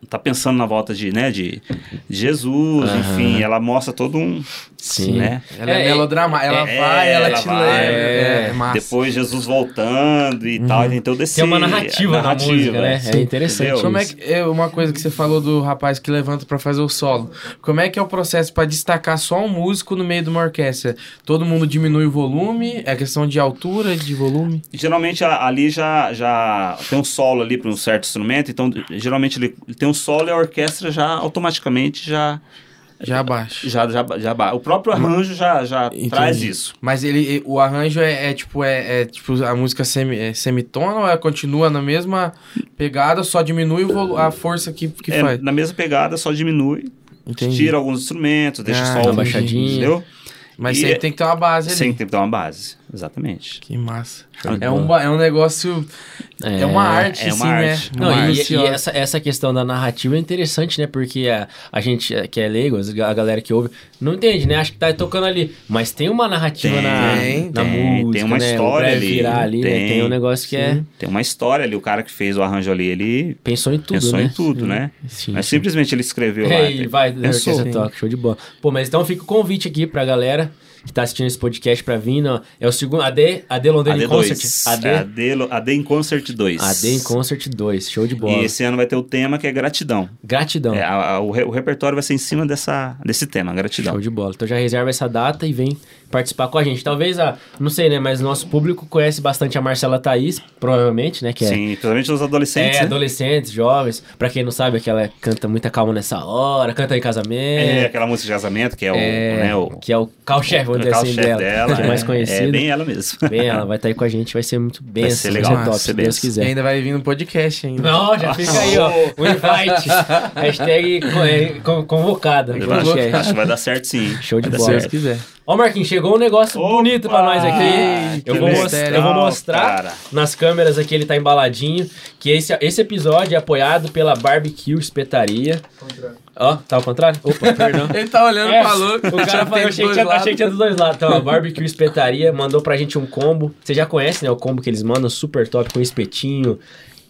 S3: não tá pensando na volta de, né, de, de Jesus,
S1: Aham.
S3: enfim, ela mostra todo um,
S1: Sim.
S3: né?
S2: Ela é,
S1: É,
S2: melodrama, ela
S3: é,
S2: vai, ela,
S3: ela
S2: te
S3: vai,
S2: leva.
S1: é.
S2: É, é massa.
S3: Depois Jesus voltando e tal, então tem todo esse...
S1: Tem Uhum. é uma narrativa, na música, né? É interessante.
S3: é entendeu?
S2: Como é que é uma coisa que você falou do rapaz que levanta pra fazer o solo? Como é que é o processo pra destacar só um músico no meio de uma orquestra? Todo mundo diminui o volume? É questão de altura, de volume?
S3: Geralmente a- ali já, já tem um solo ali para um certo instrumento, então geralmente ele ele tem um solo e a orquestra já automaticamente já
S2: Já abaixo.
S3: já já, já ba- o próprio
S1: Uhum.
S3: arranjo já já
S2: Entendi.
S3: traz isso.
S2: Mas ele, e- o arranjo é, é tipo é, é tipo a música semi, é semitona ou é, continua na mesma pegada, só diminui o volu- a força que, que
S3: É,
S2: faz?
S3: na mesma pegada só diminui,
S2: Entendi.
S3: tira alguns instrumentos, deixa
S2: Ah,
S3: só
S1: Dá
S3: o
S1: Uma baixadinha.
S3: entendeu?
S2: Mas
S3: e- é
S2: sempre tem que ter uma base ali.
S3: Sem ter que dar uma base, exatamente.
S2: Que massa.
S1: Show de
S2: É um,
S1: bola.
S2: ba- é um negócio. É, uma arte,
S3: é uma
S2: assim,
S3: arte.
S2: né?
S1: Não,
S2: Uma
S1: e- é,
S2: arte,
S1: e,
S2: ó.
S1: essa, essa questão da narrativa é interessante, né? Porque a, a gente eh, que é leigo, as- a galera que ouve, não entende, né? Acho que tá tocando ali. Mas tem uma narrativa
S3: Tem,
S1: na,
S2: tem,
S1: na
S3: tem
S1: música,
S3: uma
S1: né? O
S3: história
S1: breve
S3: ali,
S1: Virar ali né?
S3: tem,
S1: tem um negócio que é.
S3: Tem uma história ali, o cara que fez o arranjo ali, ele
S1: Pensou em tudo,
S3: pensou
S1: né?
S3: em tudo,
S1: Sim.
S3: né?
S1: Sim.
S3: Não é simplesmente ele escreveu lá. É
S1: Ei,
S3: ele
S1: vai,
S3: pensou.
S1: Orquestra Toca, show de bola. Pô, mas então fica o convite aqui pra galera que tá assistindo esse podcast pra vir. Não, é o segundo. AD, AD Londrina em Concert.
S3: AD2.
S1: AD,
S3: É, AD, lo- AD em Concert 2.
S1: AD em Concert 2, show de bola.
S3: E esse ano vai ter o tema que é gratidão.
S1: Gratidão.
S3: É, a- a- o, re- o repertório vai ser em cima dessa, desse tema, gratidão.
S1: Show de bola. Então já reserva essa data e vem participar com a gente. Talvez a. Não sei, né? Mas o nosso público conhece bastante a Marcela Thaís, provavelmente, né? Que é.
S3: Sim, principalmente os adolescentes.
S1: É,
S3: né?
S1: adolescentes, jovens. Pra quem não sabe, é que ela canta muita calma nessa hora, canta em
S3: É,
S1: casamento.
S3: aquela música de casamento que é o.
S1: é,
S3: né, o
S1: que é o carro-chefe, vamos dizer assim,
S3: carro-chefe
S1: dela. que é
S3: é,
S1: mais conhecido.
S3: É bem ela mesmo.
S1: Bem, ela vai estar aí com a gente, vai ser muito bem.
S3: ser legal, vai
S1: top,
S3: ser
S1: se Deus
S3: benção.
S2: E
S1: quiser.
S2: ainda vai vir no podcast ainda.
S1: Não, já fica aí, ó. O invite. Hashtag co- é, con- convocada.
S3: Eu acho,
S1: podcast.
S3: acho que vai dar certo sim.
S1: é. Show de
S3: Vai dar
S1: bola.
S3: certo.
S2: quiser.
S1: Ó, Marquinhos, chegou um negócio
S3: Opa!
S1: bonito pra nós aqui.
S3: Que
S1: Eu vou,
S3: legal,
S1: mostrar, eu vou mostrar
S3: cara.
S1: nas câmeras aqui, ele tá embaladinho. Que esse, esse episódio é apoiado pela Barbecue Espetaria. Ó, tá ao contrário? Opa, perdão.
S2: Ele tá olhando
S1: É,
S2: pra louco.
S1: O cara falou, eu achei
S2: tá
S1: que, tinha, achei que tinha dos dois lados. Então, a Barbecue Espetaria mandou pra gente um combo. Você já conhece, né? O combo que eles mandam, super top, com espetinho,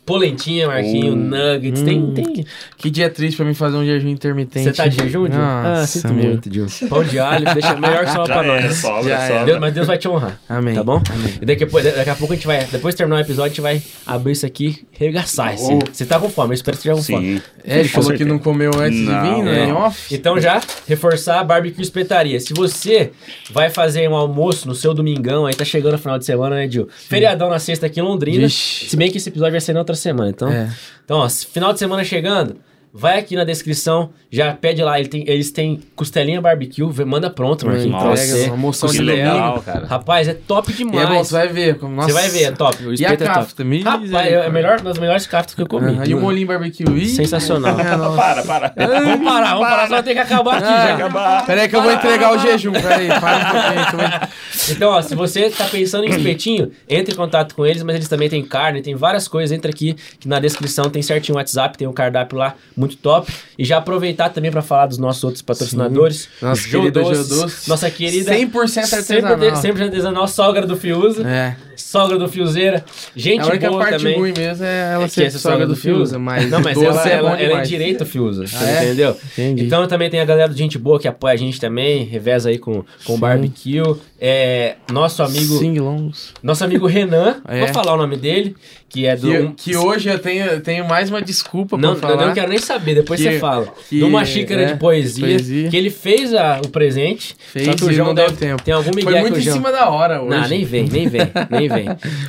S1: polentinha, Marquinho,
S3: Oh.
S1: nuggets. Tem, tem.
S2: Que dia triste pra mim fazer um jejum intermitente.
S1: Você tá de jejum, Dil?
S2: Nossa,
S1: Ah, sinto
S2: meu.
S1: muito, Dil. Pão de alho, deixa melhor que só pra
S3: Já é,
S1: nós.
S3: sobra,
S2: Já é.
S3: sobra.
S1: Deus- mas Deus vai te honrar.
S2: Amém.
S1: Tá bom? E daqui, a po- daqui a pouco a gente vai. Depois de terminar o episódio, a gente vai abrir isso aqui, regaçar. Assim.
S3: Oh.
S1: Você tá com fome, eu espero que você esteja com fome.
S3: Sim.
S2: É, ele
S3: Com
S2: falou que
S3: certeza.
S2: não comeu antes de
S3: Não,
S2: vir, né? Em
S3: não.
S2: off.
S1: Então já, reforçar a barbecue espetaria. Se você vai fazer um almoço no seu domingão, aí tá chegando o final de semana, né, Dil? Feriadão na sexta aqui em Londrina.
S2: Vixe.
S1: Se bem que esse episódio vai ser na outra semana. Então,
S2: É.
S1: então ó, se- final de semana chegando, vai aqui na descrição, já pede lá. ele tem- eles têm costelinha barbecue, vê- manda pronto, Marquinhos, pra
S3: Nossa,
S1: você.
S2: uma moção
S3: Que
S2: de
S3: legal,
S2: legal.
S3: cara.
S1: Rapaz, é top
S2: E é
S1: demais.
S2: bom, você vai ver. como- Nossa.
S1: Você vai ver, é top. O
S2: E a
S1: espeto é top.
S2: cafta, me
S1: Rapaz, é, é melhor, uma das melhores cartas que eu comi.
S2: E um o molinho barbecue. Ih,
S1: Sensacional.
S2: minha nossa.
S3: Para, para.
S1: Vamos parar, vamos parar, senão tem que acabar aqui
S2: Ah.
S1: já.
S3: acabar.
S2: Peraí que eu vou entregar o jejum. Peraí, para um pouquinho. que eu vou-
S1: Então, ó, se você tá pensando em espetinho, entre em contato com eles, mas eles também têm carne, tem várias coisas. Entra aqui, que na descrição tem certinho o WhatsApp, tem um cardápio lá muito top. E já aproveitar também para falar dos nossos outros patrocinadores.
S2: Nossa
S1: Jô
S2: querida
S1: Doces,
S2: Jô Doces.
S1: Nossa querida.
S2: 100% artesanal.
S1: Sempre, sempre artesanal, sogra do Fiuza.
S2: É.
S1: Sogra do Fiuzeira. Gente
S2: a única
S1: boa
S2: parte
S1: É tipo também.
S2: ruim mesmo é ela
S1: É que
S2: ser
S1: essa
S2: sogra do Fiuza, mas
S1: Não, mas
S2: doce
S1: ela,
S2: é
S1: ela-
S2: bom
S1: ela é
S2: demais.
S1: direito Fiuza, você
S2: Ah, é?
S1: entendeu?
S2: Entendi.
S1: Então também tem a galera do Gente Boa que apoia a gente também, reveza aí com, com
S2: Sim.
S1: barbecue. É, nosso amigo
S2: Singlons.
S1: nosso amigo Renan,
S2: É.
S1: vou falar o nome dele, que é do...
S2: Que, que hoje eu tenho, eu tenho mais uma desculpa
S1: não,
S2: pra falar.
S1: eu não quero nem saber, depois
S2: Que-
S1: você fala.
S2: que-
S1: de uma xícara
S2: é,
S1: de poesia,
S2: poesia.
S1: que ele fez a- o presente, só
S2: Fez
S1: que o
S2: e
S1: João
S2: não deu
S1: deve-
S2: tempo.
S1: Tem algum
S2: Foi
S1: migué
S2: muito
S1: que o
S2: em
S1: João...
S2: cima da hora hoje.
S1: Não, nem vem, nem vem, nem vem.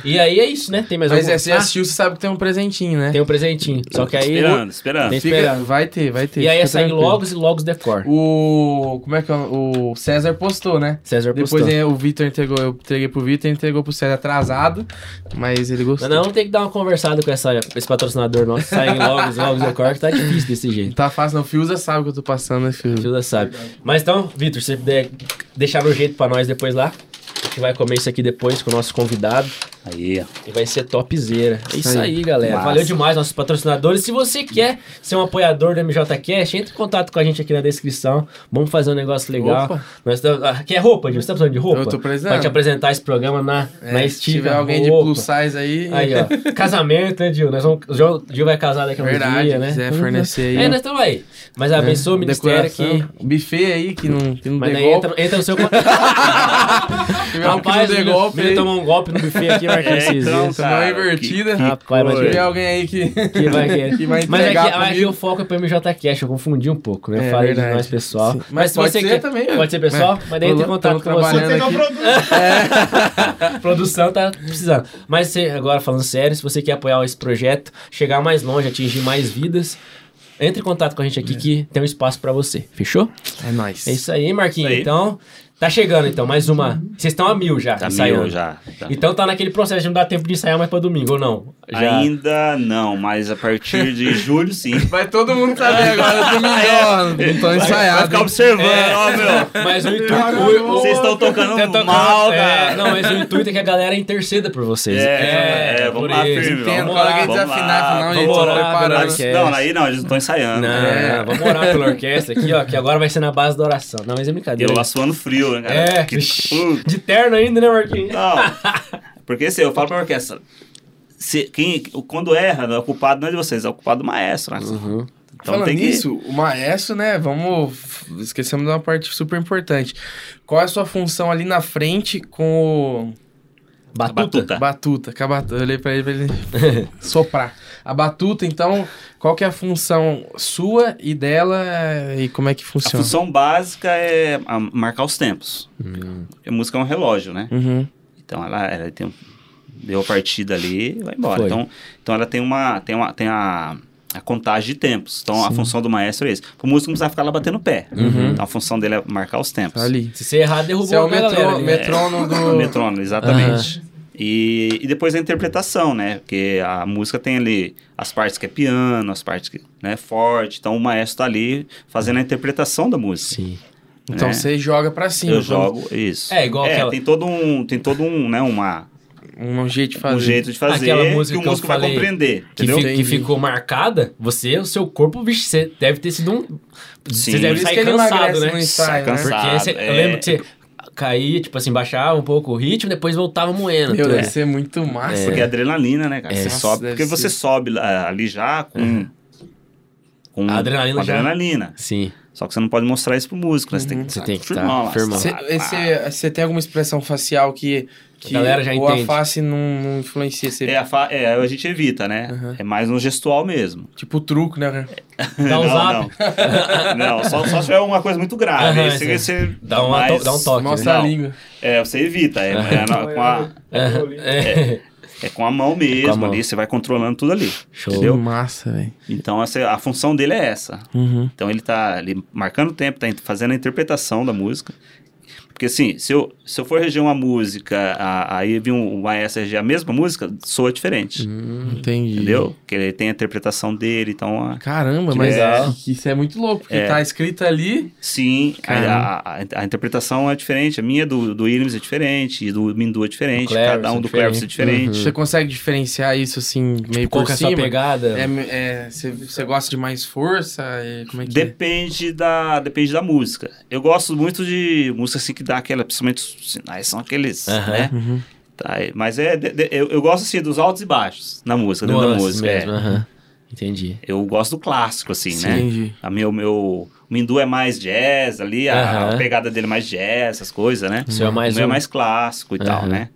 S1: E aí é isso, né? Tem mais
S2: Mas
S1: algum...
S2: é, você
S1: Ah,
S2: assistiu, você sabe que tem um presentinho, né?
S1: tem um presentinho, só que aí...
S3: Esperando, esperando.
S1: Tem-
S2: Fica,
S1: esperando.
S2: vai ter, vai ter.
S1: E aí
S2: fica
S1: é sair
S2: tranquilo.
S1: Logos e Logos Decor.
S2: O. Como é que é? o- O César postou, né?
S1: César postou.
S2: Depois eh, o Vitor entregou, eu entreguei pro Vitor, ele entregou pro César atrasado, mas ele gostou.
S1: Mas não, tem que dar uma conversada com essa, esse patrocinador nosso. Saem Logos, Logos Decor, que tá difícil desse jeito.
S2: Tá fácil, não. O Fiuza sabe que eu tô passando, né, Fiuza?
S1: Fiuza sabe. Mas então, Vitor, se você puder deixar no jeito pra nós depois lá. A gente vai comer isso aqui depois com o nosso convidado.
S3: Aí, ó.
S1: E vai ser topzera. É isso aí, galera.
S3: Massa.
S1: Valeu demais, nossos patrocinadores. Se você quer ser um apoiador do MJCast, entre em contato com a gente aqui na descrição. Vamos fazer um negócio legal.
S2: Opa.
S1: Nós tam- ah, Quer roupa, Gil? Você tá precisando de roupa?
S2: Eu tô precisando.
S1: Pode apresentar esse programa na, na
S2: É,
S1: Estiva.
S2: se tiver alguém de
S1: roupa.
S2: plus size aí.
S1: Aí, ó. Casamento, né, Gil? Nós vamos, o Gil- o Gil vai casar daqui a uns
S2: Verdade,
S1: dias, né?
S2: quiser fornecer aí.
S1: É, nós estamos aí. Mas abençoa o ministério que...
S2: O buffet aí que não, que não
S1: Mas
S2: dê
S1: daí
S2: golpe.
S1: entra, entra no seu...
S2: Se tiver um que não
S1: Rapaz,
S2: dê
S1: ele,
S2: golpe
S1: ele
S2: aí,
S1: tomou um golpe no buffet aqui, vai
S3: É, então,
S2: tomou uma
S3: cara,
S2: invertida.
S3: que- que
S1: Rapaz, mas
S2: Se tiver
S3: coisa.
S2: alguém aí que,
S1: Que vai querer.
S2: que vai
S1: Mas é que,
S2: entregar
S1: ah, é que
S2: comigo.
S1: o foco é pro MJ Cash, eu confundi um pouco, né?
S2: É,
S1: Eu Falei de
S2: verdade.
S1: nós pessoal.
S2: Sim. Mas pode ser também, né? É.
S1: Pode ser pessoal, mas daí entra em
S2: Tamo
S1: contato com
S2: trabalhando.
S1: você.
S2: Pegou o
S1: A produção tá precisando. Mas você- agora falando sério, se você quer apoiar esse projeto, chegar mais longe, atingir mais vidas, entre em contato com a gente
S3: É.
S1: aqui que tem um espaço pra você. Fechou?
S2: É nóis.
S1: É isso aí, Marquinhos.
S3: Isso aí.
S1: Então, tá chegando então, mais uma. Vocês estão a mil já,
S3: Tá
S1: ensaiando.
S3: mil já. Tá.
S1: Então tá naquele processo de não dar tempo de ensaiar mais pra domingo, ou não? Já.
S3: Ainda não, mas a partir de julho, sim. É.
S2: Vai todo mundo saber agora, eu tô melhor. Não tô
S3: Vai
S2: ensaiado. É.
S3: ficar observando, ó, meu.
S1: É. Mas o intuito. o- o-
S3: Vocês estão tocando
S1: Tá tocando-
S3: mal,
S1: é,
S3: cara.
S1: Não, mas o intuito é que a galera interceda por vocês.
S3: É, é,
S1: por
S3: vamos lá,
S1: isso.
S3: firme.
S2: Entendo,
S1: Vamos
S2: quando
S1: lá,
S2: alguém
S3: vamos
S2: desafinar,
S3: lá,
S2: falar, não,
S1: vamos
S2: gente, tô
S1: orar,
S2: preparando.
S1: vamos orar.
S3: Não, aí não, eles não estão ensaiando. né?
S1: Não,
S2: É.
S1: vamos orar pela orquestra aqui, ó, que agora vai ser na base da oração. Não, mas é brincadeira.
S3: Eu lá suando frio, né, cara?
S1: É,
S3: Que-
S1: vixi,
S3: Puta.
S1: de terno ainda, né, Marquinhos?
S3: Não. Porque assim, eu falo pra orquestra. Se, quem, quando erra, não é culpado não é de vocês, é o culpado do maestro. né? Então
S2: Uhum. Falando
S3: tem que.
S2: nisso, o maestro, né? Vamos. Esquecemos de uma parte super importante. Qual é a sua função ali na frente com
S3: a batuta.
S2: o batuta? Com a batuta. Eu olhei pra ele pra ele soprar. A batuta, então, qual que é a função sua e dela e como é que
S3: A
S2: funciona?
S3: função básica é a- marcar os tempos.
S2: Hum.
S3: A música é um relógio, né?
S2: Uhum.
S3: Então ela, ela tem um- deu a partida ali e vai embora.
S1: Foi.
S3: Então, então ela tem uma. Tem, uma, tem a, a contagem de tempos. Então a função do maestro é isso. O músico não precisa ficar lá batendo o pé. Então a função dele é marcar os tempos.
S2: Uhum. Tá ali.
S1: Se você errar, derrubou
S2: Você é o
S1: a galera
S2: metrô,
S1: ali. né?
S2: metrônomo
S3: O
S2: do.
S3: metrônomo, exatamente. E, e depois a interpretação, né? Porque a música tem ali as partes que é piano, as partes que né, é forte. Então o maestro tá ali fazendo a interpretação da música.
S1: Sim.
S2: Então
S3: né?
S2: você joga pra cima. um-
S3: Eu
S2: vamos-
S3: jogo isso.
S1: É, igual aquela-
S3: tem todo um, tem todo um, né, uma,
S2: Um jeito de fazer.
S3: um jeito de fazer
S1: Aquela
S3: que
S1: música
S3: o
S1: que eu
S3: músico vai
S1: falei,
S3: compreender,
S1: Que,
S3: entendeu?
S1: fi- que
S2: Entendi.
S1: ficou marcada, você, o seu corpo, bicho, você deve ter sido um. Você
S3: Sim.
S2: é Por
S1: deve
S2: isso
S1: sair
S2: que ele
S1: cansado,
S2: emagrece
S1: né?
S2: no ensaio, né?
S3: Cansa-
S1: Porque
S3: Cansado,
S1: você- eu
S3: é.
S1: lembro que você caía, tipo assim, baixava um pouco o ritmo, depois voltava moendo.
S2: Meu,
S1: tudo.
S2: deve ser muito massa.
S3: Porque é adrenalina, né, cara? Você
S2: Nossa,
S3: sobe,
S2: deve
S3: porque você
S2: ser.
S3: sobe lá- ali já com... Com,
S1: É. A adrenalina
S3: com
S1: já-
S3: adrenalina.
S1: Sim.
S3: Só que você não pode mostrar isso pro músico, né? Você tem que Ah,
S1: Você tem que
S3: firmar
S1: tá
S3: lá.
S1: firmão.
S2: Você- esse- Você tem alguma expressão facial que, que
S1: galera já
S2: ou
S1: entende.
S2: a face não, não influencia? Você,
S3: É a, fa- é, a gente evita, né?
S1: Uhum.
S2: Aham.
S3: É mais no gestual mesmo.
S2: Tipo truco, né?
S1: Dá um
S3: não,
S1: zap.
S3: Não, não só, só se tiver uma coisa muito grave.
S1: Aham,
S3: aí você,
S1: sim.
S3: você-
S1: Dá uma
S3: mas-
S1: to- dá um toque, né?
S2: Mostra a
S3: Não,
S2: língua.
S3: É, você evita. É, é na- com a,
S1: É.
S3: é com a mão mesmo
S1: Com a mão.
S3: ali, você vai controlando tudo ali.
S1: Show.
S2: Que
S3: Entendeu?
S2: massa, velho.
S3: Então essa- a função dele é essa.
S2: Uhum.
S3: Então ele tá ali marcando o tempo, tá in- fazendo a interpretação da música. Porque assim, se eu, Se eu for reger uma música, a- aí vir um, um maestro reger a mesma música, soa diferente.
S2: Uhum. Entendi.
S3: Hum. Entendeu? Porque ele tem a interpretação dele, então. a-
S2: Caramba,
S3: Que
S2: mas
S3: legal.
S2: isso- isso é muito louco, porque tá escrito ali.
S3: Sim, a,
S2: Caramba.
S3: a- a- a interpretação é diferente. A minha do, do Williams é diferente, e do Mindu é diferente,
S1: Do Cleverson
S3: cada um
S1: é
S3: do Cleverson é diferente.
S2: Você consegue diferenciar isso assim, meio
S1: Qual
S2: por
S1: que é a sua
S2: cima?
S1: pegada?
S2: É, é, você, você gosta de mais força? E como é que é?
S3: Depende da, depende da música. Eu gosto muito de música assim que dá aquela, principalmente os sinais, são aqueles,
S1: Aham.
S3: né?
S2: Uhum.
S3: Tá, é- mas é, de- de- eu, eu gosto assim dos altos e baixos na música, dentro da
S1: Nuances
S3: música. é.
S1: mesmo, aham. Entendi.
S3: Eu gosto do clássico, assim, né?
S2: é? Entendi.
S3: A meu, meu, o Mindu é mais jazz ali, a, a
S1: Aham.
S3: pegada dele é mais jazz, essas coisas, né?
S1: O seu é
S3: o
S1: mais
S3: meu
S1: um.
S3: é mais clássico e tal,
S1: Aham.
S3: né?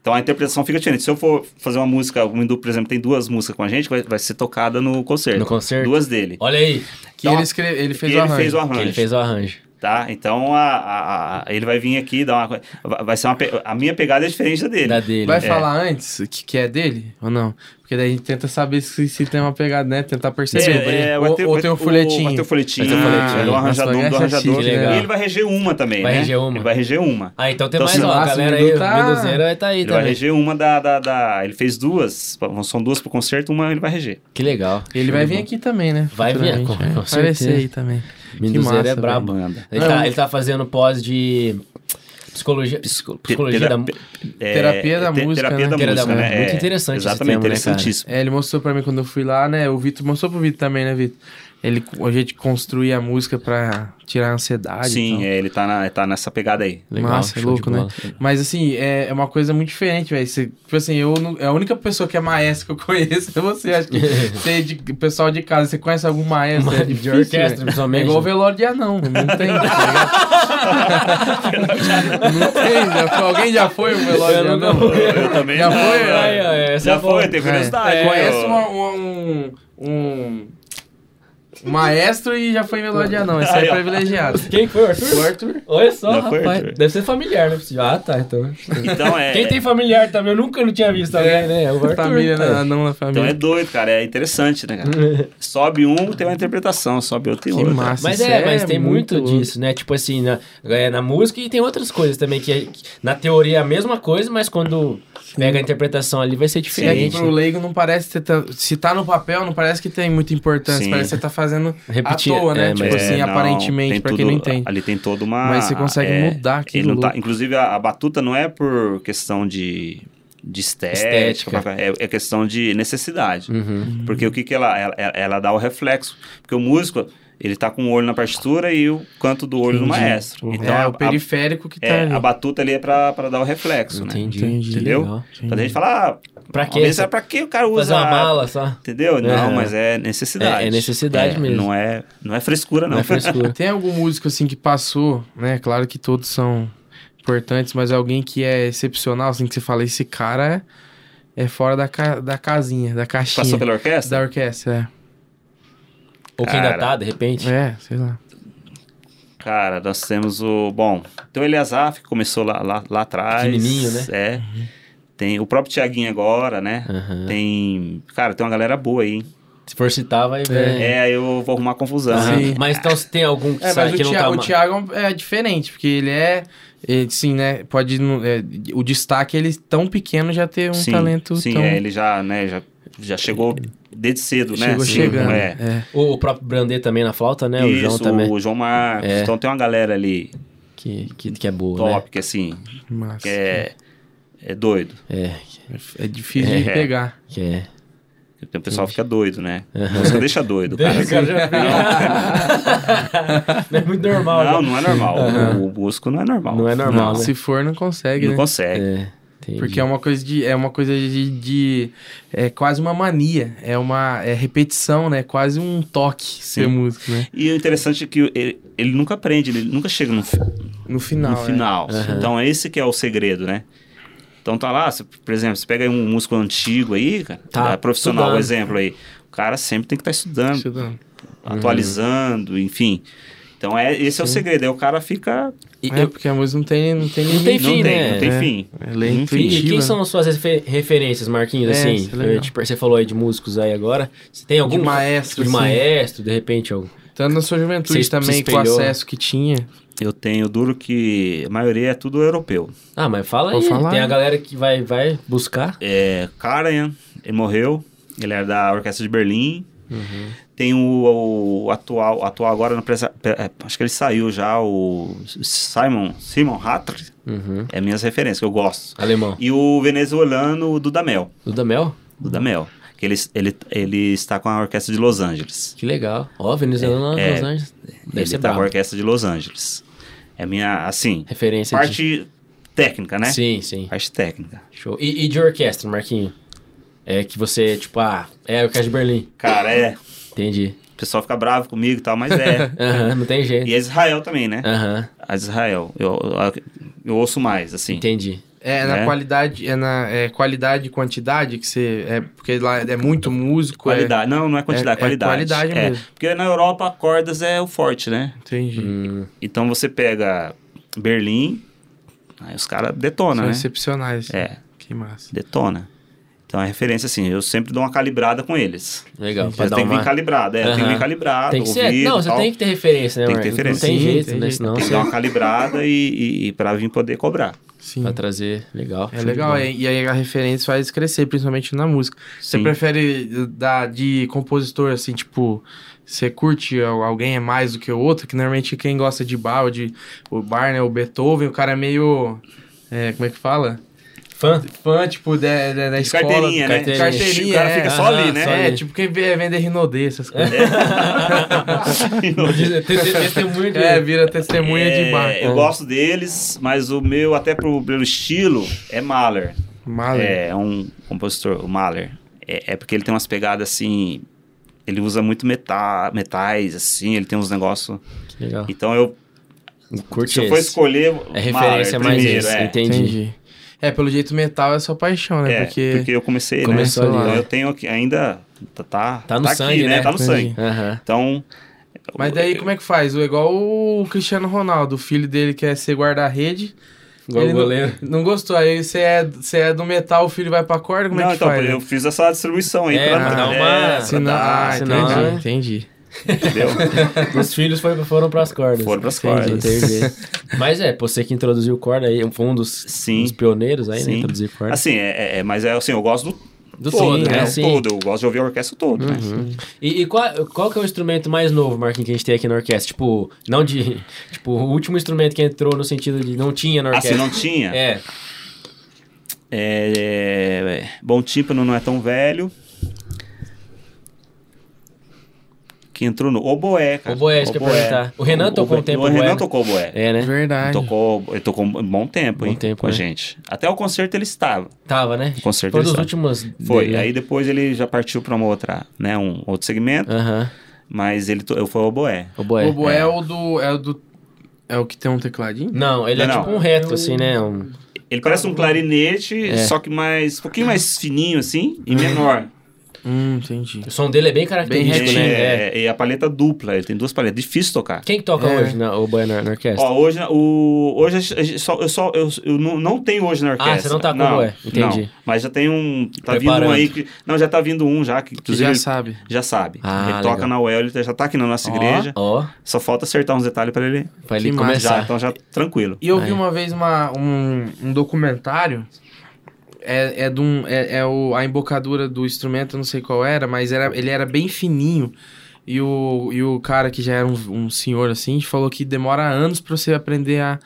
S3: Então a interpretação fica diferente. Se eu for fazer uma música, o Mindu, por exemplo, tem duas músicas com a gente, vai, vai ser tocada no concerto.
S1: No concerto.
S3: Duas dele.
S1: Olha aí,
S2: Que
S3: Então,
S2: ele, escreve, ele fez o
S3: e ele
S2: arranjo.
S3: fez o
S1: que
S3: arranjo.
S1: ele fez o arranjo.
S3: Tá? Então a, a- a- ele vai vir aqui dar uma. coi- vai- Vai ser uma pe- A minha pegada é diferente da dele.
S1: Da dele.
S2: Vai
S1: É.
S2: falar antes que, que é dele ou não? Porque daí a gente tenta saber se, se tem uma pegada, né? Tentar perceber.
S3: É, é,
S1: né?
S3: vai
S2: ou,
S3: ter-
S2: ou
S3: vai-
S2: tem um
S3: o-
S2: folhetinho.
S3: Vai ter o folhetinho.
S1: Vai ter o folhetinho.
S3: é do arranjador,
S2: Nossa,
S3: do
S2: essa é
S3: arranjador.
S1: chique,
S3: E
S1: legal.
S3: ele vai reger uma também,
S1: Vai
S3: né?
S1: reger uma.
S3: Ele vai reger uma.
S1: Ah, então tem
S3: Então,
S1: mais,
S3: se
S1: ó. A
S2: lá, se
S1: galera
S2: o
S1: aí,
S2: Mindu
S1: o
S2: tá-
S1: Minduzeira tá aí
S3: Ele vai
S1: também.
S3: reger uma da, da, da- Ele fez duas, são duas pro concerto, uma ele vai reger.
S1: Que legal.
S2: Ele
S1: Show
S2: vai
S1: de
S2: vir
S1: bola.
S2: aqui também, né?
S1: Vai vir,
S2: Futuramente,
S1: com-
S2: né?
S1: com
S2: Aparecer
S1: certeza.
S2: aí também.
S1: Minduzeira
S2: massa,
S1: é
S2: velho.
S1: brabo.
S3: Banda.
S1: Ele, tá, ele tá fazendo pós de psicologia, psicologia da
S3: Pe- é,
S2: Terapia da
S3: te-
S2: música,
S3: Terapia
S2: né?
S3: da
S1: Terapia da música.
S3: música, né?
S1: Muito
S3: É,
S1: interessante esse
S3: Exatamente,
S1: tema, né, cara?
S3: interessantíssimo.
S2: É, ele mostrou pra mim quando eu fui lá, né? O Vitor mostrou pro Vitor também, né, Vitor? Ele, a gente construir a música pra tirar a ansiedade. e
S3: Sim,
S1: então.
S2: tal.
S3: é, ele tá, na- tá nessa pegada aí.
S1: Legal,
S2: Massa,
S1: show de
S2: louco, né?
S1: bola.
S2: Mas assim, é, é uma coisa muito diferente, velho. Você- Tipo assim, eu não- é a única pessoa que é maestro que eu conheço é você. Acho que você, é de, pessoal de casa, você conhece algum maestro é
S1: de
S2: difícil,
S1: orquestra,
S2: velho.
S1: principalmente,
S2: É igual o
S1: né?
S2: velório de anão, não tem. tá ligado? não tem. já foi- alguém já foi o velório de
S1: Eu nunca
S2: anão?
S1: fui.
S3: Eu também
S2: Já
S3: não,
S2: foi,
S3: né?
S1: Ai, ai, essa é
S3: Já
S1: boa.
S3: foi, tem curiosidade.
S2: É,
S3: eu-
S2: conhece uma- uma- um, um, um maestro e já foi velório de anão. Esse aí é privilegiado.
S1: Quem foi, o Arthur?
S2: O Arthur.
S1: Olha só,
S3: Já foi,
S1: rapaz.
S3: Arthur?
S1: Deve ser familiar, né? Ah, tá, então.
S3: Então é.
S1: Quem tem familiar também, eu nunca não tinha visto alguém, né? O Arthur.
S2: É, Família, né?
S1: tá.
S2: anão na
S3: Então é
S2: família.
S3: doido, cara. É interessante, né, cara? Sobe um, tem uma interpretação. Sobe outro, tem
S2: Hum. Que
S3: outra.
S2: massa.
S1: Mas
S2: Isso
S1: é,
S2: é
S1: mas tem
S2: muito
S1: muito,
S2: louco.
S1: disso, né? Tipo assim, na, é, na música e tem outras coisas também que, é- que na teoria é a mesma coisa, mas quando pega a interpretação ali vai ser
S2: É que
S1: diferente.
S2: pro leigo não parece ter tan- Se tá no papel, não parece que tem muita importância.
S3: Sim.
S2: Parece que você tá fazendo
S1: Repetir,
S2: à toa, né?
S1: é,
S2: tipo
S1: mas-
S2: assim,
S3: não,
S2: aparentemente,
S3: tem
S2: pra quem
S3: tudo-
S2: não entende.
S3: Ali tem toda uma.
S2: Mas você consegue
S3: é,
S2: mudar
S3: ele
S2: aquilo.
S3: não tá,
S2: louco.
S3: inclusive, a, a batuta não é por questão de, de estética,
S1: Estética.
S3: pra- é, é questão de necessidade.
S1: Uhum.
S3: Porque o que, que ela, ela, ela dá o reflexo? Porque o músico, ele tá com o olho na partitura e o canto do olho no
S2: Entendi.
S3: um maestro.
S2: Uhum.
S3: Então,
S2: é
S3: a,
S2: o periférico que
S3: a,
S2: tá
S3: é,
S2: ali.
S3: a batuta ali é pra, pra dar o reflexo, né?
S1: Entendi.
S2: Entendi.
S3: Entendeu?
S1: Legal.
S3: Então a gente fala, ah,
S1: Pra
S3: às
S1: quê?
S3: vezes é pra que o cara
S1: Fazer
S3: usa...
S1: uma mala só?
S3: Entendeu? Não,
S1: É.
S3: mas é necessidade.
S1: É, é necessidade mesmo.
S3: Não é, não é frescura, não.
S1: Não é frescura.
S2: Tem algum músico assim que passou, né? Claro que todos são importantes, mas alguém que é excepcional, assim, que você fala, esse cara é, é fora da, ca- da casinha, da caixinha.
S3: Passou pela orquestra?
S2: Da orquestra,
S1: Ou quem ainda
S3: Cara.
S1: tá, de repente?
S2: é. É, sei lá.
S3: Cara, nós temos o. Bom, tem o Eliasaf, que começou lá, lá, lá atrás.
S1: Pequenininho, né?
S3: É. Tem o próprio Tiaguinho agora, né?
S1: Aham.
S3: Tem. Cara, tem uma galera boa aí, hein?
S1: Se for citar, vai ver.
S3: É, aí eu vou arrumar confusão.
S1: Aham.
S2: Sim.
S1: Mas então se tem algum que
S2: É,
S1: sai
S2: mas o,
S1: que não
S2: Thiago,
S1: tá...
S2: o
S1: ma-
S2: Thiago é diferente, porque ele é, é, sim, né? Pode. não- é, o destaque é ele tão pequeno já ter um
S3: sim,
S2: talento
S3: Sim,
S2: tão.
S3: é, ele já, né, já, já chegou desde cedo, né?
S2: chegou
S3: Sim,
S2: chegando.
S3: É.
S2: é.
S1: O, o próprio Brandet também na flauta, né? o
S3: Isso,
S1: João também.
S3: Marcos.
S1: É.
S3: Então tem uma galera ali
S1: Que, que, que é boa,
S3: top, que assim,
S2: Massa.
S3: que é, é doido.
S1: né?
S2: É difícil de
S3: É.
S2: pegar.
S1: É, que é...
S3: O pessoal fica doido, né?
S1: Aham.
S3: A música deixa doido, cara.
S1: Cara, já- não é muito normal,
S3: Não,
S1: né?
S3: não é normal.
S1: Aham.
S3: O, o músico não é normal.
S1: Não é normal, né?
S2: Se for, não consegue,
S3: Não
S2: né?
S3: consegue.
S1: É, entendi.
S2: Porque é uma coisa de. É uma coisa de. de- é quase uma mania. É uma. É repetição, né? Quase um toque ser músico, né?
S3: E o interessante é que ele, ele nunca aprende, ele nunca chega no, fi-
S2: No
S3: no
S2: final. né?
S3: final.
S1: é. Aham.
S3: Então, esse que é o segredo, né? Então, tá lá, você- por exemplo, você pega aí um músico antigo aí, cara,
S1: Tá
S3: é profissional,
S1: estudando.
S3: por exemplo, aí. O cara sempre tem que estar estudando,
S2: Estudando.
S3: atualizando, enfim. Então, é, esse é o segredo. Aí o cara fica...
S1: E-
S2: É, porque a música não tem, não tem
S1: Não tem
S2: limite.
S1: fim,
S3: não tem,
S1: né?
S3: não tem
S2: É.
S3: fim.
S2: É lei
S3: Não tem
S1: E- E
S2: intuitiva,
S1: quem
S2: né?
S1: são as suas refe- referências, Marquinhos,
S2: É,
S1: assim?
S2: isso é legal.
S1: Eu te- você falou aí de músicos aí agora. Você tem algum...
S2: De
S1: De
S2: maestro, assim.
S1: maestro, de repente, algum...
S2: Tanto na sua juventude
S1: Você se
S2: também, com o
S1: espelhou.
S2: acesso que tinha.
S3: Eu tenho duro que a maioria é tudo europeu.
S1: Ah, mas fala
S2: Vou
S1: aí.
S2: falar.
S1: Tem a galera que vai, vai buscar.
S3: É, Karajan, ele morreu, ele era da Orquestra de Berlim.
S1: Uhum.
S3: Tem o, o atual, o atual agora, não precisa- pe- é, acho que ele saiu já, o Simon, Simon Hatter,
S1: Uhum.
S3: é minhas referências, que eu gosto.
S1: Alemão.
S3: E o venezuelano, o Dudamel,
S1: Duda Mel?
S3: Dudamel, que ele, ele, ele está com a Orquestra de Los Angeles.
S1: Que legal. Ó, venezuelano
S3: É,
S1: Los Angeles. Deve
S3: ele
S1: ser
S3: tá com a
S1: bravo.
S3: Orquestra de Los Angeles. É minha, assim,
S1: Referência de...
S3: parte técnica, né?
S1: Sim, sim.
S3: Parte técnica.
S1: Show. E, e de orquestra, Marquinho? É que você, tipo, ah, é a Orquestra de Berlim.
S3: Cara, é...
S1: Entendi.
S3: O pessoal fica bravo comigo e tal, mas é.
S1: Aham, não tem jeito.
S3: e é Israel também, né?
S1: Aham,
S3: A Israel. Eu, eu ouço mais, assim.
S1: entendi.
S2: É na
S3: Né?
S2: qualidade, é na é, qualidade e quantidade que você. É, porque lá é muito músico. é-
S3: Qualidade. Não, não é
S2: É-
S3: quantidade,
S2: é
S3: qualidade.
S2: qualidade
S3: É.
S2: mesmo.
S3: Porque na Europa, cordas é o forte, né?
S2: Entendi.
S1: Hum,
S3: Então você pega Berlim, aí os caras
S2: São
S3: detonam, né?
S2: excepcionais.
S3: É,
S2: Que massa.
S3: detona. Então é referência, assim, eu sempre dou uma calibrada com eles.
S1: legal. Pra
S3: Você
S1: dar
S3: tem que vir
S1: uma...
S3: calibrado, é, tem que
S1: Aham.
S3: vir calibrado,
S1: Tem que ser.
S3: ouvido
S1: não,
S3: e
S1: você
S3: tal.
S1: tem que ter referência, né,
S3: Tem que
S1: Marquinho?
S3: ter
S1: Não tem
S2: referência. Sim,
S1: jeito,
S2: tem
S1: né?
S2: jeito.
S1: Senão
S3: Tem que
S1: você
S3: dar uma calibrada e, e, e pra vir poder cobrar.
S2: Sim.
S1: vai trazer. Legal.
S2: É legal, é- e aí a referência faz crescer, principalmente na música. Você
S3: Sim.
S2: prefere eh, dar de compositor, assim, tipo, você curte al- alguém é mais do que o outro, que normalmente quem gosta de Bach, de o Bar, né, o Beethoven, o cara é meio. é, como é que fala?
S1: Fã?
S2: Fã, tipo, da, da, da
S3: De
S2: escola.
S3: carteirinha, né?
S1: carteirinha.
S3: O cara
S2: é,
S3: fica só
S1: aham,
S3: ali, né? É.
S1: só
S2: É,
S1: ali.
S2: tipo, quem vê, vende Rinodê, essas coisas.
S1: Tem- tem- tem- tem muito-
S2: É, vira testemunha de
S3: É,
S2: Bar.
S3: Eu gosto deles, mas o meu, até pro, pelo estilo, é Mahler.
S2: Mala.
S3: É, é um compositor, o Mahler. É, é porque ele tem umas pegadas assim. Ele usa muito meta, metais, assim, ele tem uns negócios.
S1: Legal.
S3: Então eu.
S1: Curte
S3: se eu for
S1: esse.
S3: escolher.
S1: É referência
S3: Mahler,
S1: mais
S3: primeiro,
S1: esse.
S3: é.
S1: Entendi.
S2: Entendi. É, pelo jeito metal é sua paixão, né?
S3: É, porque...
S2: porque...
S3: eu comecei,
S1: Começou
S3: né?
S1: ali,
S3: Então
S2: né?
S3: eu tenho aqui ainda. Tá, tá,
S1: Tá no sangue,
S3: aqui,
S1: né?
S3: Tá no
S2: Entendi.
S3: sangue.
S1: Aham.
S3: Então.
S2: Mas daí como é que faz? É igual o Cristiano Ronaldo, o filho dele quer ser guarda-rede,
S1: Igual
S2: Ele
S1: o
S2: não-
S1: goleiro.
S2: não gostou. Aí você é, você é do metal, o filho vai pra corda, como
S3: não,
S2: é que
S3: então,
S2: faz?
S3: eu fiz essa distribuição aí
S1: É,
S3: pra,
S2: pra dar
S3: é,
S1: uma-
S3: pra
S2: Senão-
S3: dar,
S2: ah,
S1: senão-
S2: entendi,
S1: né?
S2: entendi.
S3: entendeu?
S1: Os filhos foram, foram pras cordas.
S3: Foram pras
S1: Entendi,
S3: cordas.
S1: entendi. Mas é, você que introduziu corda aí, foi um dos,
S3: Sim.
S1: dos pioneiros aí, né?
S3: Sim.
S1: Introduzir corda.
S3: Assim, é, é- é, mas é assim, eu gosto do
S1: Do
S3: todo,
S1: sim,
S3: né?
S1: é,
S3: O
S1: sim. Uhum.
S3: todo. Eu gosto de ouvir a orquestra todo, né?
S1: E, e qual, qual que é o instrumento mais novo, Marquinhos, que a gente tem aqui na orquestra? Tipo, não de. Tipo, o último instrumento que entrou no sentido de não tinha na
S3: Ah, se
S1: orquestra.
S3: não tinha, é.
S1: É.
S3: é, bom tímpano não é tão velho. Que entrou no oboé, cara.
S1: Oboé, isso que eu ia perguntar. O Renan tocou um tempo
S3: O
S1: oboé,
S3: Renan
S1: né?
S3: tocou oboé.
S1: É, né?
S2: Verdade.
S3: Tocou, ele tocou um bom tempo,
S1: Bom
S3: hein?
S1: tempo,
S3: com a
S1: né?
S3: gente. Até o concerto ele estava.
S1: Tava, né?
S3: O concerto
S1: Foi um dos
S3: ele estava.
S1: últimos.
S3: Foi.
S1: dele, né?
S3: Aí depois ele já partiu pra uma outra, né? Um outro segmento.
S1: Aham.
S3: Mas ele to- eu foi oboé.
S1: Oboé.
S2: O Boé é. o do. É o do. É o que tem um tecladinho?
S1: Não, ele é
S3: Não,
S1: tipo
S3: não.
S1: um reto, assim, né? Um...
S3: Ele parece um clarinete,
S1: É.
S3: só que mais. Um pouquinho mais fininho, assim, e menor.
S2: Hum, entendi.
S1: O som dele é bem característico,
S3: E,
S2: retinho,
S1: né? É.
S3: é, e a paleta dupla, ele tem duas paletas, difícil tocar.
S1: Quem que toca
S2: É.
S1: hoje na, oboé na, na orquestra?
S3: Ó, hoje, o, hoje a gente só, eu, só, eu, eu não, não tenho hoje na orquestra.
S1: você não tá com
S3: não,
S1: oboé, entendi.
S3: não. mas já tem um, tá vindo
S1: Preparando.
S3: um aí que, não, já tá vindo um já, que
S2: Que
S3: inclusive
S2: já
S3: ele
S2: sabe.
S3: já sabe.
S1: Ah,
S3: ele
S1: legal.
S3: toca na UEL, ele já tá aqui na nossa
S1: Ó,
S3: igreja,
S1: Ó,
S3: só falta acertar uns detalhes pra ele,
S1: pra ele
S2: Que massa.
S3: já,
S1: começar.
S3: então já tranquilo.
S2: E eu vi
S1: Aí.
S2: uma vez uma, um, um documentário. É, é, de um, é, é o, a embocadura do instrumento, eu não sei qual era, mas era, ele era bem fininho. E o, e o cara que já era um, um senhor assim falou que demora anos pra você aprender a,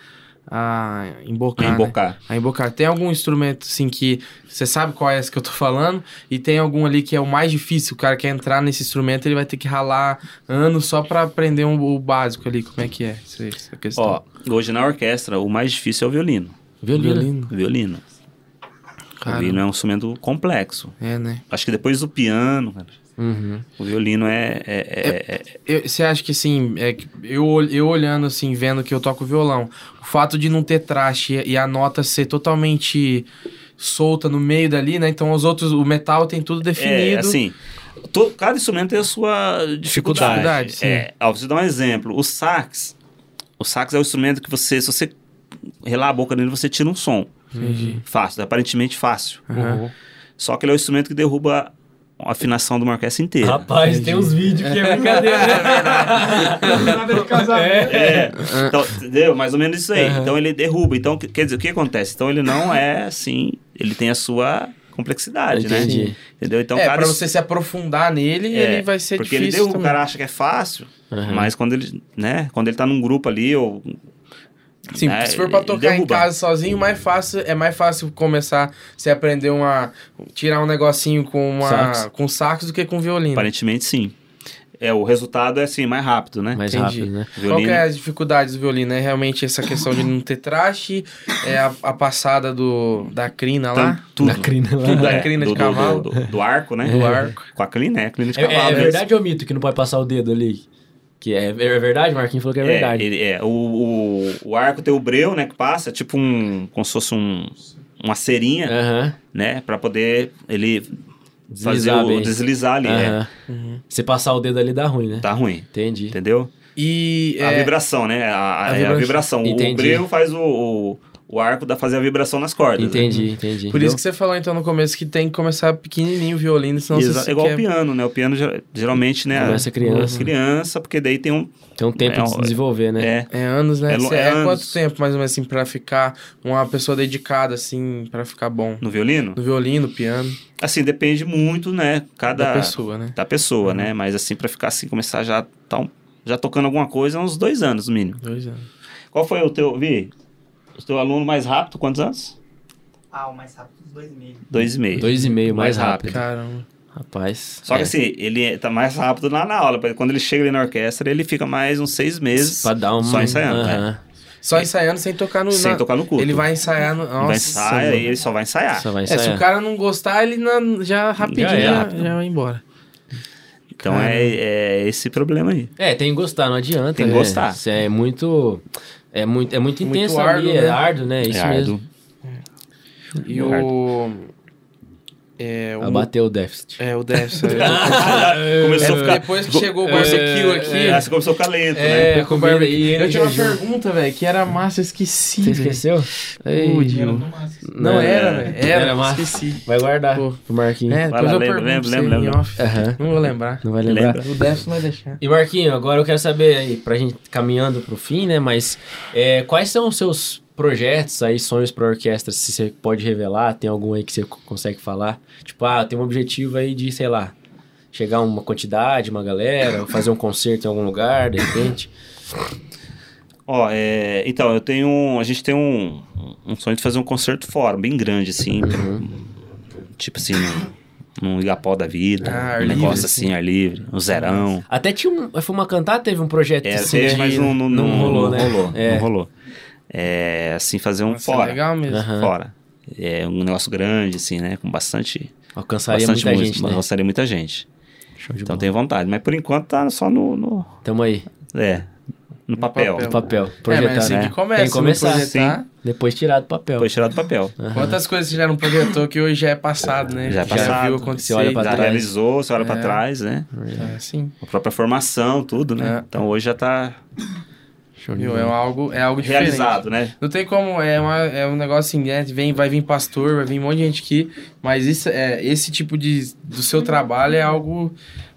S2: a embocar.
S3: Pra
S2: né?
S3: embocar.
S2: A embocar. Tem algum instrumento assim que você sabe qual é esse que eu tô falando, e tem algum ali que é o mais difícil. O cara quer entrar nesse instrumento, ele vai ter que ralar anos só pra aprender um- o básico ali. Como é que é essa, essa questão?
S3: Ó, hoje na orquestra, o mais difícil é o violino.
S1: Violino.
S3: Violino. O
S2: Cara,
S3: violino é um instrumento complexo.
S2: é, né?
S3: Acho que depois do piano, cara,
S1: Uhum.
S3: o violino é- é- é, é,
S2: Eu- Você acha que assim, é que eu, ol- eu olhando assim, vendo que eu toco violão, o fato de não ter traste e e a nota ser totalmente solta no meio dali, né? Então os outros, o metal tem tudo definido.
S3: É, assim, to- cada instrumento tem a sua dificuldade.
S2: Dificuldade, sim.
S3: É, ó, vou te dar um exemplo. O sax, o sax é o instrumento que você, se você relar a boca nele, você tira um som.
S2: Entendi.
S3: Fácil, aparentemente fácil.
S1: Uhum.
S2: Aham.
S3: Só que ele é o instrumento que derruba a afinação de uma orquestra inteira.
S1: Rapaz, tem uns vídeos que é brincadeira.
S4: Nada de casamento.
S3: É, então, entendeu? Mais ou menos isso aí. Então ele derruba. Então, que- quer dizer, o que acontece? Então ele não é assim, ele tem a sua complexidade, né?
S1: Entendi.
S3: Entendeu? Então
S2: é,
S3: cada
S2: pra você se aprofundar nele,
S3: É,
S2: ele vai ser
S3: porque ele
S2: difícil
S3: derruba, o
S2: também.
S3: cara acha que é fácil,
S1: Aham.
S3: mas quando ele, né, quando ele tá num grupo ali ou
S2: Sim,
S3: né,
S2: se for pra
S3: ele
S2: tocar em
S3: derruba.
S2: casa sozinho, mais fácil, é mais fácil começar se aprender uma. tirar um negocinho com uma.
S1: Sax.
S2: com sax do que com violino.
S3: aparentemente sim. É, o resultado é assim, mais rápido, né?
S1: Mais
S2: Entendi.
S1: rápido, né?
S2: Qual que
S3: Violino.
S2: é a dificuldade do violino? É realmente essa questão de não ter traste, é a, a passada do, da crina
S3: Então,
S2: Tá lá.
S3: tudo.
S1: crina
S3: Tudo
S2: Da
S3: é,
S2: crina de
S3: do, do-
S2: cavalo.
S3: Do, do- do arco, né?
S2: Do arco.
S3: Com a clina, é, a clina de
S1: É,
S3: cavalo.
S1: é
S3: mesmo.
S1: verdade ou mito que não pode passar o dedo ali? Que é, é verdade? O Marquinhos falou que é verdade.
S3: ele- é, o, o, o arco tem o breu, né? Que passa, tipo um. Como se fosse um, uma serinha,
S1: Aham.
S3: né? Pra poder ele fazer
S1: É. Deslizar
S3: o
S1: bem.
S3: deslizar ali. né?
S1: Aham. Se É. passar o dedo ali dá ruim, né?
S3: Tá ruim.
S1: Entendi.
S3: Entendeu?
S2: E.
S3: A
S2: é,
S3: vibração, né? A, a-
S2: A
S3: é a
S2: vibração.
S3: vibração.
S1: Entendi.
S3: O breu faz o, o, o arco dá fazer a vibração nas cordas. né?
S1: Entendi, entendi.
S2: Por isso que você falou então no começo que tem que começar pequenininho o violino,
S3: Né?
S2: senão você
S3: Exa-
S2: Então, se
S3: igual o
S2: quebra.
S3: piano, né? O piano ger- geralmente, né?
S1: Começa criança.
S3: Criança, porque daí tem um.
S1: Tem um tempo
S3: É,
S1: de se desenvolver, né?
S3: É,
S2: É anos, né?
S3: É lo-
S2: Cê- É,
S3: é anos.
S2: quanto tempo, mais ou menos, assim, pra ficar uma pessoa dedicada, assim, pra ficar bom?
S3: no violino.
S2: No violino, piano,
S3: Assim, depende muito, né? Cada.
S2: da pessoa, né?
S3: da pessoa,
S1: Uhum.
S3: né? Mas assim, pra ficar assim, começar já tá um- já tocando alguma coisa, é uns dois anos no mínimo.
S2: Dois anos.
S3: Qual foi o teu, Vi? O teu aluno mais rápido, quantos anos?
S5: Ah, o mais rápido dos dois meses.
S3: Dois e meio.
S1: Dois e meio, mais,
S3: Mais
S1: rápido.
S2: Caramba.
S1: Rapaz.
S3: Só que
S1: é.
S3: assim, ele tá mais rápido lá na aula. porque Quando ele chega ali na orquestra, ele fica mais uns seis meses
S1: Pra dar uma...
S3: só ensaiando, né?
S1: Aham.
S2: Só ensaiando sem tocar no.
S3: sem
S2: na-
S3: tocar no culto.
S2: Ele vai ensaiar no.
S3: Ele vai
S2: Nossa.
S3: ensaiar
S2: mano.
S3: e ele só vai ensaiar.
S1: Só vai
S2: É, se o
S1: ensaiar.
S2: cara não gostar, ele na- já rapidinho
S1: Já é
S2: já,
S1: rápido.
S2: já vai embora.
S3: Então é,
S1: né?
S3: é esse problema aí.
S1: É, tem que gostar, não adianta.
S3: Tem que
S1: né?
S3: gostar.
S1: Isso é muito... É muito, é muito
S2: Muito
S1: intenso
S2: árduo,
S1: ali, é
S2: né?
S1: árduo, né? Isso
S3: É árduo.
S1: mesmo.
S2: E o. É,
S1: Pra
S2: o.
S1: bater o déficit.
S2: É, o déficit.
S3: Começou a Ah, ficar.
S2: É, Depois que chegou o barbecue aqui.
S3: É, você começou a ficar lento,
S1: É,
S3: né?
S2: com
S1: comida
S2: barbecue.
S1: aí, ele
S2: Eu tinha uma
S1: jejum.
S2: pergunta, velho, que era massa, eu esqueci.
S1: Você
S2: velho.
S1: esqueceu?
S2: Ô, Dio. Não era, velho. Era,
S1: é, Era massa.
S2: esqueci.
S1: Vai guardar
S2: Pô.
S1: pro Marquinhos.
S2: É,
S3: Vai
S2: depois
S3: lá,
S2: eu
S3: lembra,
S2: pergunto
S3: lembra,
S2: pra você
S3: lembra,
S2: em
S3: lembra.
S2: off.
S1: Aham.
S2: Não vou lembrar.
S1: Não vai lembrar.
S3: Lembra?
S2: O Décio vai deixar.
S1: E Marquinho, agora eu quero saber aí, pra gente caminhando pro fim, né? Mas é, quais são os seus projetos aí, sonhos pra orquestra, se você pode revelar? Tem algum aí que você co- consegue falar? Tipo, ah, tem um objetivo aí de, sei lá, chegar a uma quantidade, uma galera, ou fazer um concerto em algum lugar, de repente.
S3: Ó, é, então, eu tenho. um- A gente tem um, um sonho de fazer um concerto fora, bem grande, assim.
S1: Uhum.
S3: Tipo assim, num, num Igapó da vida.
S2: Ah,
S3: um
S2: ar
S3: negócio
S2: livre,
S3: assim, ar livre, um zerão.
S1: Até tinha um. Foi uma cantada, teve um projeto
S3: É,
S1: assim.
S3: teve,
S1: de-
S3: mas não, não, não, rolou,
S1: né?
S3: Não rolou.
S1: É.
S3: Não rolou. É, assim, fazer um
S2: Nossa,
S3: fora.
S2: legal mesmo.
S1: Aham.
S3: Fora. É um negócio grande, assim, né? Com bastante.
S1: Alcançaria
S3: bastante
S1: muita
S3: música,
S1: gente, né?
S3: alcançaria muita gente.
S1: Show de
S3: Então
S1: bola.
S3: tenho vontade. Mas por enquanto tá só no. no-
S1: Tamo aí,
S3: é. No papel.
S2: papel.
S1: papel.
S2: é, mas
S1: Projetar,
S2: assim
S1: né?
S2: que começa.
S1: Tem que começar.
S2: não projetar.
S1: Depois tirar do papel.
S3: Foi tirado do papel.
S1: É.
S2: Quantas coisas você já não projetou que hoje já é passado, né?
S3: Já é passado.
S2: viu acontecer.
S1: Você olha pra
S3: Já
S1: trás.
S3: realizou, você olha pra
S2: É.
S3: trás, né?
S2: É, sim.
S3: A própria formação, tudo, né?
S2: É.
S3: Então hoje já tá
S1: Show de
S2: Viu?
S1: bola.
S2: É algo, é algo diferente.
S3: realizado, né?
S2: Não tem como, é, uma, é um negócio assim, né? Vem, vai vir pastor, vai vir um monte de gente aqui, mas isso, é, esse tipo de, do seu trabalho é algo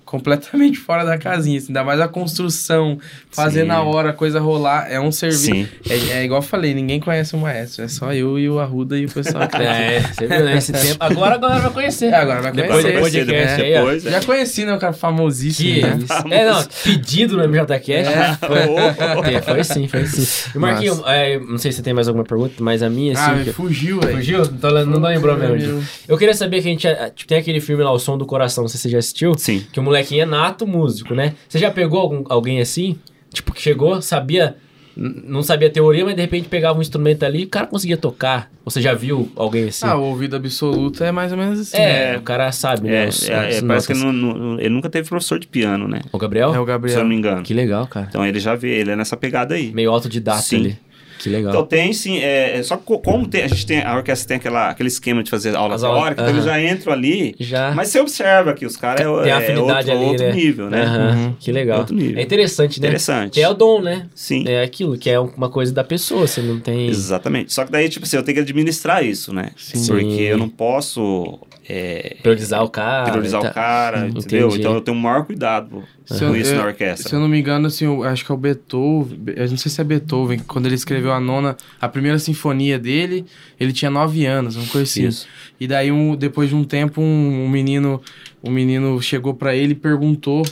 S2: completamente fora da casinha, assim, ainda mais a construção, fazer
S3: Sim.
S2: na hora a coisa rolar, é um serviço.
S3: Sim.
S2: É, é igual eu falei, ninguém conhece o maestro, é só eu e o Arruda e o pessoal que tá aqui.
S1: É, você viu, né? Esse tempo. Agora a galera vai conhecer.
S2: É, agora vai
S1: Depois
S2: conhecer.
S1: do
S3: Vai ser né?
S1: podcast aí, ó.
S3: depois, é. Tá
S2: Já conheci, né? O cara famosíssimo.
S1: é. Que
S2: né?
S1: isso. É, não, pedido no MJCast.
S3: É.
S1: É, foi sim, foi sim. E Marquinho, é, não sei se você tem mais alguma pergunta, mas a minha,
S2: Ah,
S1: assim.
S2: me
S1: que-
S2: fugiu, velho.
S1: Fugiu? Não, tô, não lembrou mesmo. Gil. Eu queria saber que a gente. ah, Tipo, tem aquele filme lá, O Som do Coração, não sei se você já assistiu.
S3: Sim.
S1: Que o molequinho é nato músico, né? Você já pegou algum- alguém assim? Tipo, que chegou, sabia. n- Não sabia teoria, mas de repente pegava um instrumento ali e o cara conseguia tocar. Ou Você já viu alguém assim?
S2: Ah, o ouvido absoluto é mais ou menos assim.
S1: é,
S3: é.
S1: o cara sabe, né?
S3: É,
S1: os-
S3: é,
S1: as
S3: é, parece que
S1: notas.
S3: ele, não- não- ele nunca teve professor de piano, né?
S1: O Gabriel?
S2: É o
S3: Se eu não
S2: Gabriel.
S3: me engano.
S1: Que legal, cara.
S3: Então ele já vê, ele é nessa pegada aí.
S1: Meio autodidata
S3: Sim.
S1: ali. Que legal.
S3: Então tem sim, é, é só co- como tem, a gente tem, a orquestra tem aquela, aquele esquema de fazer aula
S1: As aulas,
S3: teórica, então eles
S1: aham.
S3: já entram ali.
S1: Já.
S3: Mas você observa que os caras é, o-
S1: tem
S3: é
S1: afinidade
S3: outro,
S1: ali,
S3: outro
S1: né?
S3: nível, né?
S1: Aham,
S2: Uhum.
S1: Que legal.
S3: Outro nível.
S1: É interessante, né?
S3: Interessante.
S1: Que é o dom, né?
S3: Sim.
S1: É aquilo, que é uma coisa da pessoa, você não tem.
S3: Exatamente. Só que daí, tipo assim, eu tenho que administrar isso, né?
S1: Sim.
S3: Porque eu não posso é,
S1: Priorizar o cara.
S3: priorizar
S1: tá.
S3: o cara,
S1: Hum,
S3: entendeu?
S1: entendi.
S3: Então eu tenho o maior cuidado
S2: Se
S3: com
S2: eu-
S3: isso
S2: eu-
S3: na
S2: Se eu
S3: orquestra.
S2: não me engano, assim, eu acho que é o Beethoven. Eu não sei se é Beethoven, que quando ele escreveu a nona, a primeira sinfonia dele, ele tinha nove anos, não conhecia.
S3: Isso.
S2: E daí, um, depois de um tempo, um, um menino um menino chegou pra ele e perguntou.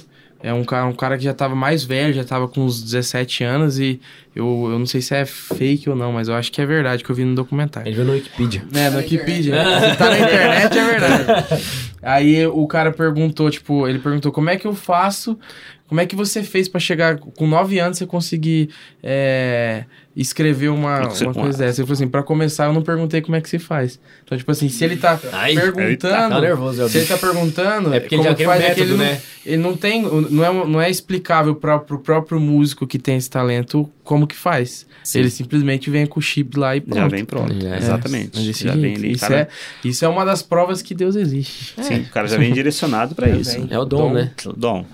S2: É um cara, um cara que já tava mais velho, já tava com uns 17 anos, e eu, eu não sei se é fake ou não, mas eu acho que é verdade, que eu vi no documentário.
S1: Ele veio no Wikipedia.
S2: É, no Wikipedia. Se tá na internet, é verdade. Aí o cara perguntou, tipo, ele perguntou como é que eu faço, como é que você fez pra chegar com 9 anos você conseguir é, escrever uma,
S3: Não sei
S2: uma
S3: como
S2: coisa dessa. Ele falou assim, pra começar eu não perguntei como é que se faz. Então, tipo assim, se ele tá
S1: Ai, Tá
S2: perguntando...
S1: nervoso, é o
S2: Se ele
S1: bicho.
S2: tá perguntando...
S1: É porque ele
S2: como
S1: já tem um
S2: faz, é que
S1: método,
S2: ele não-
S1: né?
S2: ele não tem, não é, não é explicável para o próprio músico que tem esse talento como que faz.
S3: Sim.
S2: Ele simplesmente vem com o chip lá e pronto.
S3: Já vem pronto.
S1: É,
S3: Exatamente.
S2: mas desse
S3: Já vem
S2: jeito.
S3: ali. tá É.
S2: isso,
S3: cara-
S2: é, isso é uma das provas que Deus existe.
S3: Sim, o cara já vem direcionado pra isso.
S1: É o dom, né?
S3: Dom.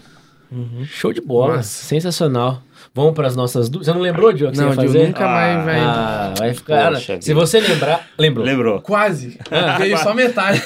S1: Show de bola.
S2: Nossa.
S1: Sensacional. Vamos para as nossas dúvidas. Você não lembrou, Diogo, que
S2: Não,
S1: você ia
S2: Diogo
S1: fazer?
S2: nunca mais vai.
S1: Ah, vai ficar.
S3: Poxa
S1: se
S3: vida.
S1: você lembrar. Lembrou.
S3: Lembrou?
S2: Quase. Veio só metade.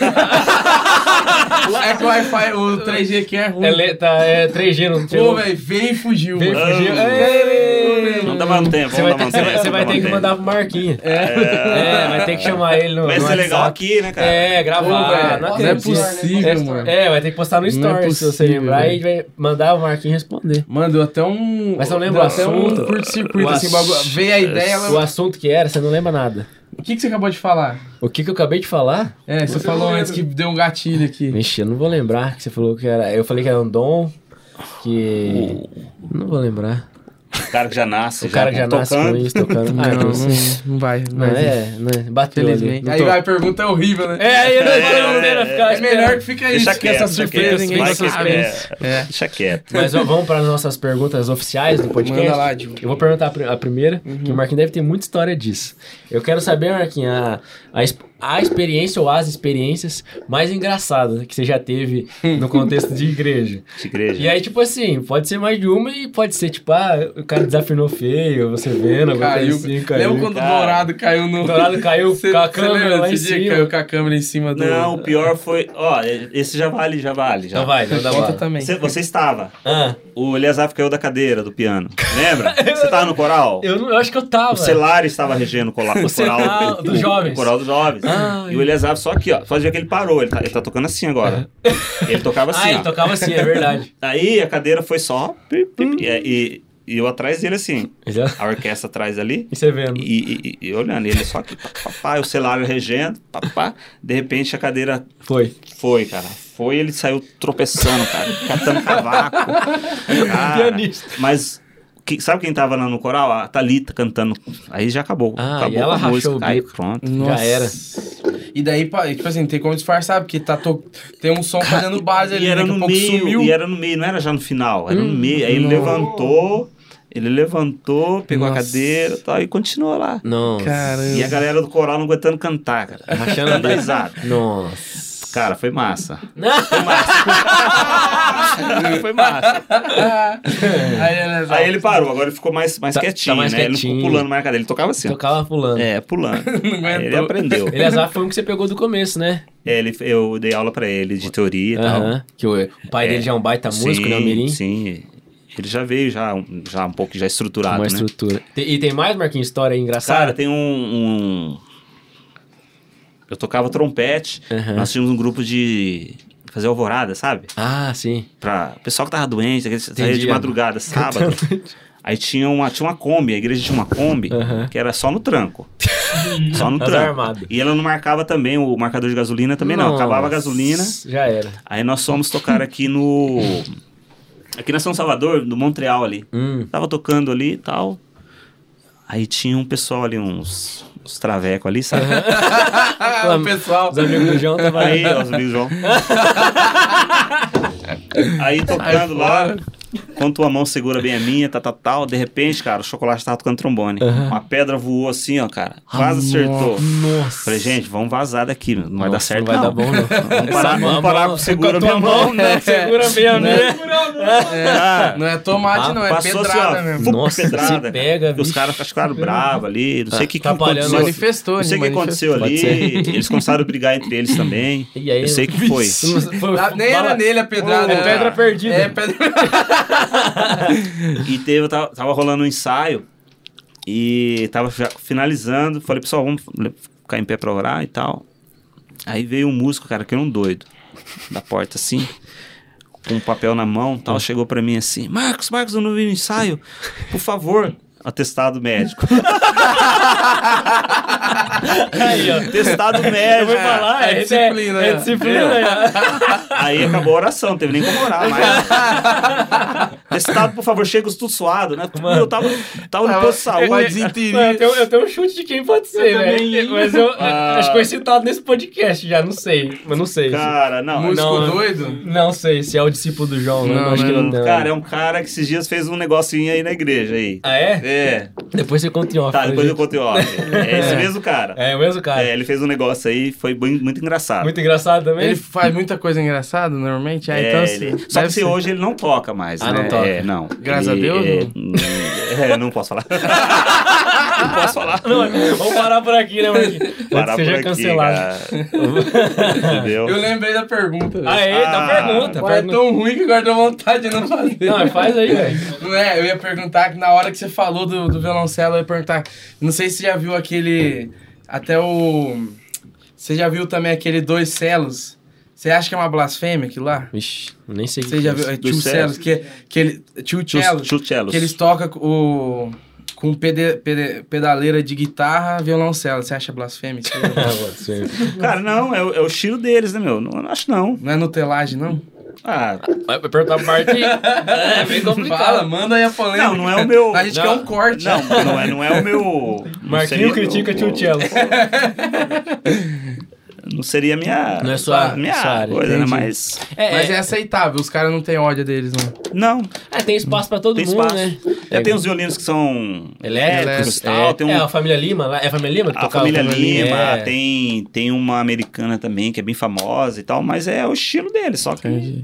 S2: é que o Wi-Fi, o 3G aqui é ruim.
S1: É, le- tá, é 3G, não
S2: Pô, velho, veio e fugiu.
S1: Veio e
S2: mano.
S1: fugiu. É.
S3: Ah.
S1: Ei!
S3: Não dá mais um tempo,
S1: Você
S3: vamos
S1: vai,
S3: dar
S1: ter,
S3: mais um
S1: você vai-
S3: tempo,
S1: você vai
S3: vamos dar
S1: ter
S3: mais
S1: que
S3: um
S1: mandar
S3: tempo. É,
S1: pro Marquinhos. É. vai ter que chamar ele no.
S3: Vai
S1: no
S3: ser legal
S1: WhatsApp.
S3: aqui, né, cara?
S1: É,
S2: Pô,
S1: gravar.
S2: velho,
S1: não,
S2: não é
S1: acredito.
S2: possível,
S1: É,
S2: mano.
S1: É, vai ter que postar no
S2: Não é
S1: Story se você
S2: possível,
S1: lembrar
S2: velho.
S1: e vai mandar o Marquinhos responder.
S2: Mano, deu até um.
S1: Mas eu lembro
S2: deu
S1: o
S2: até um
S1: assunto.
S2: curto-circuito,
S1: O
S2: assim,
S1: assunto.
S2: bagulho. Veio a ideia,
S1: O
S2: ela...
S1: assunto que era, você não lembra nada.
S2: O que, que você acabou de falar?
S1: O que, que eu acabei de falar?
S2: É, você
S4: Eu
S2: falou
S4: lembro.
S2: antes que deu um gatilho aqui.
S1: Vixe, eu não vou lembrar que você falou que era. Eu falei que era um dom. Que. Não vou lembrar.
S3: O cara que já nasce,
S1: O cara já
S3: tocando.
S1: nasce com isso, tocando. Ah,
S2: não,
S1: então,
S2: não,
S1: assim,
S2: não vai. Não
S1: não
S2: vai.
S1: é, né? Bateu ali.
S2: Infelizmente.
S1: Não
S2: Aí
S1: tô-
S2: a pergunta é horrível, né?
S1: É, aí eu não
S3: É,
S1: vou lembrar,
S3: é,
S1: ficar
S2: É melhor
S1: esperando.
S2: que fica isso,
S3: Deixa
S2: que essa
S3: quieto, deixa
S2: surpresa
S3: quieto,
S2: ninguém
S3: vai que-
S2: sabe.
S3: é,
S2: É.
S3: Deixa quieto.
S1: Mas ó, vamos para as nossas perguntas oficiais do podcast.
S2: Manda lá, Diogo. Uhum.
S1: Eu vou perguntar a pri- a primeira, que o Marquinhos deve ter muita história disso. Eu quero saber, Marquinhos, a, a, ex- a experiência ou as experiências mais engraçadas que você já teve no contexto de igreja.
S3: De igreja.
S1: E aí, tipo assim, pode ser mais de uma e pode ser, tipo, ah, o cara desafinou feio, você vendo, alguma coisa
S2: Caiu.
S1: assim, caiu.
S2: Lembra quando o
S3: Cara.
S2: Dourado caiu no.
S1: O Dourado caiu
S2: Cê-
S1: com a
S2: cê
S1: câmera
S2: lembra
S1: lá em
S2: desse dia que
S1: cima?
S2: caiu com a câmera em cima do.
S3: Não, o pior foi. Ó, esse já vale, já vale. Já
S1: Então vai, então dá
S2: Conta
S1: bola.
S2: também.
S3: Você, você estava.
S1: Ah,
S3: O Eliasaf caiu da cadeira do piano. Lembra? Você estava no coral?
S1: eu, não- eu acho que eu tava.
S3: O Celar estava regendo o, cola, o coral
S1: Celar dos jovens.
S3: O coral dos jovens.
S1: Ai.
S3: E o Eliasaf só aqui, ó. Só de ver que ele parou. Ele tá, ele tá tocando assim agora. Ele tocava assim.
S1: ah, ele
S3: ó.
S1: tocava assim, é verdade.
S3: Aí a cadeira foi só. pip,
S1: Hum.
S3: pip, e, é, e- e eu atrás dele assim. A orquestra atrás ali.
S1: E você vendo.
S3: E, e- e olhando, ele só aqui, pá, pá, pá, o celular regendo, pá, pá. de repente a cadeira
S1: Foi.
S3: foi, cara. Foi, ele saiu tropeçando, cara, catando cavaco. Cara.
S1: Pianista.
S3: Mas que- sabe quem tava lá no coral? A Thalita cantando. Aí já acabou.
S1: Ah,
S3: acabou
S1: e ela
S3: com a
S1: rachou
S3: música.
S1: o
S3: Aí
S1: bico.
S3: pronto.
S1: Já era.
S2: E daí, pa- tipo assim, tem como disfarçar, porque tá to... tem um som fazendo base
S3: E
S2: ali,
S3: era
S2: daqui a
S3: no
S2: pouco
S3: meio,
S2: sumiu.
S3: e era no meio, não era já no final, era no
S1: Hum,
S3: meio. Aí ele
S2: não.
S3: levantou, ele levantou, pegou a
S2: Nossa.
S3: cadeira e tal, e continuou lá.
S1: Nossa.
S3: E a
S2: Caramba.
S3: galera do coral não aguentando cantar, cara.
S1: Rachando
S3: Dando
S1: a-
S3: risada.
S1: Nossa.
S3: Cara, foi massa. foi massa.
S2: Aí, ele-
S3: Aí ele parou, agora ele ficou mais, mais
S1: Tá-
S3: quietinho,
S1: tá mais
S3: né? Ele não
S1: quietinho.
S3: ficou pulando mais a cadeira, ele tocava assim. ó.
S1: Tocava pulando.
S3: É, pulando.
S2: Não
S3: Aí ele
S2: aguentou.
S3: aprendeu.
S1: Ele azar foi um que você pegou do começo, né?
S3: É, ele, eu dei aula pra ele de teoria e tal.
S1: Aham. Que o, o pai
S3: É.
S1: dele já é um baita músico,
S3: sim,
S1: né? O Mirim.
S3: Sim. Ele já veio já, um- já um pouco já estruturado,
S1: Uma
S3: né?
S1: estrutura. Tem- e tem mais, Marquinhos, história aí
S3: Cara,
S1: engraçada?
S3: tem um, um- Eu tocava trompete,
S1: Aham.
S3: nós tínhamos um grupo de... Fazer alvorada, sabe?
S1: Ah, sim.
S3: Pra... O pessoal que tava doente, aqueles- saía de
S1: Entendi.
S3: madrugada, sábado. Aí tinha uma, tinha uma Kombi, a igreja tinha uma Kombi,
S1: Aham.
S3: que era só no tranco. só no
S1: Andar
S3: tranco.
S1: armado.
S3: E ela não marcava também, o marcador de gasolina também não.
S1: Nossa,
S3: Acabava a gasolina.
S1: Já era.
S3: Aí nós fomos tocar aqui no. Aqui na São Salvador, no Montreal ali.
S1: Hum.
S3: Tava tocando ali e tal. Aí tinha um pessoal ali, uns, uns traveco ali, sabe?
S2: Ah, o pessoal.
S1: Os amigos do João estavam
S3: Aí, ó, os amigos João. Aí tocando lá. Quando tua mão segura bem a minha, tá, tá, tal. De repente, cara, o chocolate tava tocando trombone. Uma pedra voou assim, ó, cara. Quase acertou.
S1: Ah, Nossa.
S3: Falei, gente, vamos vazar daqui, meu. não vai
S1: Nossa,
S3: dar certo
S1: não vai
S3: não.
S1: dar bom, não.
S3: Vamos parar,
S1: Essa
S3: vamos
S1: mão-
S3: parar,
S1: mão-
S3: segura minha mão, né?
S1: Segura bem a minha.
S3: Ah,
S2: Não é tomate,
S1: Ah,
S2: não, é
S3: Passou assim,
S2: pedrada
S3: ó,
S2: mesmo.
S3: fum,
S1: Nossa,
S3: pedraada.
S1: se pega,
S3: cara. Os
S1: vixe.
S3: caras ficaram bravos ali, não sei o que, que
S1: Atrapalhando
S3: aconteceu.
S1: nossa.
S2: Manifestou, né,
S3: Não sei o que
S2: manifestou.
S1: Pode
S3: aconteceu ali, eles começaram a brigar entre eles também.
S1: E aí,
S3: Eu sei que foi.
S1: Foi-
S2: Ah, Nem
S1: bala-
S2: era nele a pedrada.
S3: Ô,
S2: era-
S3: pedra
S1: perdida.
S2: É, pedra...
S3: E teve, tava, tava rolando um ensaio e tava já finalizando. Falei, pessoal, vamos ficar em pé pra orar e tal. Aí veio um músico, cara, que era um doido, da porta assim, com um papel na mão e tal. Chegou pra mim assim: Marcos, Marcos, eu não vi no ensaio, por favor. Atestado médico.
S1: Aí, ó.
S3: Atestado
S1: Eu vou
S3: médico.
S1: falar,
S2: É
S1: é
S2: disciplina,
S1: É,
S2: né?
S1: disciplina, é.
S3: Aí acabou a oração, não teve nem como orar mais. Atestado, por favor, chega os tudo suado, né? Eu tava, tava no posto de saúde.
S2: Uma desinteria.
S1: Mano, eu, tenho, eu tenho um chute de quem pode ser,
S4: Eu
S1: né?
S4: também.
S1: Mas eu
S3: Ah.
S1: acho que foi citado nesse podcast já, não sei. Mas não sei.
S3: Cara, não. né?
S2: Músico
S1: não.
S2: doido?
S1: Não sei se é o discípulo do João, né?
S2: Não,
S1: acho que não tem.
S3: Cara, é um cara que esses dias fez um negocinho aí na igreja aí.
S1: Ah, é?
S3: É.
S1: Depois você conta em off.
S3: Tá,
S1: né,
S3: depois eu
S1: gente?
S3: contei, ó. É esse mesmo cara.
S1: É o mesmo cara.
S3: É, ele fez um negócio aí, foi bem- muito engraçado.
S1: Muito engraçado também.
S2: Ele faz muita coisa engraçada normalmente. Ah,
S3: É,
S2: então.
S3: ele- Só que
S2: deve
S3: se
S2: ser.
S3: hoje ele não toca mais,
S1: Ah,
S3: né?
S1: não toca.
S3: É, não.
S2: Graças
S3: Ele-
S2: a Deus,
S3: É, não... é, não posso falar. não posso falar.
S1: Não, vamos parar por aqui, né, Marquinhos? Antes
S3: Parar
S1: que seja
S3: por aqui,
S1: cancelado.
S3: cara. Entendeu?
S2: Eu lembrei da pergunta. velho.
S1: Aê, dá
S3: Ah,
S1: pergunta.
S2: Agora é
S1: pergunta.
S2: tão ruim que agora deu vontade de não fazer.
S1: Tá Não, faz aí, velho.
S2: Não é, eu ia perguntar que na hora que você falou do, do violoncelo, eu ia perguntar. Não sei se você já viu aquele. Até o. Você já viu também aquele dois celos? Você acha que é uma blasfêmia aquilo lá?
S1: Vixe, nem sei o que
S2: Você já
S1: que é
S2: viu? É
S3: Dois
S2: tio
S3: celos.
S2: celos, que, que ele. Tio celos.
S3: Chuchelos.
S2: Que eles tocam com o. Com pede, pede- pedaleira de guitarra, violoncelo. Você acha blasfêmia? isso aí?
S1: isso. Ah, pode ser.
S3: Cara, não, é, o- é o estilo deles, né, meu? Não, não acho não.
S2: Não é nutelagem, não?
S3: Ah,
S1: Vai perguntar pra parte. É bem
S2: Fala,
S1: complicado.
S2: manda aí a polêmica.
S3: Não, não é o meu-
S2: A gente
S1: Não.
S2: quer um corte.
S3: não, não é, não é o meu. não
S1: Marquinhos
S3: seria-
S1: critica
S3: o-
S1: tio Cello.
S3: Não seria minha.
S1: Não é sua-
S3: minha
S1: sua área,
S3: coisa, né?
S2: entendi.
S3: Mas.
S1: É,
S2: Mas
S1: é,
S2: é aceitável, os caras não têm ódio deles, não.
S3: Não,
S1: é, tem espaço pra todo
S3: tem
S1: mundo,
S3: espaço.
S1: né?
S3: É, tem uns violinos que são
S1: Elétricos,
S3: elétricos e tal.
S1: é,
S3: Tem um,
S1: é, a família Lima, lá- é a família Lima que
S3: a
S1: tocava?
S3: família Lima,
S1: é.
S3: tem, tem uma americana também que é bem famosa e tal, mas é o estilo deles, só que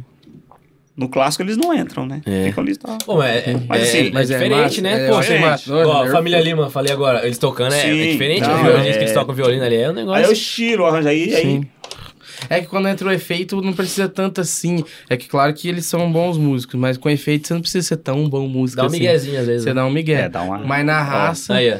S3: no clássico eles não entram, né?
S1: É.
S3: Ficam ali e tal.
S1: Pô, mas é,
S3: Mas
S1: é-
S3: assim,
S1: é
S2: mas é
S1: diferente,
S2: massa,
S1: né?
S2: é
S1: Pô,
S3: diferente.
S1: Ó,
S2: Né?
S1: Família Lima, falei agora, eles tocando é, é
S3: Sim,
S1: diferente,
S3: não,
S1: os violinos
S3: é-
S1: que eles tocam violino ali é um
S3: Aí é o
S1: negócio.
S3: estilo, arranja aí, aí.
S2: Sim. É que quando entra o efeito, não precisa tanto assim. É que claro que eles são bons músicos, mas com efeito você não precisa ser tão bom músico
S1: Dá um
S2: assim.
S1: miguezinho às vezes.
S2: Você
S1: né?
S2: dá um migué.
S3: É, dá uma-
S2: Mas na raça,
S1: Aí, ó.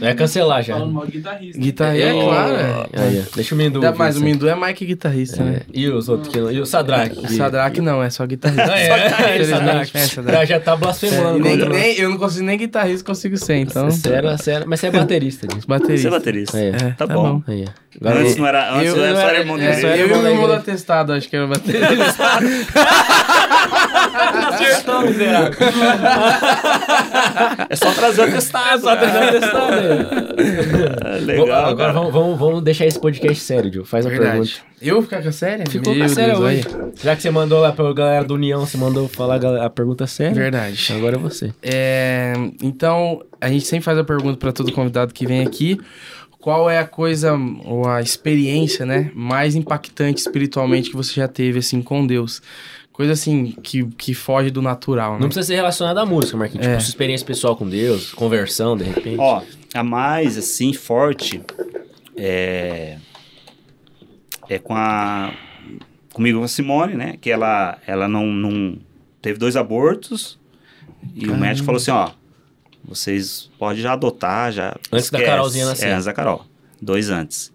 S1: Vai cancelar já.
S4: Falando mal de guitarrista.
S2: guitarra é,
S1: Ó,
S2: claro. É.
S1: Aí, ó. Deixa o Mindu.
S2: Ainda
S1: ouvir
S2: mais o
S1: isso aí.
S2: Mindu é mais que guitarrista, né?
S1: É. E os outros que não. E o Sadraque.
S2: O Sadraque não, é só guitarrista.
S1: Ah, é, é,
S2: Infelizmente,
S1: Sadraque.
S2: é,
S1: Já,
S2: Sadraque.
S1: já tá blasfemando.
S2: E É, nem-
S1: contra-
S2: nem- eu não consigo nem guitarrista, consigo ser, então.
S1: Sério, sério. Mas você é baterista, gente.
S3: Você é
S2: Baterista.
S3: baterista.
S1: Aí,
S2: É,
S3: Tá bom.
S1: Aí, ó. Agora
S3: Antes
S1: eu-
S3: não era. Antes
S2: Eu-
S3: era
S2: eu
S3: só
S2: era- é,
S3: irmão
S1: eu
S3: dele.
S1: só era-
S2: Eu e o meu irmão
S1: Baterista.
S2: atestado, acho que era baterista.
S1: Acertou, miserável.
S3: É só trazer o testado.
S1: Só tentando testar, né?
S3: É legal.
S1: Agora
S3: cara.
S1: vamos, vamos, vamos deixar esse podcast sério, Gil. Faz uma pergunta.
S2: Verdade. Eu ficar com a série?
S1: Ficou
S2: Meu
S1: com a séria
S2: Deus,
S1: hoje. Já que você mandou lá pra galera do União, você mandou falar a galera- a pergunta
S2: aí.
S1: séria.
S2: Verdade.
S1: Agora é você.
S2: É, então, a gente sempre faz a pergunta para todo convidado que vem aqui. Qual é a coisa ou a experiência, né, mais impactante espiritualmente que você já teve assim com Deus? Coisa assim que, que foge do natural, né?
S1: Não precisa ser relacionado à música, Marquinhos.
S2: É.
S1: Tipo, sua experiência pessoal com Deus, conversão, de repente.
S3: Ó, a mais, assim, forte é. É com a. Comigo com a Simone, né? Que ela, ela não, não. Teve dois abortos. E o médico falou assim: ó, vocês podem já adotar, já.
S1: Antes da Carolzinha nascer.
S3: É, antes da Carol. Dois antes.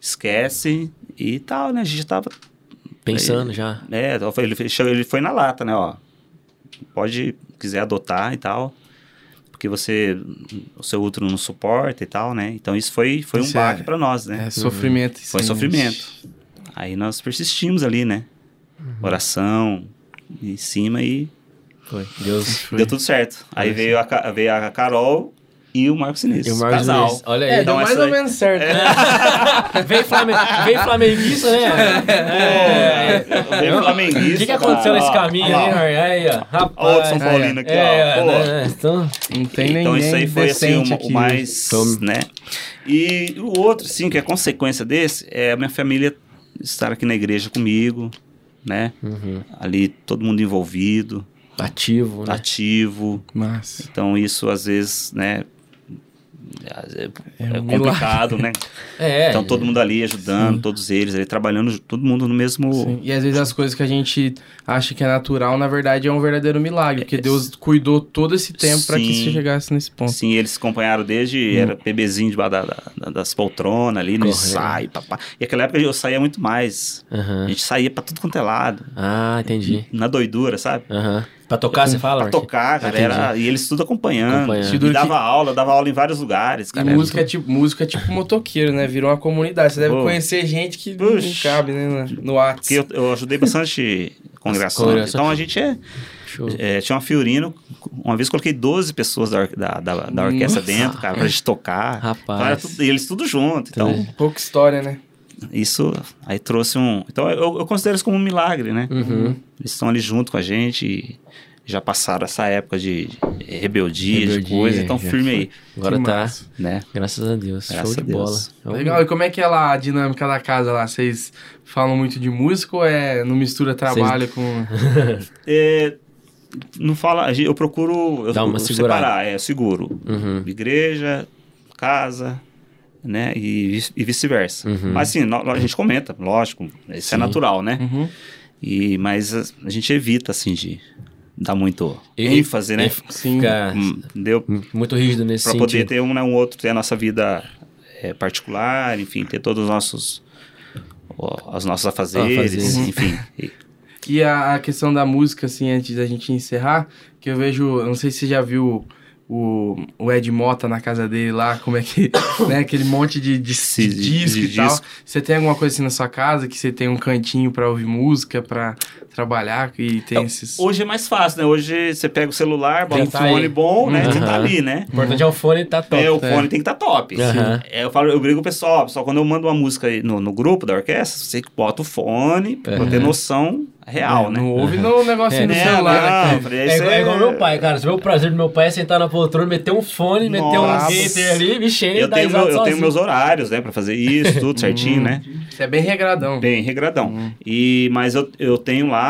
S3: Esquece e tal, né? A gente tava
S1: Pensando já.
S3: é, então foi- ele, fechou- ele foi na lata, né? Ó, pode, quiser adotar e tal, porque você, o seu útero não suporta e tal, né? Então isso foi, foi um
S2: Isso é-
S3: baque pra nós, né?
S2: É sofrimento.
S3: Foi
S2: sim.
S3: sofrimento. Aí nós persistimos ali, né?
S1: Uhum.
S3: Oração em cima e
S1: Foi. Deus.
S3: deu tudo certo. Aí veio a, Ca- veio a Carol e o Marcos Sinistro.
S1: E o Marcos
S3: casal.
S1: Sinistro, olha aí. um-
S2: É, deu
S3: Então,
S2: mais
S3: essa
S2: ou
S3: aí-
S2: menos certo. né?
S1: Vem, Flame... Vem flamenguista,
S3: Pô,
S1: né?
S3: é, bem flamenguista.
S1: O que, que aconteceu
S3: cara.
S1: nesse
S3: Ó,
S1: caminho
S3: ó,
S1: aí, Jorge? Aí, ó.
S3: Ó, o outro
S1: Rapaz.
S3: São Paulino aqui,
S1: é,
S3: ó. Pô,
S1: né, né, então,
S2: Não tem nem
S3: então isso aí foi assim, o,
S2: aqui. Então,
S3: o mais,
S1: Tome.
S3: né? E o outro, sim, que é consequência desse, é a minha família estar aqui na igreja comigo, né?
S2: Uhum.
S3: Ali todo mundo envolvido,
S1: ativo, né?
S3: ativo.
S2: Mas...
S3: Então isso às vezes, né? às- É, é
S2: um
S3: complicado, né?
S1: É.
S3: Então todo mundo ali ajudando, todos eles ali trabalhando, ju- todo mundo no mesmo.
S2: Sim, E às vezes as coisas que a gente acha que é natural, na verdade é um verdadeiro milagre, porque Deus cuidou todo esse tempo pra que
S3: É. Sim.
S2: isso chegasse nesse ponto.
S3: Sim, eles acompanharam
S2: Hum.
S3: desde era bebezinho debaixo da, da- da- das poltronas ali, no
S1: Correto.
S3: ensaio, papá. E aquela época eu saía muito mais.
S1: Aham.
S3: A gente saía pra tudo quanto é lado,
S1: Ah, entendi.
S3: na doidura, sabe?
S1: Aham. Pra tocar, você fala,
S3: Pra
S1: Marquinhos?
S3: tocar, cara, era, e eles tudo acompanhando.
S1: Ah, Acompanhando.
S3: E dava aula, dava aula em vários lugares,
S2: E
S3: cara. era
S2: música é, tipo, música é tipo motoqueiro, né? Virou uma comunidade. Você deve
S3: Pô.
S2: conhecer gente que
S3: Puxa.
S2: não cabe, né? na- No
S3: Porque
S2: WhatsApp.
S3: eu, eu ajudei bastante congregação.
S1: Congregação.
S3: Então a gente é,
S1: Show.
S3: é, tinha uma Fiorino. Uma vez coloquei 12 pessoas da, or- da, da, da orquestra dentro, cara, pra gente tocar. Então, era
S1: Rapaz.
S3: tudo- e eles tudo junto. Então,
S2: Pouca história, né?
S3: isso aí trouxe um. Então eu, eu considero isso como um milagre, né?
S1: Uhum.
S3: Eles estão ali junto com a gente e já passaram essa época de de rebeldia, de
S1: Rebeldia,
S3: coisa. Então,
S1: já
S3: firme
S1: foi.
S3: aí,
S1: Agora
S2: Que
S1: tá.
S2: massa.
S3: né?
S1: Graças a Deus.
S3: Graças
S1: Show de
S3: a
S1: bola.
S3: Deus.
S1: É um-
S2: Legal. E como é que é lá a dinâmica da casa lá? Vocês falam muito de música ou é não mistura trabalho com.
S3: É, não fala. a gente- Eu procuro. Eu
S1: Dá uma
S3: eu
S1: segurada.
S3: separar, é, eu seguro.
S1: Uhum.
S3: igreja, casa, né? E, vice- e vice-versa.
S1: Uhum.
S3: Mas assim, nó- a gente comenta, lógico, isso é natural, né?
S2: Uhum.
S3: E, mas a, a gente evita, assim, de dar muito
S1: E-
S3: ênfase, né?
S1: e
S2: Sim.
S1: Fica
S3: Hum, Deu pra
S1: muito rígido nesse sentido.
S3: poder ter um, né, um outro, ter a nossa vida é, particular, enfim, ter todos os nossos. ó, Os nossos afazeres,
S1: Afazeres.
S3: enfim. E-
S2: E a, a questão da música, assim, antes da gente encerrar, que eu vejo, eu não sei se você já viu o, o Ed Mota na casa dele lá, como é que, né, aquele monte de, de,
S3: Sim,
S2: de
S3: de-
S2: disco
S3: de
S2: e tal.
S3: disco.
S2: Você tem alguma coisa assim na sua casa, que você tem um cantinho pra ouvir música, pra trabalhar e tem esses...
S3: Hoje é mais fácil, né? Hoje você pega o celular, bota
S1: Tem
S3: um
S1: que tá aí.
S3: fone bom, né? Você tá
S1: Aham.
S3: ali, né?
S1: O importante é o fone tá top.
S3: É, o
S2: é.
S3: fone tem que estar top.
S1: Aham.
S3: É, eu falo, eu brigo com o pessoal, pessoal, quando eu mando uma música aí no, no grupo da orquestra, você que bota o fone pra
S1: Aham.
S3: ter noção real, né?
S2: Não ouve no negocinho
S1: É,
S2: do
S3: É,
S2: celular,
S3: não,
S2: né?
S3: eu
S2: cara?
S3: falei,
S1: É
S3: isso
S1: igual, é igual meu pai, cara. Você vê o prazer do meu pai é sentar na poltrona, meter um fone, meter um
S3: Nossa.
S1: gator ali, bicho, ele
S3: Eu
S1: dá
S3: tenho, meu-
S1: exato
S3: eu tenho
S1: sozinho. Uhum.
S3: meus horários, né, pra fazer isso, tudo certinho, né?
S2: Você é bem regradão.
S3: Bem regradão. E, mas eu, eu tenho lá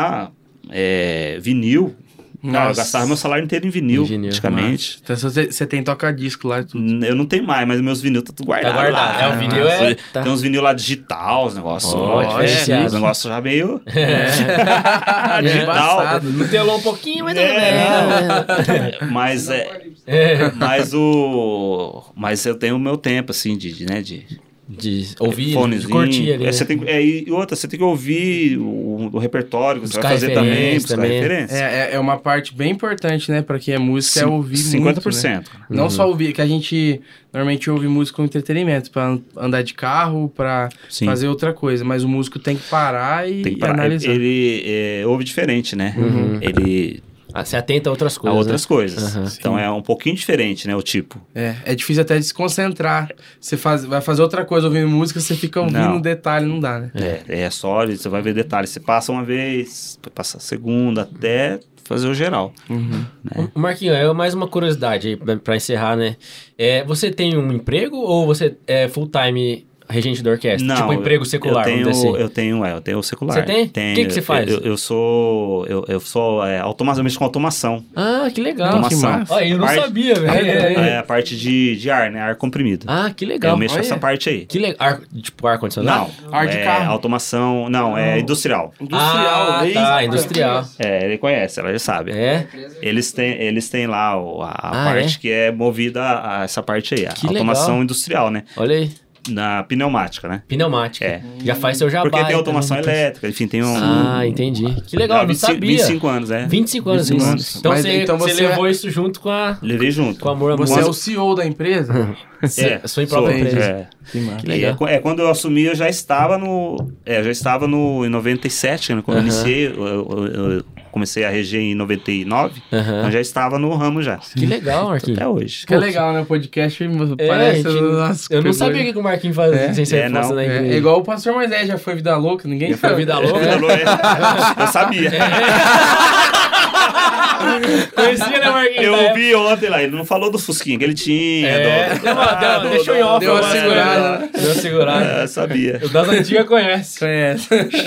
S3: é, vinil. Cara, eu
S2: Nossa.
S3: gastava meu salário inteiro em vinil,
S1: Em vinil.
S3: praticamente.
S2: Então, se você, você tem toca-disco lá e tudo.
S3: N- Eu não tenho mais, mas meus vinil tá tudo
S1: Tá
S3: guardado.
S1: guardado.
S3: lá.
S1: É, o vinil é... Tá.
S3: Tem uns vinil lá digital, os negócios.
S1: Ó,
S3: é,
S1: diferenciado.
S3: os negócios já meio. É. Digital.
S2: Embaçado, né?
S1: Telou um pouquinho, mas tudo
S3: É,
S1: bem. né?
S3: não. Mas é,
S1: É.
S3: Mas o. Mas eu tenho o meu tempo, assim, de. de, né, de
S1: De ouvir, de
S3: fonezinho.
S1: curtir ali.
S3: É,
S1: né?
S3: você tem, que- é, e outra, você tem que ouvir o, o repertório que você
S1: Buscar
S3: vai fazer também,
S1: referência
S3: buscar
S1: também.
S3: referência.
S2: É, é, é uma parte bem importante, né, pra quem é músico, é
S3: Cin-
S2: ouvir muito, né?
S3: 50%.
S2: Não só ouvir, que a gente normalmente ouve música como entretenimento, pra an- andar de carro, pra
S3: Sim.
S2: fazer outra coisa, mas o músico tem que parar e,
S3: tem que parar.
S2: e analisar. Uhum.
S3: Ele é, ouve diferente, né? Ele.
S1: Ah, Você atenta a outras
S3: a
S1: coisas. né?
S3: outras coisas.
S1: Aham.
S3: Então é um pouquinho diferente, né? O tipo.
S2: É, é difícil até de se concentrar. Você faz, vai fazer outra coisa ouvindo música, você fica ouvindo
S3: Não.
S2: um detalhe, não dá, né?
S3: É, é só, você vai ver detalhes. Você passa uma vez, passa a segunda, até fazer o geral.
S1: né? O Marquinho, é mais uma curiosidade aí pra, pra encerrar, né? É, você tem um emprego ou você é full-time regente da orquestra? tipo emprego secular,
S3: eu tenho,
S1: vamos dizer assim.
S3: Eu tenho, é, eu tenho o secular.
S1: Você tem?
S3: Tenho.
S1: O que que você
S3: Eu-
S1: faz?
S3: Eu, eu sou, eu, eu sou é, automaticamente com automação.
S1: Ah, que legal.
S2: que
S3: automação.
S2: massa.
S1: Ó, eu não
S3: Parte-
S1: sabia, velho.
S3: É, a parte de, de ar, né? Ar comprimido.
S1: Ah, que
S3: eu
S1: legal.
S3: mexo
S1: Olha.
S3: nessa parte aí.
S1: Que legal. Ar, tipo, ar-condicionado?
S3: Não,
S2: Ar de
S3: é
S2: carro.
S3: automação, não, é industrial.
S1: Ah, tá, industrial.
S3: É, ele conhece, ela já sabe.
S1: É?
S3: Eles têm, eles têm lá o- a, a
S1: Ah,
S3: parte
S1: é?
S3: que é movida a, a essa parte aí, a
S1: Que
S3: automação
S1: legal.
S3: industrial, né?
S1: Olha aí.
S3: Na pneumática, né?
S1: Pneumática.
S3: É.
S1: Já faz seu jabá.
S3: Porque tem
S1: aí
S3: automação
S1: também.
S3: elétrica, enfim, tem um.
S1: Ah, entendi. Que legal,
S3: Ah,
S1: eu não
S3: 25
S1: sabia.
S3: 25 anos, é.
S1: 25 anos,
S3: 25
S1: isso.
S3: anos.
S1: Então,
S2: Mas
S1: você,
S2: então
S1: você
S2: você
S1: levou isso junto com a
S3: Levei junto.
S1: com amor à
S2: Você é
S1: música.
S2: o CEO da empresa?
S1: É, sua própria
S3: sou,
S1: empresa.
S3: é.
S2: que massa.
S1: Que
S3: E
S1: legal.
S3: é qu- É, quando eu assumi, eu já estava no. É, eu já estava no, em 97, né, quando eu
S1: Aham.
S3: iniciei, eu, eu- eu comecei a reger em 99,
S1: Aham.
S3: então já estava no ramo já.
S1: Que legal, Marquinhos.
S3: é Até hoje.
S2: Que é legal, né? O podcast
S1: É,
S2: parece...
S1: gente,
S2: as
S1: eu não
S2: coisas-
S1: sabia o que o Marquinhos fazia
S2: É.
S1: sem ser
S3: É, não.
S1: força da
S2: É,
S1: igreja.
S2: é igual o pastor Moisés, já foi vida louca, ninguém
S1: Já foi
S2: sabe.
S1: vida louca?
S2: É.
S3: Eu sabia.
S1: Conhecia, né, Marquinhos?
S3: Eu
S1: Da época.
S3: ouvi ontem lá, ele não falou do Fusquinha que ele tinha.
S1: É.
S3: do-
S1: Não, mas
S3: Ah,
S1: deu-
S3: do-
S1: deixou em
S3: do-
S1: off.
S2: Deu uma
S1: agora, né?
S2: segurada.
S1: Deu uma segurada.
S3: É, sabia.
S1: O das antigas conhece.
S2: Conhece.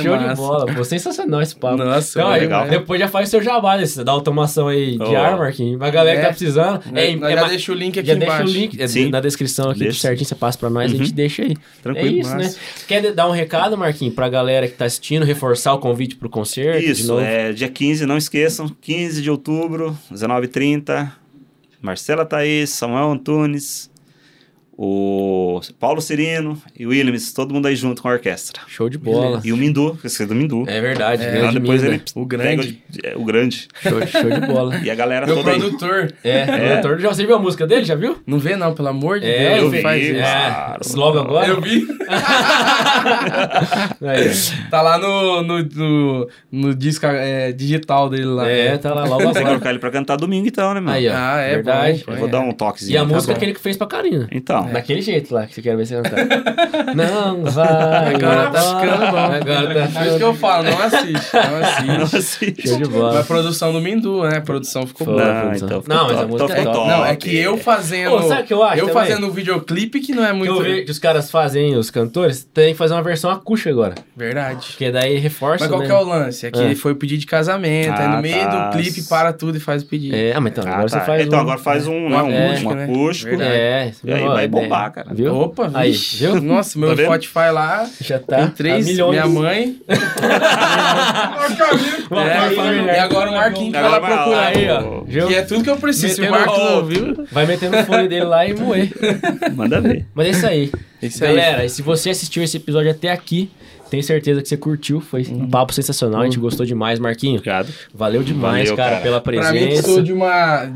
S1: Show
S2: é Massa.
S1: de bola, pô. Sensacional esse papo.
S2: Nossa,
S1: Então, aí,
S3: legal.
S1: depois já faz seu jabá desse, da automação aí de
S3: Oh.
S1: ar, Marquinhos. Pra galera que tá
S2: É.
S1: precisando. É, é,
S2: Nós já
S1: ma-
S2: deixa o link aqui
S1: já
S2: embaixo.
S1: deixa o link é, de-
S3: Sim.
S1: na descrição aqui,
S3: Deixa. Uhum.
S1: certinho, você passa pra nós, a gente deixa aí.
S3: Tranquilo,
S1: é isso,
S3: massa.
S1: né? Quer dar um recado, Marquinhos, pra galera que tá assistindo, reforçar o convite pro concerto de
S3: Isso,
S1: novo?
S3: é, dia 15, não esqueçam, 15 de outubro, 19h30. Marcela Thaís, Samuel Antunes, o Paulo Cirino e o Williams, todo mundo aí junto com a orquestra.
S1: Show de bola.
S3: E o Mindu, esqueci do Mindu.
S1: É né? verdade,
S2: É,
S3: Lá
S1: grande
S3: depois
S1: mina.
S3: ele
S2: O grande.
S3: pega o- é, o grande.
S1: Show, show de bola.
S3: E a galera
S2: Meu
S3: toda aí.
S2: produtor.
S1: É, produtor, já você viu a múca dele, já viu?
S2: Não vê não, pelo amor de
S1: É,
S2: Deus.
S1: eu
S2: não
S1: vi,
S2: faz isso.
S1: É,
S3: Claro.
S1: logo agora.
S2: Eu vi.
S1: Aí,
S2: Tá lá no, no, no, no disco é, digital dele lá.
S1: é, tá lá logo
S3: Tem que
S1: agora.
S3: colocar ele pra cantar domingo então, né, mano?
S1: Aí, ó.
S2: Ah, é
S1: verdade.
S2: bom, pô,
S3: Eu vou
S2: é.
S3: dar um toquezinho.
S1: E a
S3: tá
S1: música
S3: bom?
S1: que ele fez pra Karina.
S3: Então,
S1: Daquele jeito lá, que você quer ver você cantar. Não vai.
S2: Agora é tá
S1: embora.
S2: ficando bom.
S1: Agora tá
S2: É isso que
S1: ficando
S2: eu falo, não assiste, não assiste.
S3: assim,
S1: Show de
S2: Mas a
S1: bola.
S2: produção do Mindu, né? A produção ficou
S1: Foi.
S2: boa.
S1: Não,
S3: não,
S1: então
S3: então
S1: ficou top. Então ficou top.
S2: Não, é que eu fazendo.
S1: Ô, sabe o que eu acho também?
S2: fazendo o videoclipe que não é
S1: Que
S2: muito.
S1: eu vi que os caras fazem, os cantores, tem que fazer uma versão acústica agora.
S2: Verdade.
S1: Porque daí reforça,
S2: Mas qual
S1: né?
S2: que é o lance? É que
S1: É.
S2: foi o pedido de casamento, aí no
S3: Ah,
S2: meio
S3: tá.
S2: do clipe para tudo e faz o pedido.
S1: É, ah, mas então,
S3: Ah,
S1: agora você
S3: tá.
S1: faz
S3: então
S1: um-
S3: agora faz um, né,
S2: É.
S3: um, um
S2: Acústico, né?
S3: acústico.
S2: Verdade.
S1: É,
S3: E aí
S1: ó,
S3: vai
S1: é,
S3: bombar, cara.
S1: Viu?
S2: Ah, Opa,
S1: Aí,
S2: vixe.
S1: viu?
S2: Nossa, meu
S3: Tá vendo?
S2: Spotify lá
S1: Já tá.
S2: tem três,
S1: tá milhões.
S2: minha mãe.
S1: Uma
S2: É,
S1: parte familiar.
S2: e agora o Marquinhos que vai
S3: Agora vai
S2: procurar.
S3: lá.
S1: Aí, ó. Viu?
S2: Que é tudo que eu preciso. Se o
S1: Metendo
S2: Marcos
S1: o-
S2: ouviu.
S1: Vai metendo o fone dele lá e moer.
S3: Manda ver.
S1: Mas é isso aí.
S2: Isso aí.
S1: Galera, e se você assistiu esse episódio até aqui, tenho certeza que você curtiu. Foi um papo sensacional. A gente gostou demais, Marquinho.
S3: Obrigado.
S1: Valeu demais,
S3: Valeu,
S1: cara,
S3: cara.
S1: pela
S2: Pra mim, que
S1: presença.
S2: sou de uma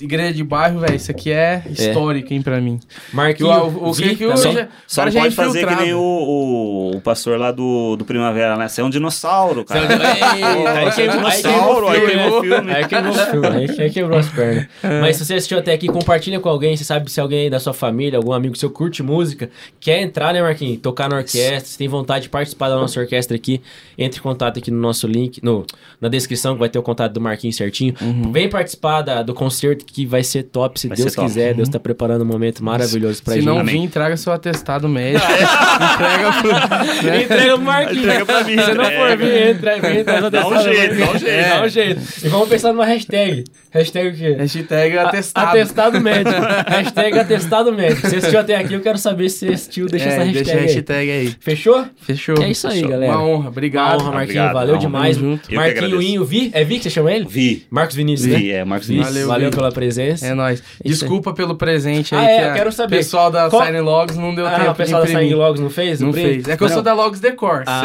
S2: igreja de bairro, velho, isso aqui é histórico, hein, pra mim. Que
S1: Marquinho,
S2: o, o, o
S1: Vi
S2: que eu
S1: também.
S2: já-
S3: Só
S2: agora
S3: não
S2: já é
S3: pode fazer que
S2: infiltrado.
S3: nem o, o, o pastor lá do, do Primavera, né? Você é um dinossauro, cara.
S1: Você é um
S3: Pô,
S1: Eita, aí
S3: você é um
S1: queimou- aí
S3: dinossauro, aí
S1: queimou
S3: queimou
S1: o
S3: o filme.
S1: Aí um quebrou o filme, aí que- aí quebrou as pernas. Mas se você assistiu até aqui, compartilha com alguém. Você sabe se alguém aí da sua família, algum amigo seu curte música, quer entrar, né, Marquinhos? Tocar na orquestra, se tem vontade de participar da nossa orquestra aqui, entre em contato aqui no nosso link, no, na descrição que vai ter o contato do Marquinhos certinho. Vem participar da- do concerto que vai ser top, se
S3: Vai
S1: Deus
S3: ser top.
S1: quiser. Deus tá preparando um momento maravilhoso pra
S2: Se não
S1: gente.
S3: Amém.
S2: vir, traga seu atestado médico. entrega
S1: Ah, é.
S2: pro. né?
S1: Entrega pro Marquinhos.
S3: Entrega pra mim,
S1: Se não for
S3: entrega.
S1: vir, entra aí, vem, traz uma
S3: Dá um
S1: testada
S3: jeito,
S1: pra
S3: dá um
S1: mim.
S3: jeito.
S1: Dá um jeito. E vamos pensar numa hashtag. Hashtag o quê?
S2: Hashtag atestado.
S1: Atestado médico. hashtag atestado médico. Se assistiu até aqui, eu quero saber se você assistiu. Deixa
S2: É,
S1: essa hashtag,
S2: deixa a
S1: aí.
S2: hashtag aí.
S1: Fechou?
S2: Fechou.
S1: É isso aí,
S3: Fechou.
S1: galera.
S2: Uma honra,
S1: Uma
S2: obrigado.
S1: honra, Marquinhos.
S3: Obrigado,
S1: Valeu
S3: uma honra.
S1: demais.
S2: Tamo
S3: junto. Eu que
S1: Marquinho
S3: agradeço.
S1: Inho, Vi. É Vi que você chama ele?
S3: Vi.
S1: Marcos Vinícius,
S3: Vi,
S1: né?
S3: é,
S1: Vinícius.
S3: Marcos
S1: Valeu,
S3: Vinícius.
S2: Valeu, Vi.
S1: pela presença.
S2: É nóis.
S1: aí.
S2: Desculpa pelo presente aí.
S1: Ah, é,
S2: que
S1: eu
S2: a-
S1: quero saber.
S2: pessoal da
S1: Qual-
S2: Sign Logs não deu
S1: Ah,
S2: tempo
S1: o pessoal da
S2: de imprimir.
S1: Sangue Logs não fez? o
S2: não
S1: brinde?
S2: fez. É que eu sou da Logs Decor.
S1: Ah,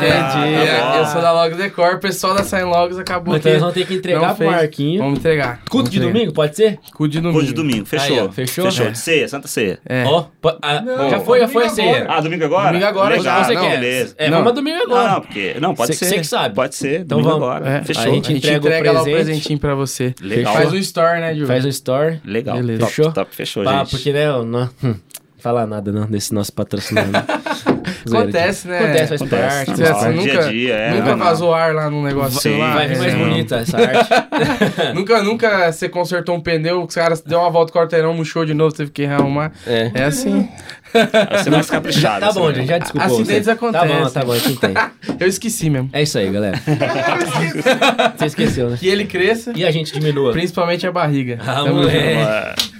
S3: Sei.
S2: Entendi.
S1: Ah, tá bom.
S2: é, eu sou da Logs Decor, o pessoal da Sign Logs acabou
S1: Então
S2: que
S1: nós vamos ter que entregar
S2: não
S1: pro
S2: fez.
S1: Marquinho.
S2: Vamos entregar.
S1: Culto
S2: Vamos
S1: de
S2: entregar.
S1: domingo, pode ser?
S2: Culto de domingo.
S3: Hoje é domingo, fechou.
S1: Aí, ó, fechou?
S3: Fechou.
S1: É.
S3: Ceia, Santa Ceia.
S2: É.
S1: Ó, po- ah,
S4: Não,
S1: já foi, já foi a
S4: domingo
S1: ceia.
S4: agora.
S3: Ah, domingo agora?
S2: Domingo agora,
S3: Legal.
S1: você
S3: Ah, não,
S1: quer.
S3: beleza.
S1: É,
S2: Não.
S1: vamos domingo
S3: Não,
S1: agora.
S3: não, porque... Não, pode
S1: Cê-
S3: ser.
S1: cê que sabe.
S3: Pode ser,
S1: Então
S3: domingo
S1: vamos.
S3: agora.
S2: É.
S1: A
S3: Fechou.
S1: gente
S2: A gente
S1: entrega o
S2: entrega lá o
S1: presente.
S2: presentinho pra você.
S3: Legal.
S2: Faz um story, né, Ju?
S1: Faz um story.
S3: Legal.
S2: Beleza.
S3: Top,
S1: Fechou?
S3: top, fechou,
S1: Pá,
S3: gente.
S1: porque, né, eu não... hum, Falar nada, não, desse nosso patrocinador. né? Zoeira,
S2: Acontece,
S1: gente.
S2: né?
S1: Acontece, faz
S3: Acontece,
S1: parte. faz
S3: normal.
S2: Você
S1: parte.
S3: Dia a
S2: nunca
S3: dia, é,
S2: nunca
S3: não, não.
S2: vazou ar lá num negócio
S3: Sim.
S2: lá.
S1: Vai vir mais
S2: É, não.
S1: bonita essa arte.
S2: Nunca, nunca você consertou um pneu, os caras deu uma volta com o quarteirão, murchou de novo, teve que arrumar.
S1: É.
S2: É assim.
S3: Vai ser mais caprichado.
S1: Tá bom,
S3: assim.
S1: gente, já desculpou. você.
S2: Acidentes
S1: Tá bom,
S2: acontecem.
S1: tá bom, a gente entende.
S2: Eu esqueci mesmo.
S1: É isso aí, galera. Você esqueceu, né?
S2: Que ele cresça,
S1: E a gente diminua.
S2: principalmente a barriga.
S1: Ah,
S2: Tamo junto.
S1: moleque.
S3: Vamos lá.